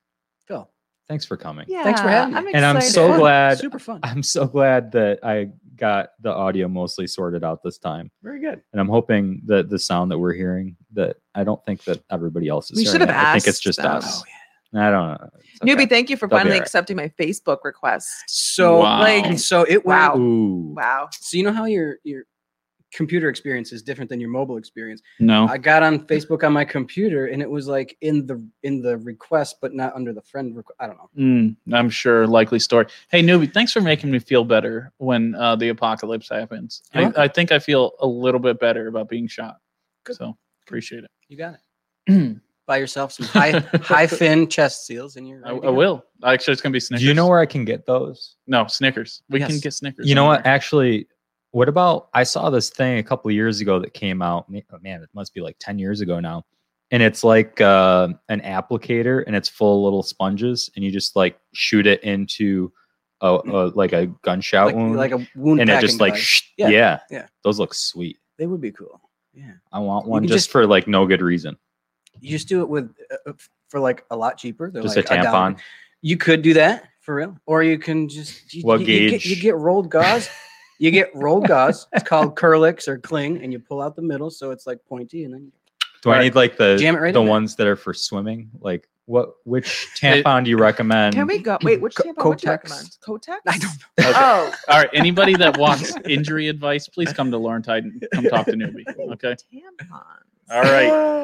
Speaker 3: Phil,
Speaker 2: thanks for coming.
Speaker 5: Yeah.
Speaker 3: Thanks for having
Speaker 5: I'm
Speaker 3: me.
Speaker 5: excited.
Speaker 2: And I'm so
Speaker 3: Fun.
Speaker 2: glad.
Speaker 3: super fun.
Speaker 2: I'm so glad that I got the audio mostly sorted out this time,
Speaker 3: Very good.
Speaker 2: and I'm hoping that the sound that we're hearing that I don't think that everybody else is.
Speaker 5: We
Speaker 2: hearing
Speaker 5: should have
Speaker 2: it. I think it's
Speaker 5: asked
Speaker 2: just
Speaker 5: them.
Speaker 2: us. I don't know. It's
Speaker 5: Newbie,
Speaker 2: okay.
Speaker 5: thank you for
Speaker 2: They'll be
Speaker 5: finally
Speaker 2: all right.
Speaker 5: accepting my Facebook request.
Speaker 3: So
Speaker 1: Wow.
Speaker 3: like so it went
Speaker 5: Wow.
Speaker 2: Ooh.
Speaker 5: Wow.
Speaker 3: So you know how your your computer experience is different than your mobile experience.
Speaker 1: No.
Speaker 3: I got on Facebook on my computer and it was like in the in the request, but not under the friend request. I don't know.
Speaker 1: Mm, I'm sure likely story. Hey, newbie, thanks for making me feel better when uh, the apocalypse happens.
Speaker 3: You're
Speaker 1: I,
Speaker 3: welcome.
Speaker 1: I think I feel a little bit better about being shot.
Speaker 3: Good.
Speaker 1: So appreciate
Speaker 3: You got it.
Speaker 1: it.
Speaker 3: Buy yourself some high high fin chest seals and you're
Speaker 1: I,
Speaker 3: ready to
Speaker 1: I
Speaker 3: go.
Speaker 1: will. Actually, it's gonna be
Speaker 2: Do
Speaker 1: Snickers.
Speaker 2: you know where I can get those?
Speaker 1: No, Snickers. We can
Speaker 3: Yes.
Speaker 1: get Snickers.
Speaker 2: You know what?
Speaker 1: anywhere.
Speaker 2: Actually, what about I saw this thing a couple of years ago that came out. ma- oh, Man, it must be like ten years ago now. And it's like uh, an applicator, and it's full of little sponges, and you just like shoot it into a, a like a gunshot
Speaker 3: Like,
Speaker 2: wound,
Speaker 3: like a wound
Speaker 2: and it
Speaker 3: packing
Speaker 2: just like
Speaker 3: device.
Speaker 2: sh- yeah,
Speaker 3: Yeah,
Speaker 2: yeah,
Speaker 3: yeah.
Speaker 2: Those look sweet.
Speaker 3: they would be cool. Yeah.
Speaker 2: I want one
Speaker 3: can
Speaker 2: just,
Speaker 3: just-
Speaker 2: for like no good reason.
Speaker 3: You just do it with uh, uh, f- for like a lot cheaper. They're
Speaker 2: Just
Speaker 3: like
Speaker 2: a tampon.
Speaker 3: dollar. You could do that for real, or you can just you,
Speaker 2: What
Speaker 3: you- you get,
Speaker 2: gauge?
Speaker 3: you get rolled gauze. you get rolled gauze. It's called curlix or cling, and you pull out the middle, so it's like pointy, and then
Speaker 2: Do I
Speaker 1: Right.
Speaker 2: need like the
Speaker 3: Jam it right
Speaker 2: the
Speaker 3: in there.
Speaker 2: ones that are for swimming? Like what? Which tampon do you recommend?
Speaker 5: Can we go? Wait, which
Speaker 3: Co-
Speaker 5: tampon would you
Speaker 3: Kotex.
Speaker 5: recommend? Kotex?
Speaker 3: I don't know.
Speaker 1: Okay.
Speaker 5: Oh,
Speaker 1: All right. Anybody that wants injury advice, please come to Laurentide and come talk to newbie. Okay.
Speaker 5: Oh, tampons.
Speaker 1: All right.